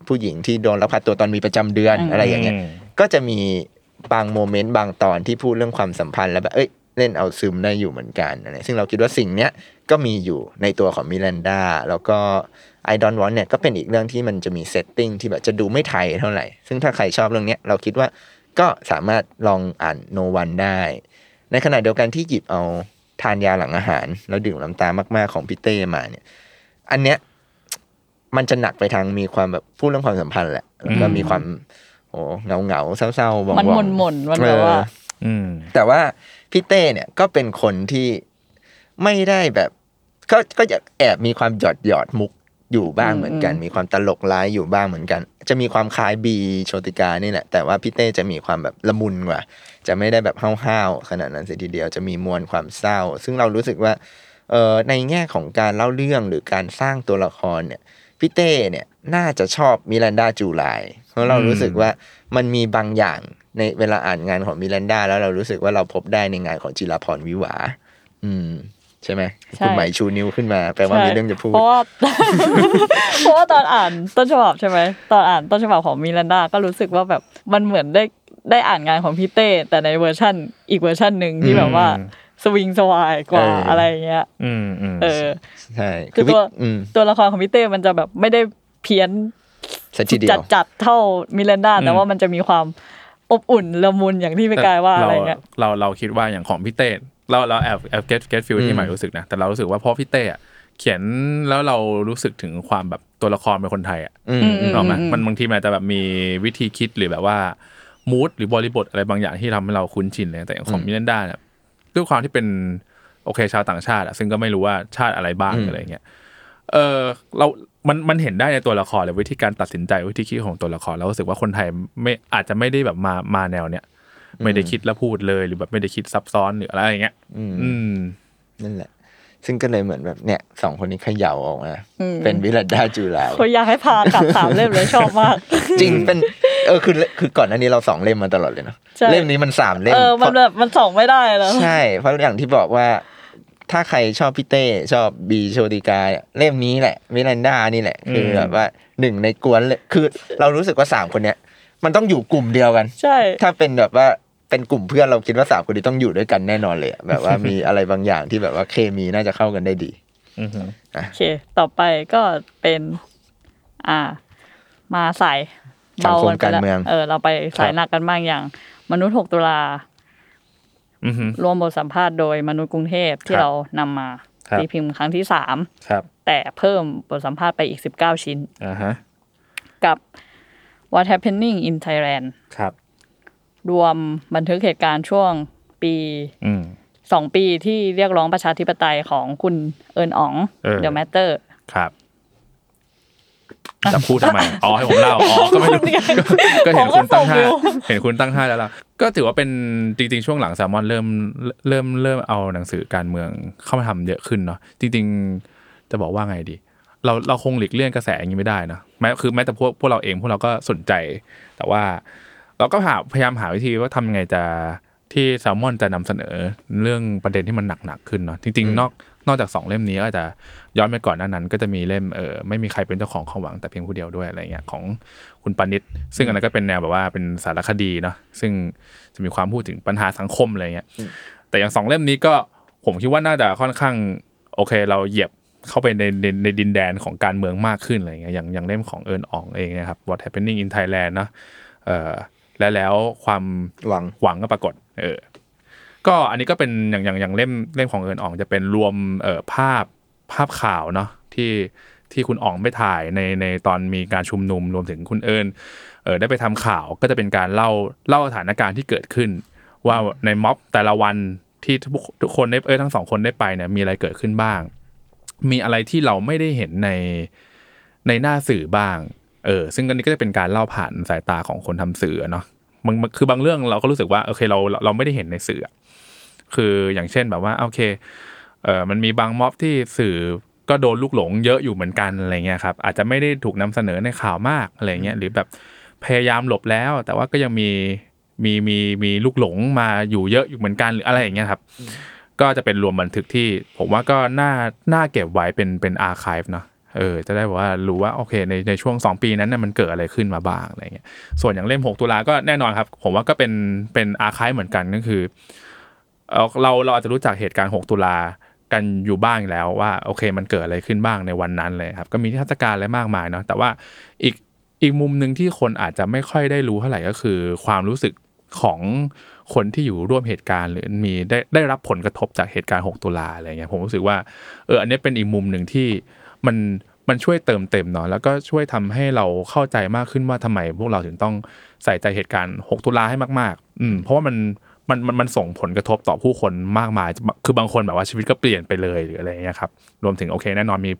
Speaker 3: ผู้หญิงที่โดนลักพาตัวตอนมีประจำเดือน
Speaker 4: อืม
Speaker 3: อะไรอย่างเงี้ย ก็จะมีบางโมเมนต์บางตอนที่พูดเรื่องความสัมพันธ์แล้วแบบเอ้ยเล่นเอาซึมได้อยู่เหมือนกันอะไรซึ่งเราคิดว่าสิ่งเนี้ยก็มีอยู่ในตัวของมิรันดาแล้วก็ไอดอนวอนเนี่ยก็เป็นอีกเรื่องที่มันจะมีเซตติ้งที่แบบจะดูไม่ไทยเท่าไหร่ ซึ่งถ้าใครชอบเรื่องเนี้ยเราคิดว่าก็สามารถลองอ่านโนวันได้ ในขณะเดียวกันที่หยิบเอาทานยาหลังอาหาร แล้วดื่มน้ำตามาก ๆของพี่เต้มาเนี่ย อันเนี้ยมันจะหนักไปทางมีความแบบพูดเรื่องความสัมพันธ์แหละแล้วก็มีความ โอ้เหงาเหงาๆเศร้าๆหว่องๆ
Speaker 4: มันหม่นๆมันแบบว่า
Speaker 3: เออ
Speaker 5: อืม
Speaker 3: แต่ว่าพี่เต้เนี่ยก็เป็นคนที่ไม่ได้แบบ ก็ก็จะแอบมีความหยอดหยอดๆมุกอยู่บ้างเหมือนกัน มีความตลกร้ายอยู่บ้างเหมือนกัน จะมีความคล้ายบีโชติกานี่แหละ แต่ว่าพี่เต้จะมีความแบบละมุนกว่า จะไม่ได้แบบห้าวๆขนาดนั้นเสียทีเดียวจะมีมวลความเศร้า ซึ่งเรารู้สึกว่าเออในแง่ของการเล่าเรื่องหรือการสร้างตัวละครเนี่ย พี่เต้เนี่ยน่าจะชอบมิรันดาจูไลเพราะเรารู้สึกว่ามันมีบางอย่างในเวลาอ่านงานของมิรันดาแล้วเรารู้สึกว่าเราพบได้ในงานของจิรพรวิหวา อืม ใช่ไหม
Speaker 4: ใช่
Speaker 3: คุณหมายชูนิ้วขึ้นมา แปลว่ามีเรื่องจะพูด
Speaker 4: เพราะว่า เพราะว่าตอนอ่านต้นฉบับใช่ไหมตอนอ่านต้นฉบับของมิรันดาก็รู้สึกว่าแบบมันเหมือนได้ได้อ่านงานของพี่เต้แต่ในเวอร์ชั่นอีกเวอร์ชั่นหนึ่งที่แบบว่า
Speaker 5: อืม
Speaker 4: สวิงสวายกว่า
Speaker 3: เอออ
Speaker 4: อะไรอย่างเงี้ย
Speaker 5: อืมอืม
Speaker 4: เออ
Speaker 3: ใช่
Speaker 4: คือ
Speaker 3: พี่
Speaker 4: ตัว
Speaker 3: อืม
Speaker 4: ตัวละครของพี่เต้มันจะแบบไม่ได้เพี้ยน
Speaker 3: สักทีเดีย
Speaker 4: จั
Speaker 3: ว
Speaker 4: ดจัดๆเท่ามิรันดาแต่ว่ามันจะมีความอบอุ่นละมุนอย่างที่พี่กายว่าอะไรเงี้ย
Speaker 5: เราเราคิดว่าอย่างของพี่เต้เราเราแอบแอบเก็ตเก็ตฟิล
Speaker 3: อื
Speaker 5: ที่
Speaker 3: ม
Speaker 5: หมายรู้สึกนะแต่เรารู้สึกว่าเพราะพี่เต้อะเขียนแล้วเรารู้สึกถึงความแบบตัวละครเป็นคนไทยอ่ะ
Speaker 3: อืม
Speaker 4: อื
Speaker 3: อืม
Speaker 5: หรอกไหมมันบางทีมันอาจจะแบบมีวิธีคิดหรือแบบว่ามูดหรือบริบทอะไรบางอย่างที่ทำให้เราคุ้นชินเลยแต่อย่างของมิเรนดาเนี่ยด้วยความที่เป็นโอเคชาวต่างชาติอะซึ่งก็ไม่รู้ว่าชาติอะไรบ้างอะไรเงี้ยเออเรามันมันเห็นได้ในตัวละครเลยวิธีการตัดสินใจวิธีคิดของตัวละครเรารู้สึกว่าคนไทยไม่อาจจะไม่ได้แบบมามาแนวเนี้ย ไม่ได้คิดแล้วพูดเลยหรือแบบไม่ได้คิดซับซ้อนหรืออะไรอย่างเงี้ย อืม
Speaker 3: นั่นแหละ ซึ่งก็เลยเหมือนแบบเนี่ยสองคนนี้เขย่าออกมา
Speaker 4: อืม
Speaker 3: เป็นมิรันดาจูไล
Speaker 4: คนอยากให้พากลับสามเล่มเลยชอบมาก
Speaker 3: จริงเป็นเออคือคือก่อนหน้านี้เราสองเล่มมาตลอดเลยเนาะ
Speaker 4: ใช่
Speaker 3: เล่มนี้มันสามเล่ม
Speaker 4: เออมัน
Speaker 3: เพ
Speaker 4: แบ
Speaker 3: ราะ
Speaker 4: บมันส่องไม่ได้แล้ว
Speaker 3: ใช่เพราะอย่างที่บอกว่า ถ้าใครชอบพี่เต้ชอบบีโชติกาเล่มนี้แหละมิรันดานี่แหละ คืออ
Speaker 5: ม
Speaker 3: แบบว่าหนึ่งในกวนเลยคือ เรารู้สึกว่าสามคนเนี้ย มันต้องอยู่กลุ่มเดียวกัน
Speaker 4: ใช่
Speaker 3: ถ้าเป็นแบบว่าเป็นกลุ่มเพื่อนเราคิดว่าสามคนนี้ต้องอยู่ด้วยกันแน่นอนเลยอะแบบว่ามีอะไรบางอย่างที่แบบว่าเคมีน่าจะเข้ากันได้ดี
Speaker 5: อือหือ
Speaker 4: โอเค ต่อไปก็เป็น อ่า มาสาย
Speaker 3: สังคม
Speaker 4: บไป
Speaker 3: การ
Speaker 4: แล้ว
Speaker 3: เมือง
Speaker 4: เออ เราไปสายหนักกันบ้างอย่าง มนุษย์หกตุลา
Speaker 5: อือหือ
Speaker 4: รวมบทสัมภาษณ์โดยมนุษย์กรุงเทพที่
Speaker 5: ครับ
Speaker 4: เรานำมา
Speaker 5: ครับ
Speaker 4: ตีพิมพ์ครั้งที่สาม
Speaker 5: ครับ
Speaker 4: แต่เพิ่มบทสัมภาษณ์ไปอีกสิบเก้าชิ้น
Speaker 5: อ่าฮะ
Speaker 4: กับ What Happening in Thailand
Speaker 5: ครับ
Speaker 4: รวมบันทึกเหตุการณ์ช่วงปี
Speaker 5: อืม
Speaker 4: สองปีที่เรียกร้องประชาธิปไตยของคุณเอิญอ๋อง
Speaker 5: เออ
Speaker 4: เดอะแมตเตอร์
Speaker 5: ครับจะพูดทำไมอ๋อให้ผมเล่าอ๋อก็ไม่รู้ก็เห็นคุณ
Speaker 4: ผมก็
Speaker 5: ตั้ง
Speaker 4: ส่ง
Speaker 5: ห้า
Speaker 4: อยู่
Speaker 5: เห็นคุณตั้งห้าแล้วล่ะก็ถือว่าเป็นจริงๆช่วงหลังแซลมอนเริ่มเริ่มเริ่มเอาหนังสือการเมืองเข้ามาทำเยอะขึ้นเนาะจริง ๆจะบอกว่าไงดี เราเราคงหลีกเลี่ยงกระแสอย่างนี้ไม่ได้เนาะแม้คือแม้แต่พวกพวกเราเองพวกเราก็สนใจ แต่ว่า เราก็หาพยายามหาวิธีว่าทำยังไงจะที่แซลมอนจะนำเสนอเรื่องประเด็นที่มันหนักๆขึ้นเนาะจริงๆนอก นอกจากสองเล่มนี้ก็อาจจะย้อนไปก่อนหน้านั้น ก็จะมีเล่มเออไม่มีใครเป็นเจ้าของความหวังแต่เพียงผู้เดียวด้วยอะไรเงี้ยของคุณปานิชซึ่งอันนั้นก็เป็นแนวแบบว่าเป็นสารคดีเนาะซึ่งจะมีความพูดถึงปัญหาสังคมอะไรเงี้ยแต่อย่างสองเล่มนี้ก็ผมคิดว่าน่าจะค่อนข้างโอเคเราเหยียบเข้าไปในในในดินแดนของการเมืองมากขึ้นอะไรเงี้ยอย่างอย่างเล่มของเอิญอองเองเนะครับ What Happening in Thailand เนอะเออและแล้วความ
Speaker 3: หวัง
Speaker 5: หวังก็ปรากฏ เออ ก็อันนี้ก็เป็นอย่างอย่างอย่างเล่มเล่มของเอิญอ่องจะเป็นรวมเอ่อภาพภาพข่าวเนาะที่ที่คุณอ่องไปถ่ายในในตอนมีการชุมนุมรวมถึงคุณเอิญเออได้ไปทำข่าวก็จะเป็นการเล่าเล่าสถานการณ์ที่เกิดขึ้น ว่าในม็อบแต่ละวันที่ทุกทุกคนได้เออทั้งสองคนได้ไปเนี่ยมีอะไรเกิดขึ้นบ้าง มีอะไรที่เราไม่ได้เห็นในในหน้าสื่อบ้าง เออ ซึ่งอันนี้ก็จะเป็นการเล่าผ่านสายตาของคนทำสื่ออะเนาะบางบางคือบางเรื่องเราก็รู้สึกว่าโอเคเราเราเราไม่ได้เห็นในสื่ออะคืออย่างเช่นแบบว่าโอเค เออมันมีบางม็อบที่สื่อก็โดนลูกหลงเยอะอยู่เหมือนกันอะไรเงี้ยครับ อาจจะไม่ได้ถูกนำเสนอในข่าวมากอะไรเงี้ยหรือแบบพยายามหลบแล้ว แต่ว่าก็ยังมีมีมีมีลูกหลงมาอยู่เยอะอยู่เหมือนกันหรืออะไรอย่างเงี้ยครับ ก็จะเป็นรวมบันทึกที่ ผมว่าก็น่าน่าเก็บไว้เป็นเป็นอาร์คีฟเนาะเออจะได้แบบว่ารู้ว่าโอเคในในช่วง 2 ปีนั้นน่ะมันเกิดอะไรขึ้นมาบ้างอะไรเงี้ยส่วนอย่างเล่ม 6 ตุลาก็แน่นอนครับ ผมว่าก็เป็นเป็นอาร์คีฟเหมือนกันก็คือ เอ่อเราเราอาจจะรู้จักเหตุการณ์ 6 ตุลากันอยู่บ้างอยู่แล้วว่าโอเคมันเกิดอะไรขึ้นบ้างในวันนั้นเลยครับ ก็มีนิทรรศการอะไรมากมายเนาะแต่ว่าอีกอีกมุมหนึ่งที่คนอาจจะไม่ค่อยได้รู้เท่าไหร่ก็คือ ความรู้สึกของคนที่อยู่ร่วมเหตุการณ์ หรือมีได้ได้รับผลกระทบจากเหตุการณ์ 6 ตุลาอะไรเงี้ยผมรู้สึกว่าเอออันนี้เป็นอีกมุมหนึ่งที่มันมันช่วยเติมเต็มเนาะแล้วก็ช่วยทำให้เราเข้าใจมากขึ้นว่าทำไมพวกเราถึงต้องใส่ใจเหตุการณ์ 6 ตุลาให้มากๆอืมเพราะว่ามัน มันมันมันส่งผลกระทบต่อผู้คนมากมาย คือบางคนแบบว่าชีวิตก็เปลี่ยนไปเลยหรืออะไรเงี้ยครับ รวมถึงโอเคแน่นอนมี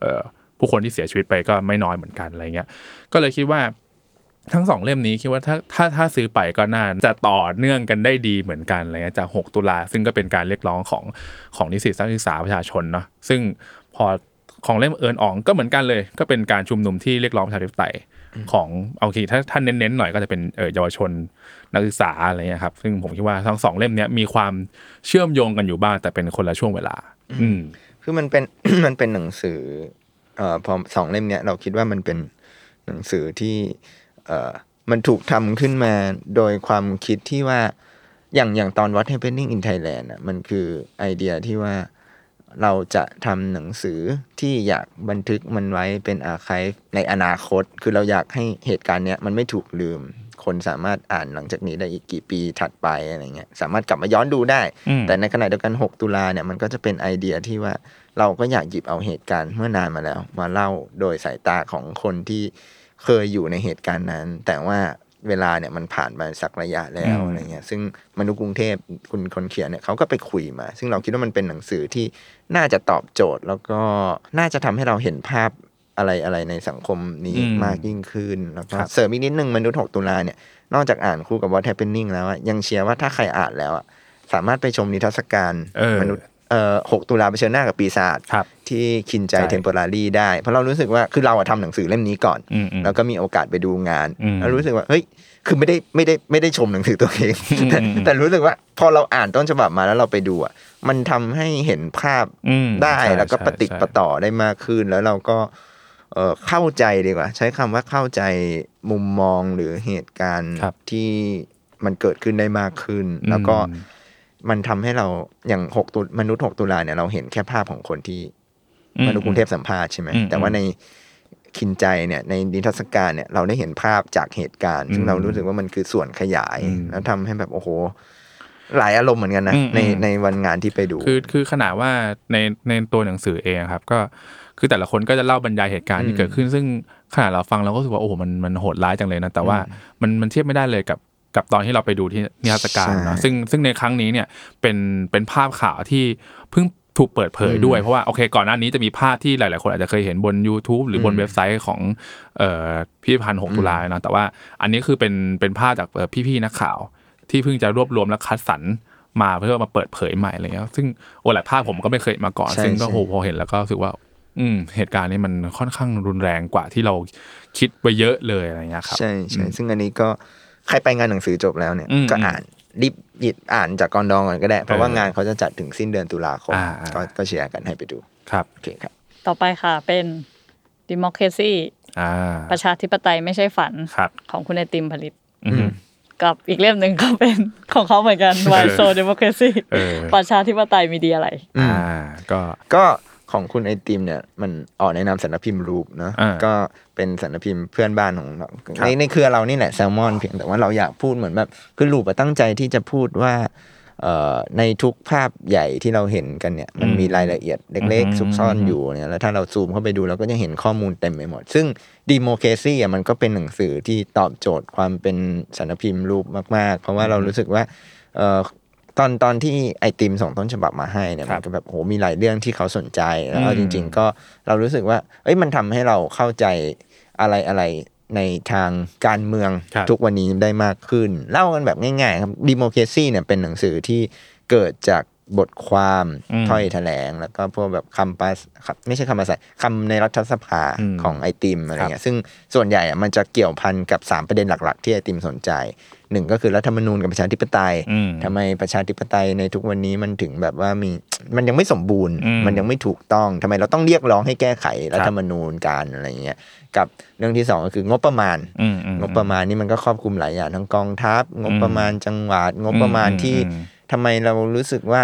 Speaker 5: เอ่อผู้คนที่เสียชีวิตไปก็ไม่น้อยเหมือนกันอะไรเงี้ย ก็เลยคิดว่าทั้งสองเล่มนี้คิดว่าถ้าถ้าถ้าซื้อไปก็น่าจะต่อเนื่องกันได้ดีเหมือนกันอะไรเงี้ยจาก 6 ตุลาซึ่งก็เป็นการเรียกร้องของของนิสิตนักศึกษาประชาชนเนาะซึ่งพอของเล่มเอิญอองก็เหมือนกันเลย ก็เป็นการชุมนุมที่เรียกร้องประชาธิปไตยของเอาทีถ้าถ้าเน้นๆหน่อยก็จะเป็นเอ่อเยาวชน นักศึกษาอะไรเงี้ยครับ ซึ่งผมคิดว่าทั้งสองเล่มเนี้ยมีความเชื่อมโยงกันอยู่บ้างแต่เป็นคนละช่วงเวลา อืม
Speaker 3: คือมันเป็น มันเป็นหนังสือ เอ่อพอสองเล่มเนี้ยเราคิดว่ามันเป็นหนังสือที่ เอ่อมันถูกทำขึ้นมาโดยความคิดที่ว่าอย่างอย่างตอน What Happening in Thailand อ่ะมันคือไอเดียที่ว่าเราจะทำหนังสือที่อยากบันทึกมันไว้เป็นอาคายในอนาคต คือเราอยากให้เหตุการณ์เนี้ยมันไม่ถูกลืม คนสามารถอ่านหลังจากนี้ได้อีกกี่ปีถัดไปอะไรเงี้ยสามารถกลับมาย้อนดูได้
Speaker 5: อืม
Speaker 3: แต่ในขณะเดียวกัน 6 ตุลาเนี่ยมันก็จะเป็นไอเดียที่ว่า เราก็อยากหยิบเอาเหตุการณ์เมื่อนานมาแล้ว มาเล่าโดยสายตาของคนที่ เคยอยู่ในเหตุการณ์นั้น แต่ว่าเวลาเนี่ยมันผ่านมาสักระยะแล้ว
Speaker 5: อืม
Speaker 3: อะไรเงี้ยซึ่งมนุษย์กรุงเทพคุณคนเขียนเนี่ยเขาก็ไปคุยมา ซึ่งเราคิดว่ามันเป็นหนังสือที่น่าจะตอบโจทย์ แล้วก็น่าจะทำให้เราเห็นภาพอะไรอะไรในสังคมนี้
Speaker 5: อืม
Speaker 3: มากยิ่งขึ้นแล้วก็
Speaker 5: ครับ
Speaker 3: เสริมอีกนิดนึงมนุษย์ 6 ตุลาเนี่ยนอกจากอ่านคู่กับ What Happening แล้วอะยังเชียร์ว่าถ้าใครอ่านแล้วอะสามารถไปชมนิทรรศการ
Speaker 5: เออ
Speaker 3: มนุษย์เอ่อ6ตุลาเผชิญหน้ากับปีศาจ
Speaker 5: ครับ
Speaker 3: ที่คินใจ
Speaker 5: ใช่
Speaker 3: เทม p o ร a รีได้ เพราะเรารู้สึกว่าคือเราอะทำหนังสือเล่มนี้ก่อน
Speaker 5: อืมอืม
Speaker 3: แล้วก็มีโอกาสไปดูงาน
Speaker 5: อืม
Speaker 3: แล้วรู้สึกว่าเฮ้ยคือไม่ได้ไม่ได้ไม่ได้ชมหนังสือตัวเอง
Speaker 5: อืม
Speaker 3: แต่
Speaker 5: อืม
Speaker 3: แต่รู้สึกว่าพอเราอ่านต้นฉบับมาแล้วเราไปดูอ่ะมันทำให้เห็นภาพ
Speaker 5: อืม
Speaker 3: ได้
Speaker 5: ใช่
Speaker 3: แล้วก็
Speaker 5: ใช่
Speaker 3: ปฏิด
Speaker 5: ใช่
Speaker 3: ประต่อได้มากขึ้น แล้วเราก็เอ่อเข้าใจดีกว่า ใช้คำว่าเข้าใจมุมมองหรือเหตุการณ์
Speaker 5: ครับ
Speaker 3: ที่มันเกิดขึ้นได้มากขึ้น แล้วก็
Speaker 5: อืม
Speaker 3: มันทำให้เราอย่างหกตุมนุษย์หกตุลาเนี่ยเราเห็นแค่ภาพของคนที่
Speaker 5: อืม
Speaker 3: มนุษย์กรุงเทพสัมภาษณ์ใช่ไหม
Speaker 5: อืม
Speaker 3: แต่ว่าในคินใจเนี่ยในนิทรรศการเนี่ยเราได้เห็นภาพจากเหตุการณ์ ซึ่
Speaker 5: อื
Speaker 3: ง
Speaker 5: ม
Speaker 3: เรารู้สึกว่ามันคือส่วนขยาย
Speaker 5: อืม
Speaker 3: แล้วทำให้แบบโอ้โห หลายอารมณ์เหมือนกันนะ
Speaker 5: อืม
Speaker 3: ใน
Speaker 5: อืม
Speaker 3: ในวันงานที่ไปดู
Speaker 5: คือคือขนาดว่าในในตัวหนังสือเองอะครับ ก็คือแต่ละคนก็จะเล่าบรรยายเหตุการณ์ที่
Speaker 3: อืม
Speaker 5: เกิดขึ้น ซึ่งขนาดเราฟังเราก็รู้สึกว่าโอ้โหมันมันโหดร้ายจังเลยนะแต่ว่ามันมันเทียบไม่ได้เลยกับกับตอนที่เราไปดูที่นิทรรศการเนาะ
Speaker 3: ใช่
Speaker 5: ซึ่งซึ่งในครั้งนี้เนี่ยเป็นเป็นภาพข่าวที่เพิ่งถูกเปิดเผย
Speaker 3: อืม
Speaker 5: ด้วยเพราะว่าโอเคก่อนหน้านี้จะมีภาพที่หลาย ๆ คนอาจจะเคยเห็นบน YouTube หรือบน
Speaker 3: อืม
Speaker 5: เว็บไซต์ของเอ่อพิพิธภัณฑ์หกตุลาเนาะแต่ว่าอันนี้คือเป็นเป็นภาพจากเอ่อพี่ๆนักข่าว ที่เพิ่งจะรวบรวมและคัดสรรมาเพื่อมาเปิดเผยใหม่อะไรเงี้ย ซึ่งโอหลายภาพผมก็ไม่เคยมาก่อน
Speaker 3: ใช่
Speaker 5: ซึ่งก็
Speaker 3: ใช่
Speaker 5: โหพอเห็นแล้วก็รู้สึกว่า อืม เหตุการณ์นี้มันค่อนข้างรุนแรงกว่าที่เราคิดไปเยอะเลยอะไรเงี้ยครับ
Speaker 3: ใช่ใช่ซึ่งอันนี้ก็ใครไปงานหนังสือจบแล้วเนี่ย
Speaker 5: อืม
Speaker 3: ก็อ่าน รีบหยิบอ่านจากกอนดองก่อนก็ได้ เพราะว่า
Speaker 5: เออง
Speaker 3: งานเขาจะจัดถึงสิ้นเดือนตุลาคม
Speaker 5: อ่าอ่า
Speaker 3: ก็ก็เชียร์กันให้ไปดู
Speaker 5: ครับ
Speaker 3: โอเคครับ
Speaker 4: ต่อไปค่ะเป็น democracy
Speaker 5: อ่า
Speaker 4: ประชาธิปไตยไม่ใช่ฝัน
Speaker 5: ครับ
Speaker 4: ของคุณไอติมผลิต
Speaker 5: อืม
Speaker 4: กับอีกเล่มหนึ่งก็เป็น ของเขาเหมือนกัน Why So Democracy
Speaker 5: เออ
Speaker 4: ประชาธิปไตยมีดีอะไร
Speaker 5: อ่าก็
Speaker 3: ก็ของคุณไอติมเนี่ยมันออกในนามสำนักพิมพ์รูปเนาะ
Speaker 5: อ่า
Speaker 3: ก็เป็นสำนักพิมพ์เพื่อนบ้านของเรา
Speaker 5: ครับ
Speaker 3: ในในเครือเรานี่แหละแซลมอนเพียงแต่ว่าเราอยากพูดเหมือนแบบคือรูปอะตั้งใจที่จะพูดว่าเอ่อในทุกภาพใหญ่ที่เราเห็นกันเนี่ยมัน
Speaker 5: อืม
Speaker 3: มีรายละเอียดเล็ก
Speaker 5: อืม
Speaker 3: ๆซุกซ่อน
Speaker 5: อืม
Speaker 3: อยู่เนี่ยแล้วถ้าเราซูมเข้าไปดูเราก็จะเห็นข้อมูลเต็มไปหมด ซึ่งดีโมเคซี่อ่ะมันก็เป็นหนังสือที่ตอบโจทย์ความเป็นสำนักพิมพ์รูปมาก ๆ เพราะว่าเรารู้สึกว่าเอ่อ ตอนตอนที่ไอติมส่งต้นฉบับมาให้เนี่ย
Speaker 5: ครั
Speaker 3: มั
Speaker 5: บ
Speaker 3: นก็แบบโหมีหลายเรื่องที่เขาสนใจแล้วเอา
Speaker 5: อื
Speaker 3: จ
Speaker 5: ม
Speaker 3: ริง ๆ ก็เรารู้สึกว่า เอ้ยมันทำให้เราเข้าใจอะไรอะไรในทางการเมืองทุกวันนี้ได้มากขึ้น เล่ากันแบบง่ายๆครับดิโมเคซีเนี่ยเป็นหนังสือที่เกิดจากบทความ
Speaker 5: อืม
Speaker 3: ถ้อยแถลง แล้วก็พวกแบบคำปาครับไม่ใช่คำปาศัยคำในรัฐสภา
Speaker 5: อืม
Speaker 3: ของไอติมอะไรเงี้ยซึ่งส่วนใหญ่อะมันจะเกี่ยวพันกับสามประเด็นหลัก ๆ ที่ไอติมสนใจหนึ่งก็คือรัฐธรรมนูญกับประชาธิปไตย
Speaker 5: อืม
Speaker 3: ทำไมประชาธิปไตยในทุกวันนี้มันถึงแบบว่ามี มันยังไม่สมบูรณ์
Speaker 5: อืม
Speaker 3: มันยังไม่ถูกต้องทำไมเราต้องเรียกร้องให้แก้ไขรัฐธรรมนูญการอะไรเงี้ยกับเรื่องที่สองก็คืองบประมาณ
Speaker 5: อืมอืม
Speaker 3: งบประมาณนี่มันก็ครอบคลุมหลายอย่างทั้งกองทัพ งบประมาณจังหวัดงบประมาณที่
Speaker 5: อืม
Speaker 3: ทำไมเรารู้สึกว่า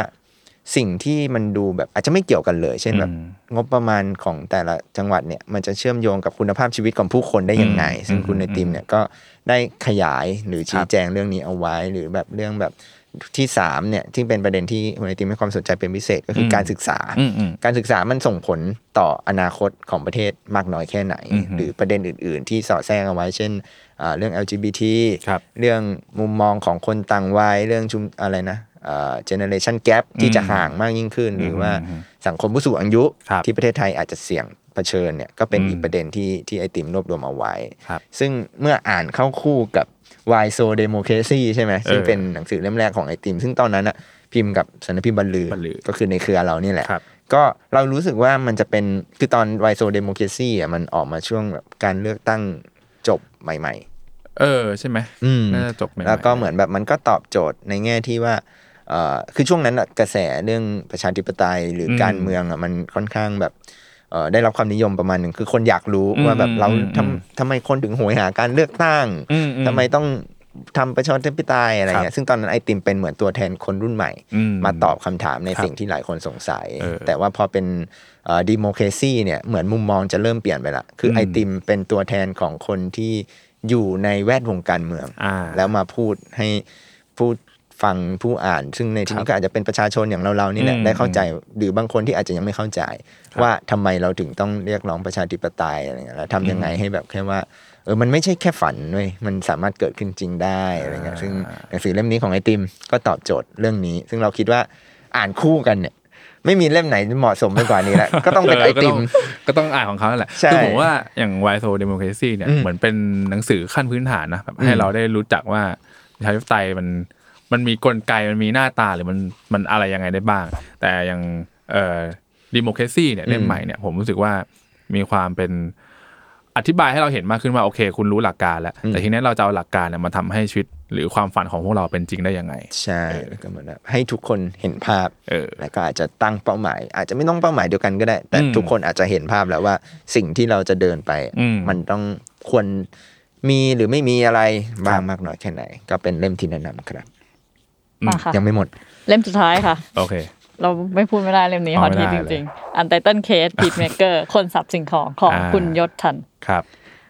Speaker 3: สิ่งที่มันดูแบบอาจจะไม่เกี่ยวกันเลย เช่นแบบ
Speaker 5: อืม
Speaker 3: งบประมาณของแต่ละจังหวัดเนี่ยมันจะเชื่อมโยงกับคุณภาพชีวิตของผู้คนได้ยังไง
Speaker 5: อืม
Speaker 3: ซึ่งคุณ
Speaker 5: อื
Speaker 3: ใน
Speaker 5: ม
Speaker 3: ทีมเนี่ยก็ได้ขยายหรือ
Speaker 5: ค
Speaker 3: ชี้
Speaker 5: รับ
Speaker 3: แจงเรื่องนี้เอาไว้ หรือแบบเรื่องแบบที่สามเนี่ยที่เป็นประเด็นที่คุณในทีมให้ความสนใจเป็นพิเศษก็คืออ
Speaker 5: ม
Speaker 3: การศึกษา
Speaker 5: อืมอืม
Speaker 3: การศึกษามันส่งผลต่ออนาคตของประเทศมากน้อยแค่ไหน
Speaker 5: อือฮึ
Speaker 3: หรือประเด็นอื่น ๆ ที่สอดแทรกเอาไว้ เช่นอ่าเรื่อง LGBT
Speaker 5: ครับ
Speaker 3: เรื่องมุมมองของคนต่างวัยเรื่องชุมอะไรนะเจเนเรชันแกรที่จะห่างมากยิ่งขึ้น หรือว่า
Speaker 5: อือฮึ
Speaker 3: สังคมผู้สูงอายุ
Speaker 5: ครับ
Speaker 3: ที่ประเทศไทยอาจจะเสี่ยงเผชิญเนี่ยก็เป็น
Speaker 5: อืม
Speaker 3: อีกประเด็นที่ที่ไอติมรวบรวมเอาไว้
Speaker 5: ครับ
Speaker 3: ซึ่งเมื่ออ่านเข้าคู่กับ Why So Democracy ใช่ไหมซึ่ง
Speaker 5: เออ
Speaker 3: เป็นหนังสือเล่มแรกของไอติม ซึ่งตอนนั้นอะพิมพ์กับสำนักพิมพ์บรรลือ
Speaker 5: บรรลือ
Speaker 3: ก็คือในเครือเรานี่แหละ
Speaker 5: ครับ
Speaker 3: ก็เรารู้สึกว่ามันจะเป็นคือตอนไวโซเดโมครซีอ่ะมันออกมาช่วงแบบการเลือกตั้งจบใหม่
Speaker 5: เออใช่ไหม
Speaker 3: อืม
Speaker 5: น่าจะจบไหม
Speaker 3: ๆ แล้วก็เหมือนแบบมันก็ตอบโจทย์ในแง่ที่ว่าเอ่อคือช่วงนั้นอะกระแสเรื่องประชาธิปไตยหรืออ
Speaker 5: ม
Speaker 3: การเมืองอ่ะมันค่อนข้างแบบเอ่อได้รับความนิยมประมาณหนึ่งคือคนอยากรู้ว่าแบบ
Speaker 5: อืม
Speaker 3: เรา
Speaker 5: อืม
Speaker 3: ทำทำไมคนถึงโหยหาการเลือกตั้ง
Speaker 5: อือื
Speaker 3: ทำไมต้องทำประชาธิปไตยอะไร
Speaker 5: ครับ
Speaker 3: เงี้ยซึ่งตอนนั้นไอติมเป็นเหมือนตัวแทนคนรุ่นใหม่
Speaker 5: อืม
Speaker 3: มาตอบคำถามใน
Speaker 5: ครับ
Speaker 3: สิ่งที่หลายคนสงสัย
Speaker 5: เออ
Speaker 3: แต่ว่าพอเป็นดิโมเคซีเนี่ยเหมือนมุมมองจะเริ่มเปลี่ยนไปละ คืออ
Speaker 5: ม
Speaker 3: ไอติมเป็นตัวแทนของคนที่อยู่ในแวดวงการเมือง
Speaker 5: อ่า
Speaker 3: แล้วมาพูดให้ผู้ฟังผู้อ่าน ซึ่งในที่นี้ก็อาจจะเป็นประชาชนอย่างเราๆนี่แหละ
Speaker 5: อืม
Speaker 3: ได้เข้าใจ หรือบางคนที่อาจจะยังไม่เข้าใจ ว่าทำไมเราถึงต้องเรียกร้องประชาธิปไตยอะไรเงี้ยแล้วทำยังไงให้แบบแค่ว่า เออ มันไม่ใช่แค่ฝันเว้ย มันสามารถเกิดขึ้นจริงได้อะไรเงี้ย ซึ่งหนังสือเล่มนี้ของไอติมก็ตอบโจทย์เรื่องนี้ ซึ่งเราคิดว่าอ่านคู่กันเนี่ย ไม่มีเล่มไหนเหมาะสมไปกว่านี้แล้ว ก็ต้องเป็นไอติม
Speaker 5: ก็ต้องอ่านของเขาแหละ
Speaker 3: ใช่
Speaker 5: คือผมว่าอย่าง Why So Democracy เนี่ย
Speaker 3: อืม
Speaker 5: เหมือนเป็นหนังสือขั้นพื้นฐานนะแบบให้
Speaker 3: อืม
Speaker 5: เราได้รู้จักว่าประชาธิปไตยมันมันมีกลไกมันมีหน้าตาหรือมันมันอะไรยังไงได้บ้าง แต่อย่างเอ่อ Democracy เนี่ยเล่ม
Speaker 3: อืม
Speaker 5: ใหม่เนี่ยผมรู้สึกว่ามีความเป็นอธิบายให้เราเห็นมากขึ้นว่าโอเค คุณรู้หลักการแล้ว
Speaker 3: อืม
Speaker 5: แต่ทีนี้เราจะเอาหลักการเนี่ยมาทำให้ชีวิตหรือความฝันของพวกเราเป็นจริงได้ยังไง
Speaker 3: ใช่แล้วก็เหมือนแบบให้ทุกคนเห็นภาพ
Speaker 5: เออ
Speaker 3: แล้วก็อาจจะตั้งเป้าหมาย อาจจะไม่ต้องเป้าหมายเดียวกันก็ได้ แต่
Speaker 5: อืม
Speaker 3: ทุกคนอาจจะเห็นภาพแล้วว่าสิ่งที่เราจะเดินไป
Speaker 5: อืม
Speaker 3: มันต้องควรมีหรือไม่มีอะไรบ้า
Speaker 5: ค
Speaker 3: ง
Speaker 5: รับ
Speaker 3: มากน้อยแค่ไหน ก็เป็นเล่มที่แนะนำครับ
Speaker 5: อืม
Speaker 4: มาค่ะ
Speaker 3: ยังไม่หมด
Speaker 4: เล่มสุดท้ายค่ะ
Speaker 5: โอเค
Speaker 4: เราไม่พูดไม่ได้เล่มนี้
Speaker 5: อ๋อ
Speaker 4: ฮอตฮิต
Speaker 5: ไม่
Speaker 4: จ
Speaker 5: ได้เลย
Speaker 4: ริงๆ อันไตเติลเคสพีทเมเกอร์คนสับสิ่งของของ
Speaker 5: อ่า
Speaker 4: คุณยศทัน
Speaker 5: ครับ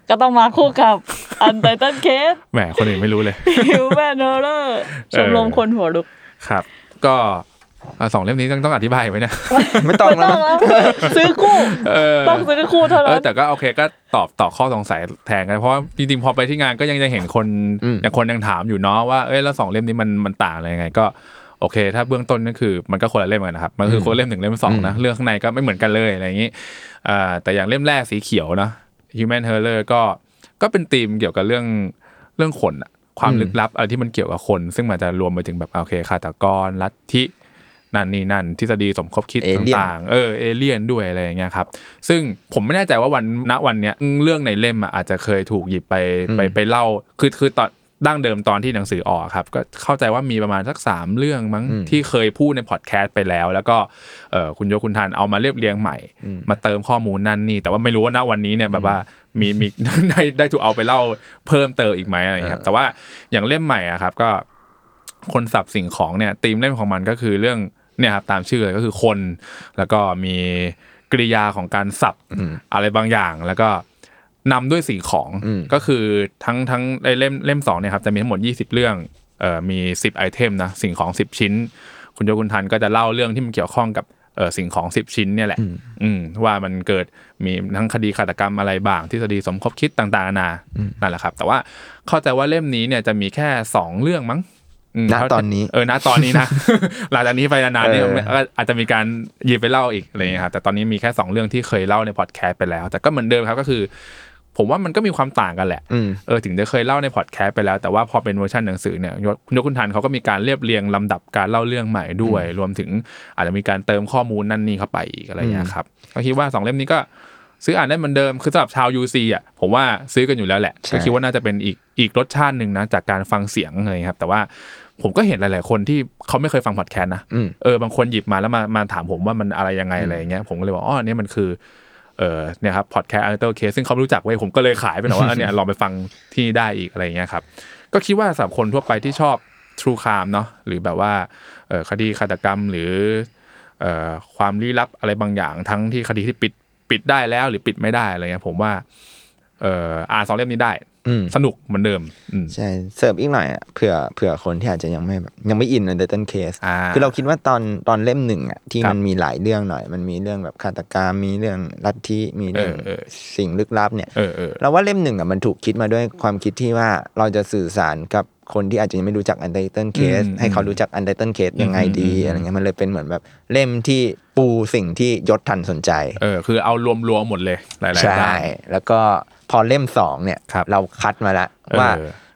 Speaker 4: ก็ต้องมาคู่กับอันไตเติลเคส
Speaker 5: แหมคนอื่นไม่รู้เลย
Speaker 4: ฮิวแมนเฮอร์ชมรมคนหัวลุก
Speaker 5: ครับ ก็อ่ะสองเล่มนี้ต้องต้องอธิบายไหมนะ
Speaker 3: ไม่ต้องแล้ว มั้ง
Speaker 4: ซื้อคู่
Speaker 5: เออ
Speaker 4: ต้องซื้อคู่เท่า
Speaker 5: เอ
Speaker 4: นั้
Speaker 5: อน แต่ก็โอเคก็ตอบต่อบข้อสงสัยแทนกันเพราะว่าจริงๆพอไปที่งานก็ยังยังเห็นคน
Speaker 3: อืม
Speaker 5: ยังคนยังถามอยู่เนาะว่าเอ้ยแล้วสองเล่มนี้มันมันต่างอะไรยังไง ก็โอเค ถ้าเบื้องต้นก็คือมันก็คนละเล่มกันนะครับ มันคือคนละเล่มหนึ่งเล่มสองนะเรื่องข้างในก็ไม่เหมือนกันเลยอะไรอย่างนี้อ่าแต่อย่างเล่มแรกสีเขียวเนาะ Human h e r l e r ก็ก็เป็นธีมเกี่ยวกับเรื่องเรื่องคนอะความลึกลับอะไรที่มันเกี่ยวกับคน ซึ่งมันจะรวมไปถึงแบบโอเคฆาตกรลัทธินั่นนี่นั่นทฤษฎีสมคบคิด
Speaker 3: Alien
Speaker 5: ต่างๆเออเอเลี่ยนด้วยอะไรอย่างเงี้ยครับ ซึ่งผมไม่แน่ใจว่าวันณวันเนี้ยเรื่องในเล่มอะอาจจะเคยถูกหยิบไปไปไปเล่าคือคือตอน ดั้งเดิมตอนที่หนังสือออกครับ ก็เข้าใจว่ามีประมาณสักสามเรื่องมั้งที่เคยพูดในพอดแคสต์ไปแล้ว แล้วก็เอ่อคุณโยคุณทานเอามาเรียบเรียงใหม่ มาเติมข้อมูลนั่นนี่ แต่ว่าไม่รู้ว่าณวันนี้เนี่ยแบบว่ามี มี ได้ได้ถูกเอาไปเล่าเพิ่มเติมอีกไหมอะไรอย่างเงี้ยครับแต่ว่าอย่างเล่มใหม่อะครับก็ คนสับสิ่งของเนี่ยธีมเล่มของมันก็คือเรื่องเนี่ยครับตามชื่อเลยก็คือคน แล้วก็มีกริยาของการสับอะไรบางอย่าง แล้วก็นำด้วยสิ่งของ
Speaker 3: อืม
Speaker 5: ก็คือทั้งทั้งไอ้เล่มเล่มสองเนี่ยครับจะมีทั้งหมด 20 เรื่องเอ่อมี 10ไอเทมนะสิ่งของ 10 ชิ้น คุณโยคุณทันก็จะเล่าเรื่องที่มันเกี่ยวข้องกับเอ่อสิ่งของ 10 ชิ้นเนี่ยแหละ อืมว่ามันเกิดมีทั้งคดีฆาตกรรมอะไรบ้างทฤษฎีสมคบคิดต่างๆนานานั่นแหละครับ แต่ว่าเข้าใจว่าเล่มนี้เนี่ยจะมีแค่สองเรื่องมั้งอืม
Speaker 3: ณตอนนี้
Speaker 5: เออณตอน นี้นะ หลังจากนี้ไปนานๆเนี่ย
Speaker 3: เออ
Speaker 5: ก็อาจจะมีการหยิบไปเล่าอีกอะไรอย่างเงี้ยครับแต่ตอนนี้มีแค่สองเรื่องที่เคยเล่าในพอดแคสต์ไปแล้ว แต่ก็เหมือนเดิมครับก็คือ ผมว่ามันก็มีความต่างกันแหละ
Speaker 3: อืม
Speaker 5: เออถึงจะเคยเล่าในพอดแคสต์ไปแล้ว แต่ว่าพอเป็นเวอร์ชันหนังสือเนี่ยยศคุณยศคุณทันเขาก็มีการเรียบเรียงลำดับการเล่าเรื่องใหม่ด้วย รวมถึงอาจจะมีการเติมข้อมูลนั่นนี่เข้าไปอีกอะไรอย่างเงี้ยครับก็คิดว่าสองเล่มนี้ก็ซื้ออ่านได้เหมือนเดิมคือสำหรับชาว UC อ่ะผมว่าซื้อกันอยู่แล้วแหละ
Speaker 3: ใช่
Speaker 5: ก็คิดว่าน่าจะเป็นอีกอีกรสชาติหนึ่งนะจากการฟังเสียงอะไรอย่างเลยครับ แต่ว่าผมก็เห็นหลาย ๆ คนที่เขาไม่เคยฟังพอดแคสต์นะ
Speaker 3: อืม
Speaker 5: เออบางคนหยิบมาแล้วมามาถามผมว่ามันอะไรยังไงอะไรอย่างเงี้ยผมก็เลยบอกอ๋อเนี่ยมันคือเออเนี่ยครับพอดแคสต์อันเตอร์เคสซึ่งเขาไม่รู้จักเว้ยผมก็เลยขายไปหน่ อยว่า อันเนี่ยลองไปฟังที่นี่ได้อีกอะไรอย่างเงี้ยครับ ก็คิดว่าสำหรับคนทั่วไปที่ชอบทรูคามเนาะหรือแบบว่าเออคดีฆาตกรรมหรือเอ่อความลี้ลับอะไรบางอย่างทั้งที่คดีที่ปิดปิดได้แล้วหรือปิดไม่ได้อะไรเงี้ยผมว่าเอ่ออ่านสองเล่มนี้ได้
Speaker 3: อืม
Speaker 5: สนุกเหมือนเดิมอืม
Speaker 3: ใช่เสิร์ฟอีกหน่อยอะเผื่อเผื่อคนที่อาจจะยังไม่แบบยังไม่อินในเดตันเคส
Speaker 5: อ่า
Speaker 3: คือเราคิดว่าตอนตอนเล่มหนึ่งอ่ะที่
Speaker 5: ครับ
Speaker 3: มันมีหลายเรื่องหน่อย มันมีเรื่องแบบฆาตกรรมมีเรื่องลัทธิมีเรื่อง
Speaker 5: เออเออ
Speaker 3: สิ่งลึกลับเนี่ย
Speaker 5: เออเออ
Speaker 3: เราว่าเล่มหนึ่งอ่ะมันถูกคิดมาด้วยความคิดที่ว่าเราจะสื่อสารกับคนที่อาจจะยังไม่รู้จักอันเดอร์ตันเคส
Speaker 5: อืม
Speaker 3: ให้เขารู้จักอันเดอร์ตันเคสยังไงดี
Speaker 5: อืมอืม
Speaker 3: อะไรเงี้ยมันเลยเป็นเหมือนแบบเล่มที่ปูสิ่งที่ยศทันสนใจ
Speaker 5: เออคือเอารวมๆหมดเลยหลายๆ
Speaker 3: ใช่
Speaker 5: ด้าน
Speaker 3: แล้วก็พอเล่มสองเนี่ย
Speaker 5: ครับ
Speaker 3: เราคัดมาแล้ว
Speaker 5: เออ
Speaker 3: ว่า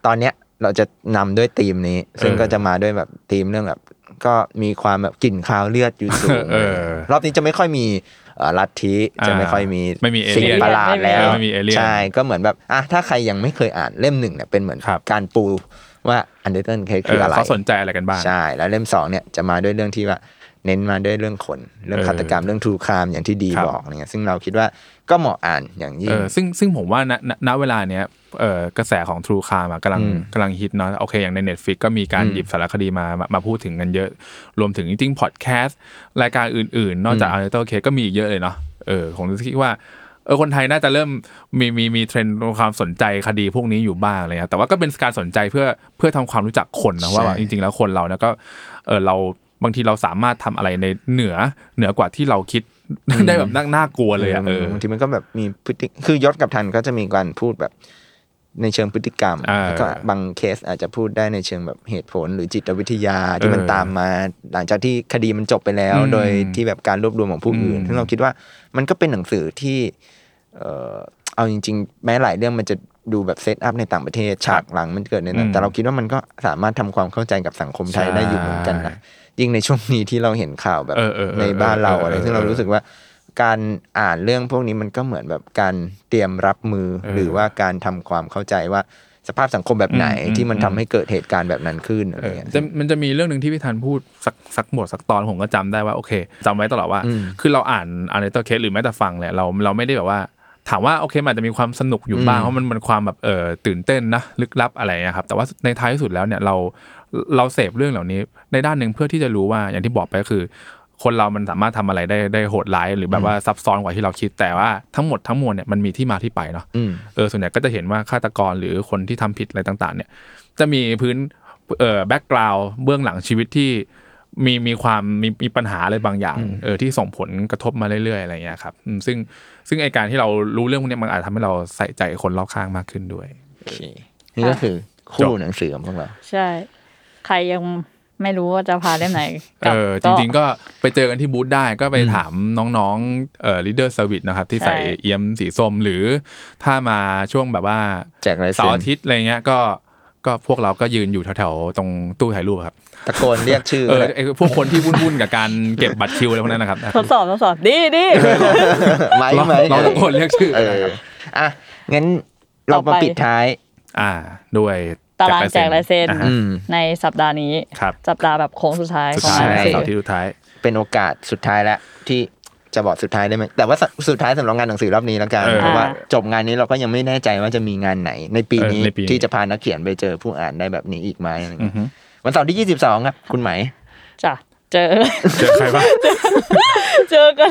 Speaker 3: ตอนเนี้ยเราจะนำด้วยธีมนี้ ซึ่ง
Speaker 5: เออ
Speaker 3: ก็จะมาด้วยแบบธีมเรื่องแบบก็มีความแบบกลิ่นคาวเลือดอยู่สูง
Speaker 5: เออ
Speaker 3: รอบนี้จะไม่ค่อยมีเอ่อลัทธิ
Speaker 5: อ่า
Speaker 3: จะไม่ค่อยมี
Speaker 5: ไม่มี
Speaker 3: สิ่ง
Speaker 5: alien
Speaker 3: ประหลาดแล้ว
Speaker 5: เออไม่มี alien
Speaker 3: ใช่ก็เหมือนแบบอ่ะถ้าใครยังไม่เคยอ่านเล่มหนึ่งเนี่ยเป็นเหมือน
Speaker 5: ครับ
Speaker 3: การปูว่าอันเดอร์ตันเค
Speaker 5: เอ
Speaker 3: คือ
Speaker 5: อ
Speaker 3: อะไร
Speaker 5: เขาสนใจอะไรกันบ้าง
Speaker 3: ใช่แล้วเล่มสองเนี่ยจะมาด้วยเรื่องที่ว่าเน้นมาด้วยเรื่องคนเรื่องฆาตกรรมเรื่องทูคามอย่างที่ดี
Speaker 5: ครับ
Speaker 3: บอกเนี่ยซึ่งเราคิดว่าก็เหมาะอ่านอย่างยิ่
Speaker 5: เอง อซึ่งซึ่งผมว่าณณณเวลาเนี้ยเออกระแสของ True Crime อะกำลัง
Speaker 3: อืม
Speaker 5: กำลังฮิตเนาะโอเคอย่างใน Netflix ก็มีการ
Speaker 3: อืม
Speaker 5: หยิบสารคดีมามามาพูดถึงกันเยอะ รวมถึงจริงๆพอดแคสต์รายการอื่นๆ นอกจาก a ันเตอร์เคก็มีอีกเยอะเลยเนาะเออผมคิดว่าเออคนไทยน่าจะเริ่มมีมีมีเทรนด์ความสนใจคดีพวกนี้อยู่บ้างอะไรเลยครับแต่ว่าก็เป็นการสนใจเพื่อเพื่อทำความรู้จักคนนะว่า
Speaker 3: ใช่
Speaker 5: แบบจริง ๆ แล้วคนเราเนี่ยก็เออเราบางทีเราสามารถทำอะไรในเหนือเหนือกว่าที่เราคิด ได้แบบน่าน่ากลัวเลยอะเออ
Speaker 3: บางทีมันก็แบบมีพฤติคือยศกับทันก็จะมีการพูดแบบในเชิงพฤติกรรม
Speaker 5: อ่า
Speaker 3: แล้วก็บางเคสอาจจะพูดได้ในเชิงแบบเหตุผลหรือจิตวิทยาที่มัน
Speaker 5: เออ
Speaker 3: ตามมา หลังจากที่คดีมันจบไปแล้ว
Speaker 5: อืม
Speaker 3: โดยที่แบบการรวบรวมของผู้อื่น
Speaker 5: อืม
Speaker 3: ซึ่งเราคิดว่ามันก็เป็นหนังสือที่ เออเอาจริง ๆ แม้หลายเรื่องมันจะดูแบบเซตอัพในต่างประเทศฉากหลังมันเกิดในนั้
Speaker 5: อื
Speaker 3: น
Speaker 5: ม
Speaker 3: แต่เราคิดว่ามันก็สามารถทำความเข้าใจกับสังคมไทยได้อยู่เหมือนกันนะยิ่งในช่วงนี้ที่เราเห็นข่าวแบบ
Speaker 5: เออเออเออ
Speaker 3: ในบ้านเราอะไร
Speaker 5: เออเออ
Speaker 3: ซึ่งเรารู้สึก รู้สึกว่าการอ่านเรื่องพวกนี้มันก็เหมือนแบบการเตรียมรับมือ
Speaker 5: เออ
Speaker 3: หรือว่าการทำความเข้าใจว่าสภาพสังคมแบบไหน
Speaker 5: อืม
Speaker 3: ที่มัน
Speaker 5: อืม
Speaker 3: ทำให้เกิดเหตุการณ์แบบนั้นขึ้นอะไร
Speaker 5: เออ
Speaker 3: เงี้ย
Speaker 5: จะมันจะมีเรื่องหนึ่งที่พี่ธันพูดสักสักหมวดสักตอนผมก็จำได้ว่าโอเคจำไว้ตลอดว่า
Speaker 3: อืม
Speaker 5: คือเราอ่านอ่านในตัวเคสหรือแม้แต่ฟังเนี่ยเราเราไม่ได้แบบว่า ถามว่าโอเคมันอาจจะมีความสนุกอยู่บ้าง
Speaker 3: อืม
Speaker 5: เพราะมันมันความแบบเออตื่นเต้นนะลึกลับอะไรนะครับแต่ว่าในท้ายที่สุดแล้วเนี่ยเราเราเสพเรื่องเหล่านี้ในด้านหนึ่งเพื่อที่จะรู้ว่าอย่างที่บอกไปก็คือ คนเรามันสามารถทำอะไรได้ได้โหดร้าย หรือแบบว่าซับซ้อนกว่าที่เราคิดแต่ว่าทั้งหมดทั้งมวลเนี่ยมันมีที่มาที่ไปเนาะ
Speaker 3: อืม
Speaker 5: เออส่วนใหญ่ก็จะเห็นว่าฆาตกรหรือคนที่ทำผิดอะไรต่างๆ เนี่ย จะมีพื้นเอ่อแบ็กกราวด์เบื้องหลังชีวิตที่มีมีความมีมีปัญหาอะไรบางอย่างเออที่ส่งผลกระทบมาเรื่อยๆอะไรอย่างเงี้ยครับอืมซึ่งซึ่งไอการที่เรารู้เรื่องพวกเนี้ยมันอาจทำให้เราใส่ใจคนรอบข้างมากขึ้นด้วย
Speaker 3: โอเค นี่ก็คือคู่หนังสือของพวกเรา
Speaker 4: ใช่ ใครยังไม่รู้ว่าจะพาเล่มไหนก
Speaker 5: เอ
Speaker 4: ลับ
Speaker 5: อจริงๆก็ไปเจอกันที่บูธได้ก็ไปถามน้องๆเอ่อลีดเดอร์สวิตนะครับที่ใส่
Speaker 4: ใช่
Speaker 5: เอียมสีส้มหรือถ้ามาช่วงแบบว่า
Speaker 3: แจกลายเซ็น
Speaker 5: เสาร์อาทิตย์อะไรเงี้ยก็ก็พวกเราก็ยืนอยู่แถวๆตรงตู้ถ่ายรูปครับ
Speaker 3: ตะโกนเรียกชื่อ
Speaker 5: เออไอพวกคนที่วุ่นๆกับการเก็บบัตรคิวอะไรพวกนั้นนะครับ
Speaker 4: ทดสอบทดสอบดีดี
Speaker 3: ไหม
Speaker 5: ลอง
Speaker 3: ไหม
Speaker 5: ลองตะโกนเรียกชื่อ
Speaker 3: เอออ่ะงั้นเรามา
Speaker 4: ต่อไป
Speaker 3: ปิดท้าย
Speaker 5: อ่า ด้วย
Speaker 4: ตารางแจกลายเซ็น
Speaker 5: อ่าฮะ
Speaker 3: อืม
Speaker 4: ในสัปดาห์นี้
Speaker 5: ครับ
Speaker 4: สัปดาห์แบบโค้งสุดท้าย
Speaker 5: สุด
Speaker 4: ของงา
Speaker 5: ท้าย
Speaker 4: นหนัง
Speaker 3: ใช่
Speaker 4: สื
Speaker 5: เสาร์
Speaker 4: อ
Speaker 5: ที่สุดท้าย
Speaker 3: เป็นโอกาสสุดท้ายแล้วที่จะบอกสุดท้ายได้ไหมแต่ว่าสสุดท้ายสำหรับงานหนังสือรอบนี้แล้วกัน
Speaker 5: เออ
Speaker 3: เพราะว่าจบงานนี้เราก็ยังไม่แน่ใจว่าจะมีงานไหน ในปี
Speaker 5: เออ
Speaker 3: นี้
Speaker 5: ในปีนี้
Speaker 3: ที่จะพานักเขียนไปเจอผู้อ่านได้แบบนี้อีกไหมอะไร
Speaker 5: อื
Speaker 3: เงี้
Speaker 5: อย ฮึ
Speaker 3: วันเสาร์ที่ 22 ครับ คุณไหม
Speaker 4: จ้ะเจอ
Speaker 5: เจอใครบ้าง
Speaker 4: เจอกัน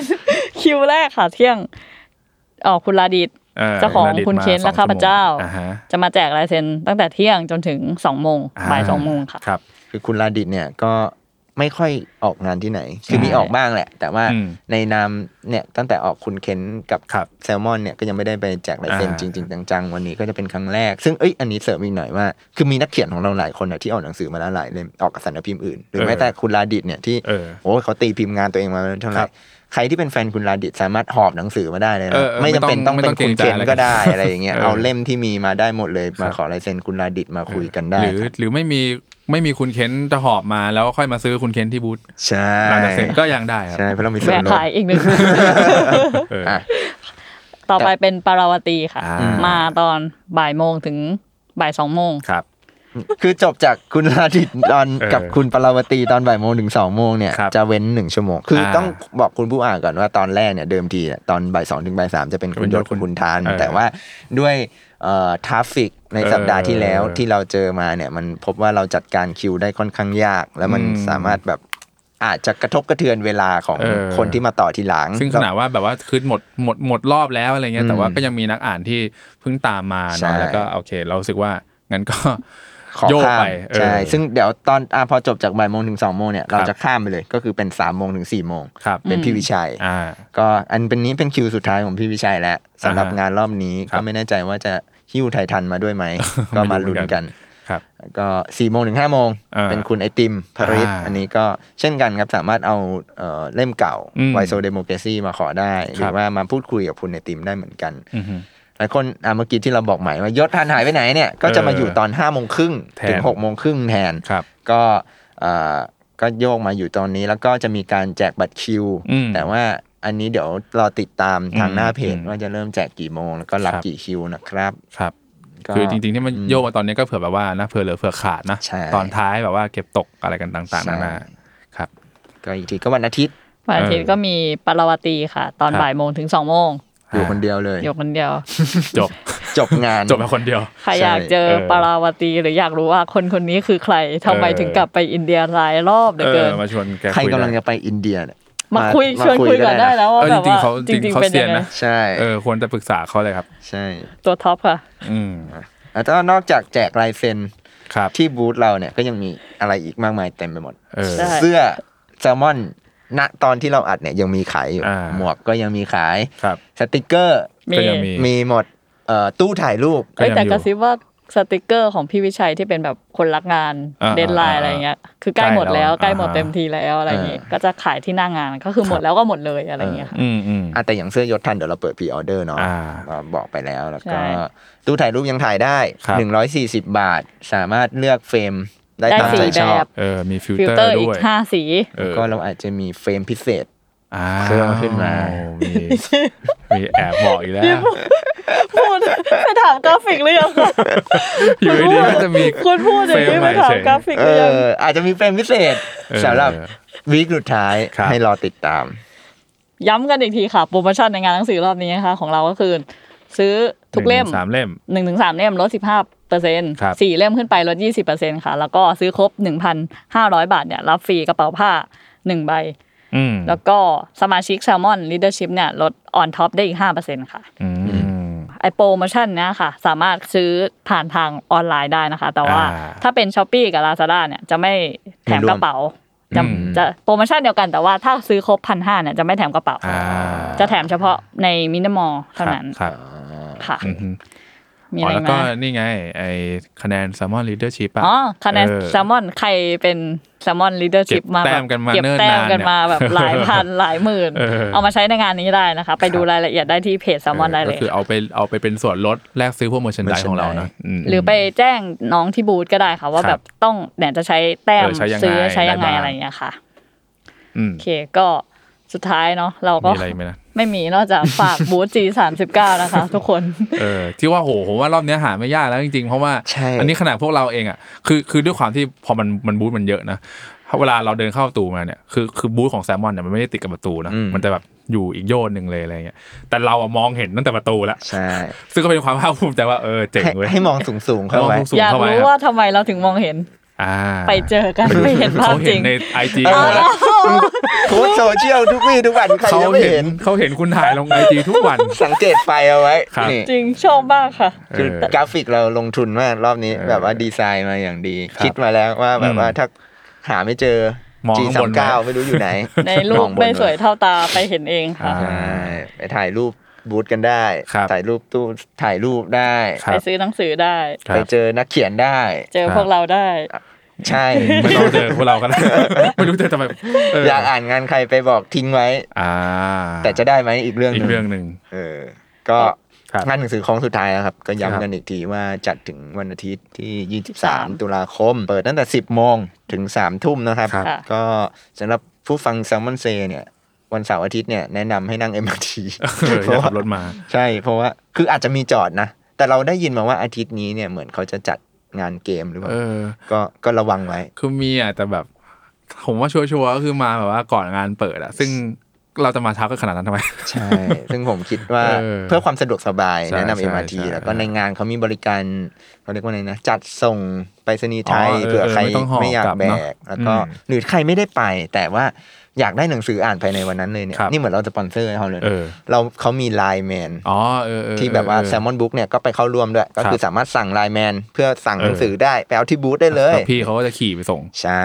Speaker 4: คิวแรกค่ะเที่ยงอ๋อคุณลาดิต เจ้าของคุณเคนและข้าพเจ้า จะมาแจกลายเซ็นตั้งแต่เที่ยงจนถึงสองโมงบ่ายสองโมงค่ะ
Speaker 5: ครับ
Speaker 3: คือคุณลาดิตเนี่ยก็ไม่ค่อยออกงานที่ไหน คือ
Speaker 4: ใช่
Speaker 3: มีออกบ้างแหละ แต่ว่า
Speaker 5: อืม
Speaker 3: ในนามเนี่ยตั้งแต่ออกคุณเค้นกับ
Speaker 5: ครับ
Speaker 3: แซลมอนเนี่ยก็ยังไม่ได้ไปแจกลายเซ็น
Speaker 5: อ่า
Speaker 3: จริงๆจังๆวันนี้ก็จะเป็นครั้งแรก ซึ่งเอ้ยอันนี้เสริมอีกหน่อยว่า คือมีนักเขียนของเราหลายคนนะที่ออกหนังสือมาแล้วหลายเล่มออกกับสำนักพิมพ์อื่นหรือแม้แต่คุณลาดิตเนี่ยที่
Speaker 5: เออ
Speaker 3: โอ้เขาตีพิมพ์งานตัวเองมาเท่าไห
Speaker 5: ค
Speaker 3: ร่
Speaker 5: รับ
Speaker 3: ใครที่เป็นแฟนคุณลาดิตสามารถหอบหนังสือมาได้เลยนะ
Speaker 5: เออเออ
Speaker 3: ไม่จำเป็น
Speaker 5: ไม่ต้
Speaker 3: ต้องงเป็
Speaker 5: อไม่ต้อน ง
Speaker 3: คุณ
Speaker 5: เกรงใจ
Speaker 3: เคนก็ได้อะไรอย่างเงี้ย
Speaker 5: เออ
Speaker 3: เอาเล่มที่มีมาได้หมดเลยมาขอลายเซ็นคุณลาดิตมาคุยกันได้
Speaker 5: หรือหรือไม่มีไม่มีคุณเคนจะหอบมาแล้วค่อยมาซื้อคุณเคนที่บูธ
Speaker 3: ใช่
Speaker 5: หลังจากเซ็นก็ยังได้ครับ
Speaker 3: ใช่เพราะเรามีส่ว
Speaker 4: แบ่
Speaker 3: นลด
Speaker 4: ขายอีกหนึ่ง
Speaker 5: เออ
Speaker 3: อ่ะ
Speaker 4: ต่อไปเป็นปาราวตีค่ะ
Speaker 5: อ่า
Speaker 4: มาตอนบ่ายโมงถึงบ่ายสองโมง
Speaker 5: ครับ
Speaker 3: คือจบจากคุณลาดิตตอน
Speaker 5: เออ
Speaker 3: กับคุณปราวตีตอนบ่ายโมงถึงสองโมงเนี่ย
Speaker 5: ครับ
Speaker 3: จะเว้นหนึ่งชั่วโมง คืออา ต้องบอกคุณผู้อ่านก่อนว่าตอนแรกเนี่ยเดิมทีเนี่ยตอนบ่ายสองถึงบ่ายสามจะเป็นคุณยศ
Speaker 5: คุณ
Speaker 3: คุณทาน
Speaker 5: เออ
Speaker 3: แต่ว่าด้วยทราฟฟิกในสัปดาห์ที่แล้ว
Speaker 5: เออ
Speaker 3: ที่เราเจอมาเนี่ยมันพบว่าเราจัดการคิวได้ค่อนข้างยาก แล้วมัน
Speaker 5: อืม
Speaker 3: สามารถแบบอาจจะกระทบกระเทือนเวลาของ
Speaker 5: เออ
Speaker 3: คนที่มาต่อทีหลัง
Speaker 5: ซึ่งขนาดว่าแบบว่าคือหมดหมดหมดรอบแล้วอะไรเงี้ย
Speaker 3: อืม
Speaker 5: แต่ว่าก็ยังมีนักอ่านที่เพิ่งตามมา
Speaker 3: ใช่
Speaker 5: เนาะแล้วก็โอเค เรารู้สึกว่างั้นก็
Speaker 3: ขอ
Speaker 5: โยก
Speaker 3: ข้าม
Speaker 5: ไปเออ
Speaker 3: ใช่ซึ่งเดี๋ยวตอนอะพอจบจากบ่ายโมงถึงสองโมงเนี่ย
Speaker 5: ครับ
Speaker 3: เราจะข้ามไปเลยก็คือเป็นสามโมงถึงสี่โมง
Speaker 5: ครับ
Speaker 3: เป็นพี่วิชัย
Speaker 5: อ่า
Speaker 3: ก็อันเป็นนี้เป็นคิวสุดท้ายของพี่วิชัยแล้วสำหรับ
Speaker 5: อ่าฮะ
Speaker 3: งานรอบนี้
Speaker 5: ครับ
Speaker 3: ก็ไม่แน่ใจว่าจะหิ้วไทยทันมาด้วย ไหม ก็มาลุ้นกัน
Speaker 5: ครับ
Speaker 3: ก็สี่โมงถึงห้าโมง
Speaker 5: อ่า
Speaker 3: เป็นคุณไอติมพริษ
Speaker 5: อ่า
Speaker 3: อันนี้ก็เช่นกันครับสามารถเอาเอ่อเล่มเก่า
Speaker 5: อืม
Speaker 3: ไวโซเดโมเ a ซีมาขอได้ ห
Speaker 5: ค
Speaker 3: รื
Speaker 5: รั
Speaker 3: อบ ว่ามาพูดคุยกับคุณไอติมได้เหมือนกัน
Speaker 5: อือฮึ
Speaker 3: หลายคนอ่ะเมื่อกี้ที่เราบอกหมายว่ายศทันหายไปไหนเนี่ยก็จะมาอยู่ตอนห้าโมงครึ่ง
Speaker 5: แทน
Speaker 3: ถึงหกโมงครึ่งแทน
Speaker 5: ครับ
Speaker 3: ก็เอ่อก็โยกมาอยู่ตอนนี้แล้วก็จะมีการแจกบัตรคิว
Speaker 5: อืม
Speaker 3: แต่ว่าอันนี้เดี๋ยวรอติดตามทางหน้าเพจ
Speaker 5: อืม
Speaker 3: ว่าจะเริ่มแจกกี่โมง แล้วก็รับ
Speaker 5: ครับ
Speaker 3: กี่คิวนะครับ
Speaker 5: ครับ
Speaker 3: ก็
Speaker 5: คือจริงๆที่มันโยกมาตอนนี้ก็เผื่อแบบว่านะเผื่อเหลือเผื่อขาดนะ
Speaker 3: ใช่
Speaker 5: ตอนท้ายแบบว่าเก็บตกอะไรกันต่างๆนานา ครับ
Speaker 3: ก็อีกทีก็วันอาทิตย์
Speaker 4: วันอาทิตย์ก็มีปาราวตีค่ะ ตอน
Speaker 5: ครับ
Speaker 4: บ่ายโมงถึงสองโมง
Speaker 3: อยู่คนเดียวเลย
Speaker 4: อยู่คนเดียว
Speaker 5: จบ
Speaker 3: จบงาน
Speaker 5: จบมาคนเดียว
Speaker 4: ใคร
Speaker 3: ใช่
Speaker 4: อยากเจอ
Speaker 5: เออ
Speaker 4: ปาราวตีหรืออยากรู้ว่าคนคนนี้คือใครทำไม
Speaker 5: เออ
Speaker 4: ถึงกลับไปอินเดียหลายรอบเหลือ
Speaker 5: เอ
Speaker 4: เกิ
Speaker 5: อน มาชวนแก
Speaker 3: ใคร
Speaker 5: คุย
Speaker 3: กำลัง
Speaker 5: ได้
Speaker 3: จะไปอินเดียเนี่ย
Speaker 4: มาคุย
Speaker 3: มา
Speaker 4: ชวนคุยกันได้
Speaker 3: ะ
Speaker 4: แล้วว่า
Speaker 5: เออ
Speaker 4: แบบ
Speaker 5: จริงๆ
Speaker 4: ว่า
Speaker 5: เขา
Speaker 4: จริง ๆ
Speaker 5: เขา
Speaker 4: เป็น
Speaker 5: เซีย
Speaker 4: ยั
Speaker 5: น
Speaker 4: งไง
Speaker 5: นะ
Speaker 3: ใช่
Speaker 5: เออควรจะปรึกษาเขาเลยครับ
Speaker 3: ใช่
Speaker 4: ตัวท็อปค่ะ
Speaker 5: อืม
Speaker 3: แล้วก็นอกจากแจกลายเซ็น
Speaker 5: ครับ
Speaker 3: ที่บูธเราเนี่ยก็ยังมีอะไรอีกมากมายเต็มไปหมด
Speaker 5: เออ
Speaker 4: ใช่
Speaker 3: เสื้อแซลมอนณตอนที่เราอัดเนี่ยยังมีขายอยู่
Speaker 5: อ่า
Speaker 3: หมวกก็ยังมีขาย
Speaker 5: ครับ
Speaker 3: สติกเกอร์
Speaker 4: มี
Speaker 5: ก็ยังมี
Speaker 3: มีหมดเอ่อตู้ถ่ายรูป
Speaker 4: เอ้ย
Speaker 5: ก็ยัง
Speaker 4: แต่
Speaker 5: อยู่
Speaker 4: กระซิบว่าสติกเกอร์ของพี่วิชัยที่เป็นแบบคนรักงาน
Speaker 5: อ่า
Speaker 4: เดนไลน์
Speaker 5: อ่า
Speaker 4: อะไรเงี้ยคือใกล้หมดแล้ว
Speaker 5: ใก
Speaker 4: ใก
Speaker 5: ล้
Speaker 4: ล้
Speaker 5: แล้ว
Speaker 4: หมด
Speaker 5: อ่า
Speaker 4: เต็มทีแล้วอะไรอย่างงี้ก็จะขายที่หน้างานก็คือหมดแล้วก็หมดเลยอะไรเงี้ยค่ะ
Speaker 5: อืมอืม
Speaker 3: อ่ะแต่อย่างเสื้อยศทันเดี๋ยวเราเปิดพรีออเดอร์เนาะ
Speaker 5: อ่า
Speaker 3: เราบอกไปแล้วแล้วก็
Speaker 4: ใช่
Speaker 3: ตู้ถ่ายรูปยังถ่ายได้
Speaker 5: ครั
Speaker 3: 140
Speaker 5: บ
Speaker 3: บาท สามารถเลือกเฟรมได้
Speaker 4: ได้
Speaker 3: ตาม
Speaker 4: สี
Speaker 3: ใจช
Speaker 4: แบ
Speaker 3: อบบ
Speaker 5: เออมีฟิล
Speaker 4: ฟิล
Speaker 5: เตอ
Speaker 4: เตอ
Speaker 5: ร์
Speaker 4: ร์อี
Speaker 5: ด้
Speaker 4: ก
Speaker 5: วย
Speaker 4: ห้าสี
Speaker 5: เอ
Speaker 3: แล้ว
Speaker 5: อ
Speaker 3: ก็เราอาจจะมีเฟรมพิเศษ
Speaker 5: อ้า
Speaker 3: เครื่องขึ้นมา
Speaker 5: มี มีแอบบอกอีกแล้ว
Speaker 4: พูด ไปถามกราฟิกหรือยังคะ
Speaker 5: อยู่ดีๆก็จะมี
Speaker 4: คุณพูดอย่างนี้ไปถามกราฟิก
Speaker 3: เอ
Speaker 4: หรือยัง
Speaker 3: ออาจจะมีเฟรมพิเศษ
Speaker 5: เออ
Speaker 3: สำหรับวีคสุดท้าย
Speaker 5: ครับ
Speaker 3: ให้รอติดตาม
Speaker 4: ย้ำกันอีกทีค่ะโปรโมชั่นในงานหนังสือรอบนี้นะคะ ของเราก็คือ ซื้อทุกเล่ม
Speaker 5: หนึ่งสามเล่ม
Speaker 4: หนึ่งถึงสามเล่มลดสิบห้าเปอร์เซ็นต์
Speaker 5: ครับ
Speaker 4: สี่เล่มขึ้นไปลดยี่สิบเปอร์เซ็นต์ค่ะ แล้วก็ซื้อครบหนึ่งพันห้าร้อยบาทเนี่ยรับฟรีกระเป๋าผ้าหนึ่งใบ
Speaker 5: อืม
Speaker 4: แล้วก็สมาชิกแซลมอนลีดเดอร์ชิพเนี่ยลดออนท็อปได้อีกห้าเปอร์เซ็นต์ค่ะ
Speaker 5: อืม
Speaker 4: ไอโปรโมชั่นเนี้ยค่ะ สามารถซื้อผ่านทางออนไลน์ได้นะคะ แต่ว่า
Speaker 5: อ่า
Speaker 4: ถ้าเป็นช้อปปีกับ Lazada เนี่ยจะไม่แถม
Speaker 3: ไม่ร่วม
Speaker 4: กระเป๋าจะ
Speaker 5: อืม
Speaker 4: จะโปรโมชั่นเดียวกันแต่ว่าถ้าซื้อครบพันห้าเนี่ยจะไม่แถมกระเป๋า
Speaker 5: อ่า
Speaker 4: จะแถมเฉพาะในมินิมอลเท่านั้น
Speaker 5: ครับ
Speaker 4: ค่ะ
Speaker 5: อือฮึ
Speaker 4: มี
Speaker 5: อ๋
Speaker 4: อะ
Speaker 5: อ
Speaker 4: ไร
Speaker 5: แล้ว
Speaker 4: ไห
Speaker 5: ก็
Speaker 4: ม
Speaker 5: นี่ไง ไอคะแนน s ซ l m o n Leadership อะ
Speaker 4: อ๋อคะแนน
Speaker 5: เออ
Speaker 4: แซลมอนใครเป็นแซลมอนลีดเดอร์ชิพ
Speaker 5: เก็บ
Speaker 4: มา
Speaker 5: แต้
Speaker 4: แบบ
Speaker 5: มกันมา
Speaker 4: เก็บ
Speaker 5: เนิ่น
Speaker 4: แต้ม
Speaker 5: นาน
Speaker 4: กันมา
Speaker 5: เนี่ย
Speaker 4: แบบหลายพันหลายหมื่น
Speaker 5: เออ
Speaker 4: เอามาใช้ในงานนี้ได้นะคะ ไปดูรายละเอียดได้ที่เพจแซลมอนได้เลย
Speaker 5: ก็คือเอาไปเอาไปเป็นส่วนลดแลกซื้อพวกเมอร์ชันดายของเรานะม
Speaker 4: หรือไปแจ้งน้องที่บูธก็ได้ค่ะ ว่า
Speaker 5: ครับ
Speaker 4: แบบต้องเนี่ยจะใช้แต้ม
Speaker 5: เออใช้ยังไง
Speaker 4: ซื้อใช้ยังไง
Speaker 5: ได้บ้าง
Speaker 4: อะไรอย่างเงี้ยค่ะ
Speaker 5: อืม
Speaker 4: โอเคก็สุดท้ายเนาะเราก็
Speaker 5: มีอะไรไหมนะ
Speaker 4: ไม่มีนอกจากฝากบูธ G สามสิบเก้านะคะ ทุกคน
Speaker 5: เออที่ว่าโหผมว่ารอบเนี้ยหาไม่ยากแล้วจริงๆ เพราะว่า
Speaker 3: ใช่
Speaker 5: อันนี้ขนาดพวกเราเองอ่ะคือคือด้วยความที่พอมันมันบูธมันเยอะนะเวลาเราเดินเข้าประตูมาเนี่ยคือคือบูธของแซมมอนเนี่ยมันไม่ได้ติดกับประตูนะมันจะแบบอยู่อีกโยนหนึ่งเลยอะไรเงี้ยแต่เราอะมองเห็นตั้งแต่ประตูแล้ว
Speaker 3: ใช่
Speaker 5: ซึ่งก็เป็นความภาคภูมิใจว่าเออเจ๋ง
Speaker 3: ให้
Speaker 5: เว้ย
Speaker 3: ให้มองสูงสูงๆเข้า
Speaker 5: ลอง
Speaker 3: ไว้
Speaker 5: สูง
Speaker 4: อยาก
Speaker 5: เข้าไป
Speaker 4: รู้ว่าทำไมเราถึงมองเห็น
Speaker 5: อ่า
Speaker 4: ไปเจอกันไปเห็นภา
Speaker 5: เขา
Speaker 4: พจ
Speaker 5: เห็
Speaker 4: ริ
Speaker 5: น
Speaker 4: ง
Speaker 5: ในไอจี
Speaker 3: เอาละ โพสต์โซเชียลทุกวี่ทุกวันใคร
Speaker 5: เขา
Speaker 3: จะไม่
Speaker 5: เห็
Speaker 3: เห็
Speaker 5: น
Speaker 3: น
Speaker 5: เขาเห็นคุณถ่ายลงไอจีทุกวัน
Speaker 3: สังเกตไฟเอาไว้
Speaker 5: ครับ
Speaker 3: นี่
Speaker 4: จริงชอบมาก ค่ะ
Speaker 3: คือ
Speaker 5: เออก
Speaker 3: ราฟิกเราลงทุนมากรอบนี้
Speaker 5: เออ
Speaker 3: แบบว่าดีไซน์มาอย่างดี
Speaker 5: ครับ
Speaker 3: คิดมาแล้วว่าแบ
Speaker 5: อื
Speaker 3: บ
Speaker 5: ม
Speaker 3: ว่าถ้าหาไม่เจอ
Speaker 5: มอง
Speaker 3: G
Speaker 5: ข้าง
Speaker 3: สาม
Speaker 5: บนไว้
Speaker 3: เก้าไม่รู้อยู่ไหน
Speaker 4: ในรู
Speaker 3: ม
Speaker 4: ป
Speaker 3: องบน
Speaker 4: ไม่สวยเท่าตาไปเห็นเองค่ะ
Speaker 5: อ่า
Speaker 3: ใช่ไปถ่ายรูปบูธกันได้
Speaker 5: ครับ
Speaker 3: ถ่ายรูปตู้ถ่ายรูปได้
Speaker 5: ครั
Speaker 4: ไป
Speaker 5: บ
Speaker 4: ซื้อหนังสือได้
Speaker 5: ครั
Speaker 3: ไป
Speaker 5: บ
Speaker 3: เจอนักเขียนได้
Speaker 4: เจอ
Speaker 5: ครับ
Speaker 4: พวกเราได้
Speaker 3: ใช่
Speaker 5: ไม่ต้องเจอพวกเราก็ ได้ไม่รู้จะทำไมเ
Speaker 3: อยากอ่านงานใครไปบอกทิ้งไว้
Speaker 5: อ่า
Speaker 3: แต่จะได้ไหมอีกเรื่องห
Speaker 5: อีก
Speaker 3: นึ่
Speaker 5: เรื่องหนึ่ง
Speaker 3: เออ ก็
Speaker 5: ครับ
Speaker 3: งานหนังสือของสุดท้ายแล้วครับ ก็
Speaker 5: ครับ
Speaker 3: ย้ำกันอีกทีว่าจัดถึงวันอาทิตย์ที่ 23 ตุลาคม เปิดตั้งแต่ 10 โมงถึง 3 ทุ่มนะครับ
Speaker 4: ครับ
Speaker 3: ก็สำหรับผู้ฟังแซลมอนเซเนี่ยวันเสาร์อาทิตย์เนี่ยแนะนำให้นั่ง MRT
Speaker 5: เออ
Speaker 3: เพ
Speaker 5: อยาก
Speaker 3: ราะว่า
Speaker 5: ขับรถมา
Speaker 3: ใช่เพราะว่าคืออาจจะมีจอดนะ แต่เราได้ยินมาว่าอาทิตย์นี้เนี่ยเหมือนเขาจะจัดงานเกมหรือเปล่า
Speaker 5: เออ
Speaker 3: ก็ก็ระวังไว้
Speaker 5: คือมีอ่ะแต่แบบ ผมว่าชัวร์ๆก็คือมาแบบว่าก่อนงานเปิดอ่ะ ซึ่งเราจะมาเช้ากันขนาดนั้นทำไม
Speaker 3: ใช่ ซึ่งผมคิดว่า
Speaker 5: เออ
Speaker 3: เพื่อความสะดวกสบาย
Speaker 5: ใช่
Speaker 3: แนะนำ
Speaker 5: ใช่
Speaker 3: MRT
Speaker 5: ใช่
Speaker 3: แล้วก็ในงานเขามีบริการเขาเรียกว่าอะไรนะ จัดส่งไปรษณีย์ไทย
Speaker 5: อ๋อเออ
Speaker 3: เผื่อใคร
Speaker 5: ไม่ต้องห่อ
Speaker 3: ไม่อยาก
Speaker 5: กลับ
Speaker 3: แบ
Speaker 5: เนอะ
Speaker 3: ก แล้วก็
Speaker 5: อืม
Speaker 3: หรือใครไม่ได้ไป แต่ว่าอยากได้หนังสืออ่านภายในวันนั้นเลยเนี่ย
Speaker 5: ครับ
Speaker 3: นี่เหมือนเราจะสปอนเซอร์ให้เขาเลย
Speaker 5: เออ
Speaker 3: เราเขามีไลน์แมน
Speaker 5: อ๋อเออเออ
Speaker 3: ที่แบบว่า
Speaker 5: เออ
Speaker 3: แซมมอนบุ๊กเนี่ยก็ไปเข้าร่วมด้วย ก็คื
Speaker 5: ครั
Speaker 3: อบ สามารถสั่งไลน์แมนเพื่อสั่ง
Speaker 5: เออ
Speaker 3: หนังสือได้ไปเอาที่บูธได้เลย
Speaker 5: แล้วพี่เขาก็จะขี่ไปส่ง
Speaker 3: ใช่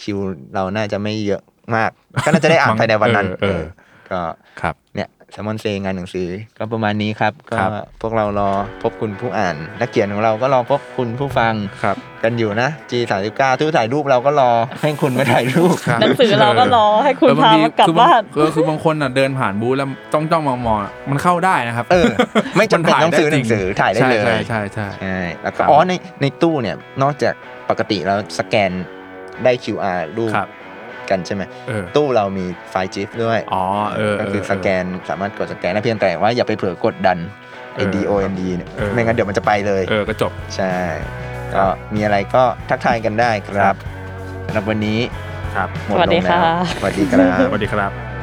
Speaker 3: คิวเราน่าจะไม่เยอะมาก ก็น่าจะ ได้อ่านภายในวันนั้น
Speaker 5: เออเอ
Speaker 3: เอ
Speaker 5: อ
Speaker 3: อก็
Speaker 5: ครับ
Speaker 3: เนี่ยสมอนเซงานหนังสือก็ประมาณนี้ครับ ก็
Speaker 5: ครับ
Speaker 3: พวกเรารอพบคุณผู้อ่าน นักเขียนของเราก็รอพบคุณผู้ฟัง
Speaker 5: ครับ
Speaker 3: กันอยู่นะ G39 ทุกถ่ายรูปเราก็รอให้คุณมาถ่ายรูป
Speaker 5: ครับ
Speaker 4: หนังสือเราก็รอให้คุณ
Speaker 5: เออบ
Speaker 4: พาง
Speaker 5: ที
Speaker 4: มากลับ
Speaker 5: คือบง
Speaker 4: บ้าน
Speaker 5: เออคือบางคนอ่ะเดินผ่านบูธแล้วจ้องจ้องมองมองอ่ะมันเข้าได้นะครับ
Speaker 3: เออ ไม่จำเป็น
Speaker 5: ถ่าย
Speaker 3: ต้องซื้อหนังสือถ่ายได้เลย
Speaker 5: ใช่ใช่ใช่
Speaker 3: ใช่แล้วก็
Speaker 5: ครับ
Speaker 3: อ๋อในในตู้เนี่ยนอกจากปกติเราสแกนได้ QR รูป
Speaker 5: ครับ
Speaker 3: กันใช่ไหม
Speaker 5: เออ
Speaker 3: ตู้เรามีไฟล์จิฟด้วย
Speaker 5: อ๋อเออ
Speaker 3: ก็
Speaker 5: เเ
Speaker 3: คือสแกนสามารถกดสแกนได้เพียงแต่ว่าอย่าไปเผื่อกดดันไอ้
Speaker 5: เออ
Speaker 3: DOND เนี่ย
Speaker 5: เออ
Speaker 3: ไม่งั้นเดี๋ยวมันจะไปเลย
Speaker 5: เออก็จบ
Speaker 3: ใช่ ก็มีอะไรก็ทักทายกันได้ครับสำหรับวันนี้
Speaker 5: ครับ
Speaker 3: หมด
Speaker 4: สวัส
Speaker 3: ล
Speaker 4: ดี
Speaker 3: งแล้ว
Speaker 4: ค่ะ
Speaker 3: สวัสดีครับ
Speaker 5: สวัสดีครับ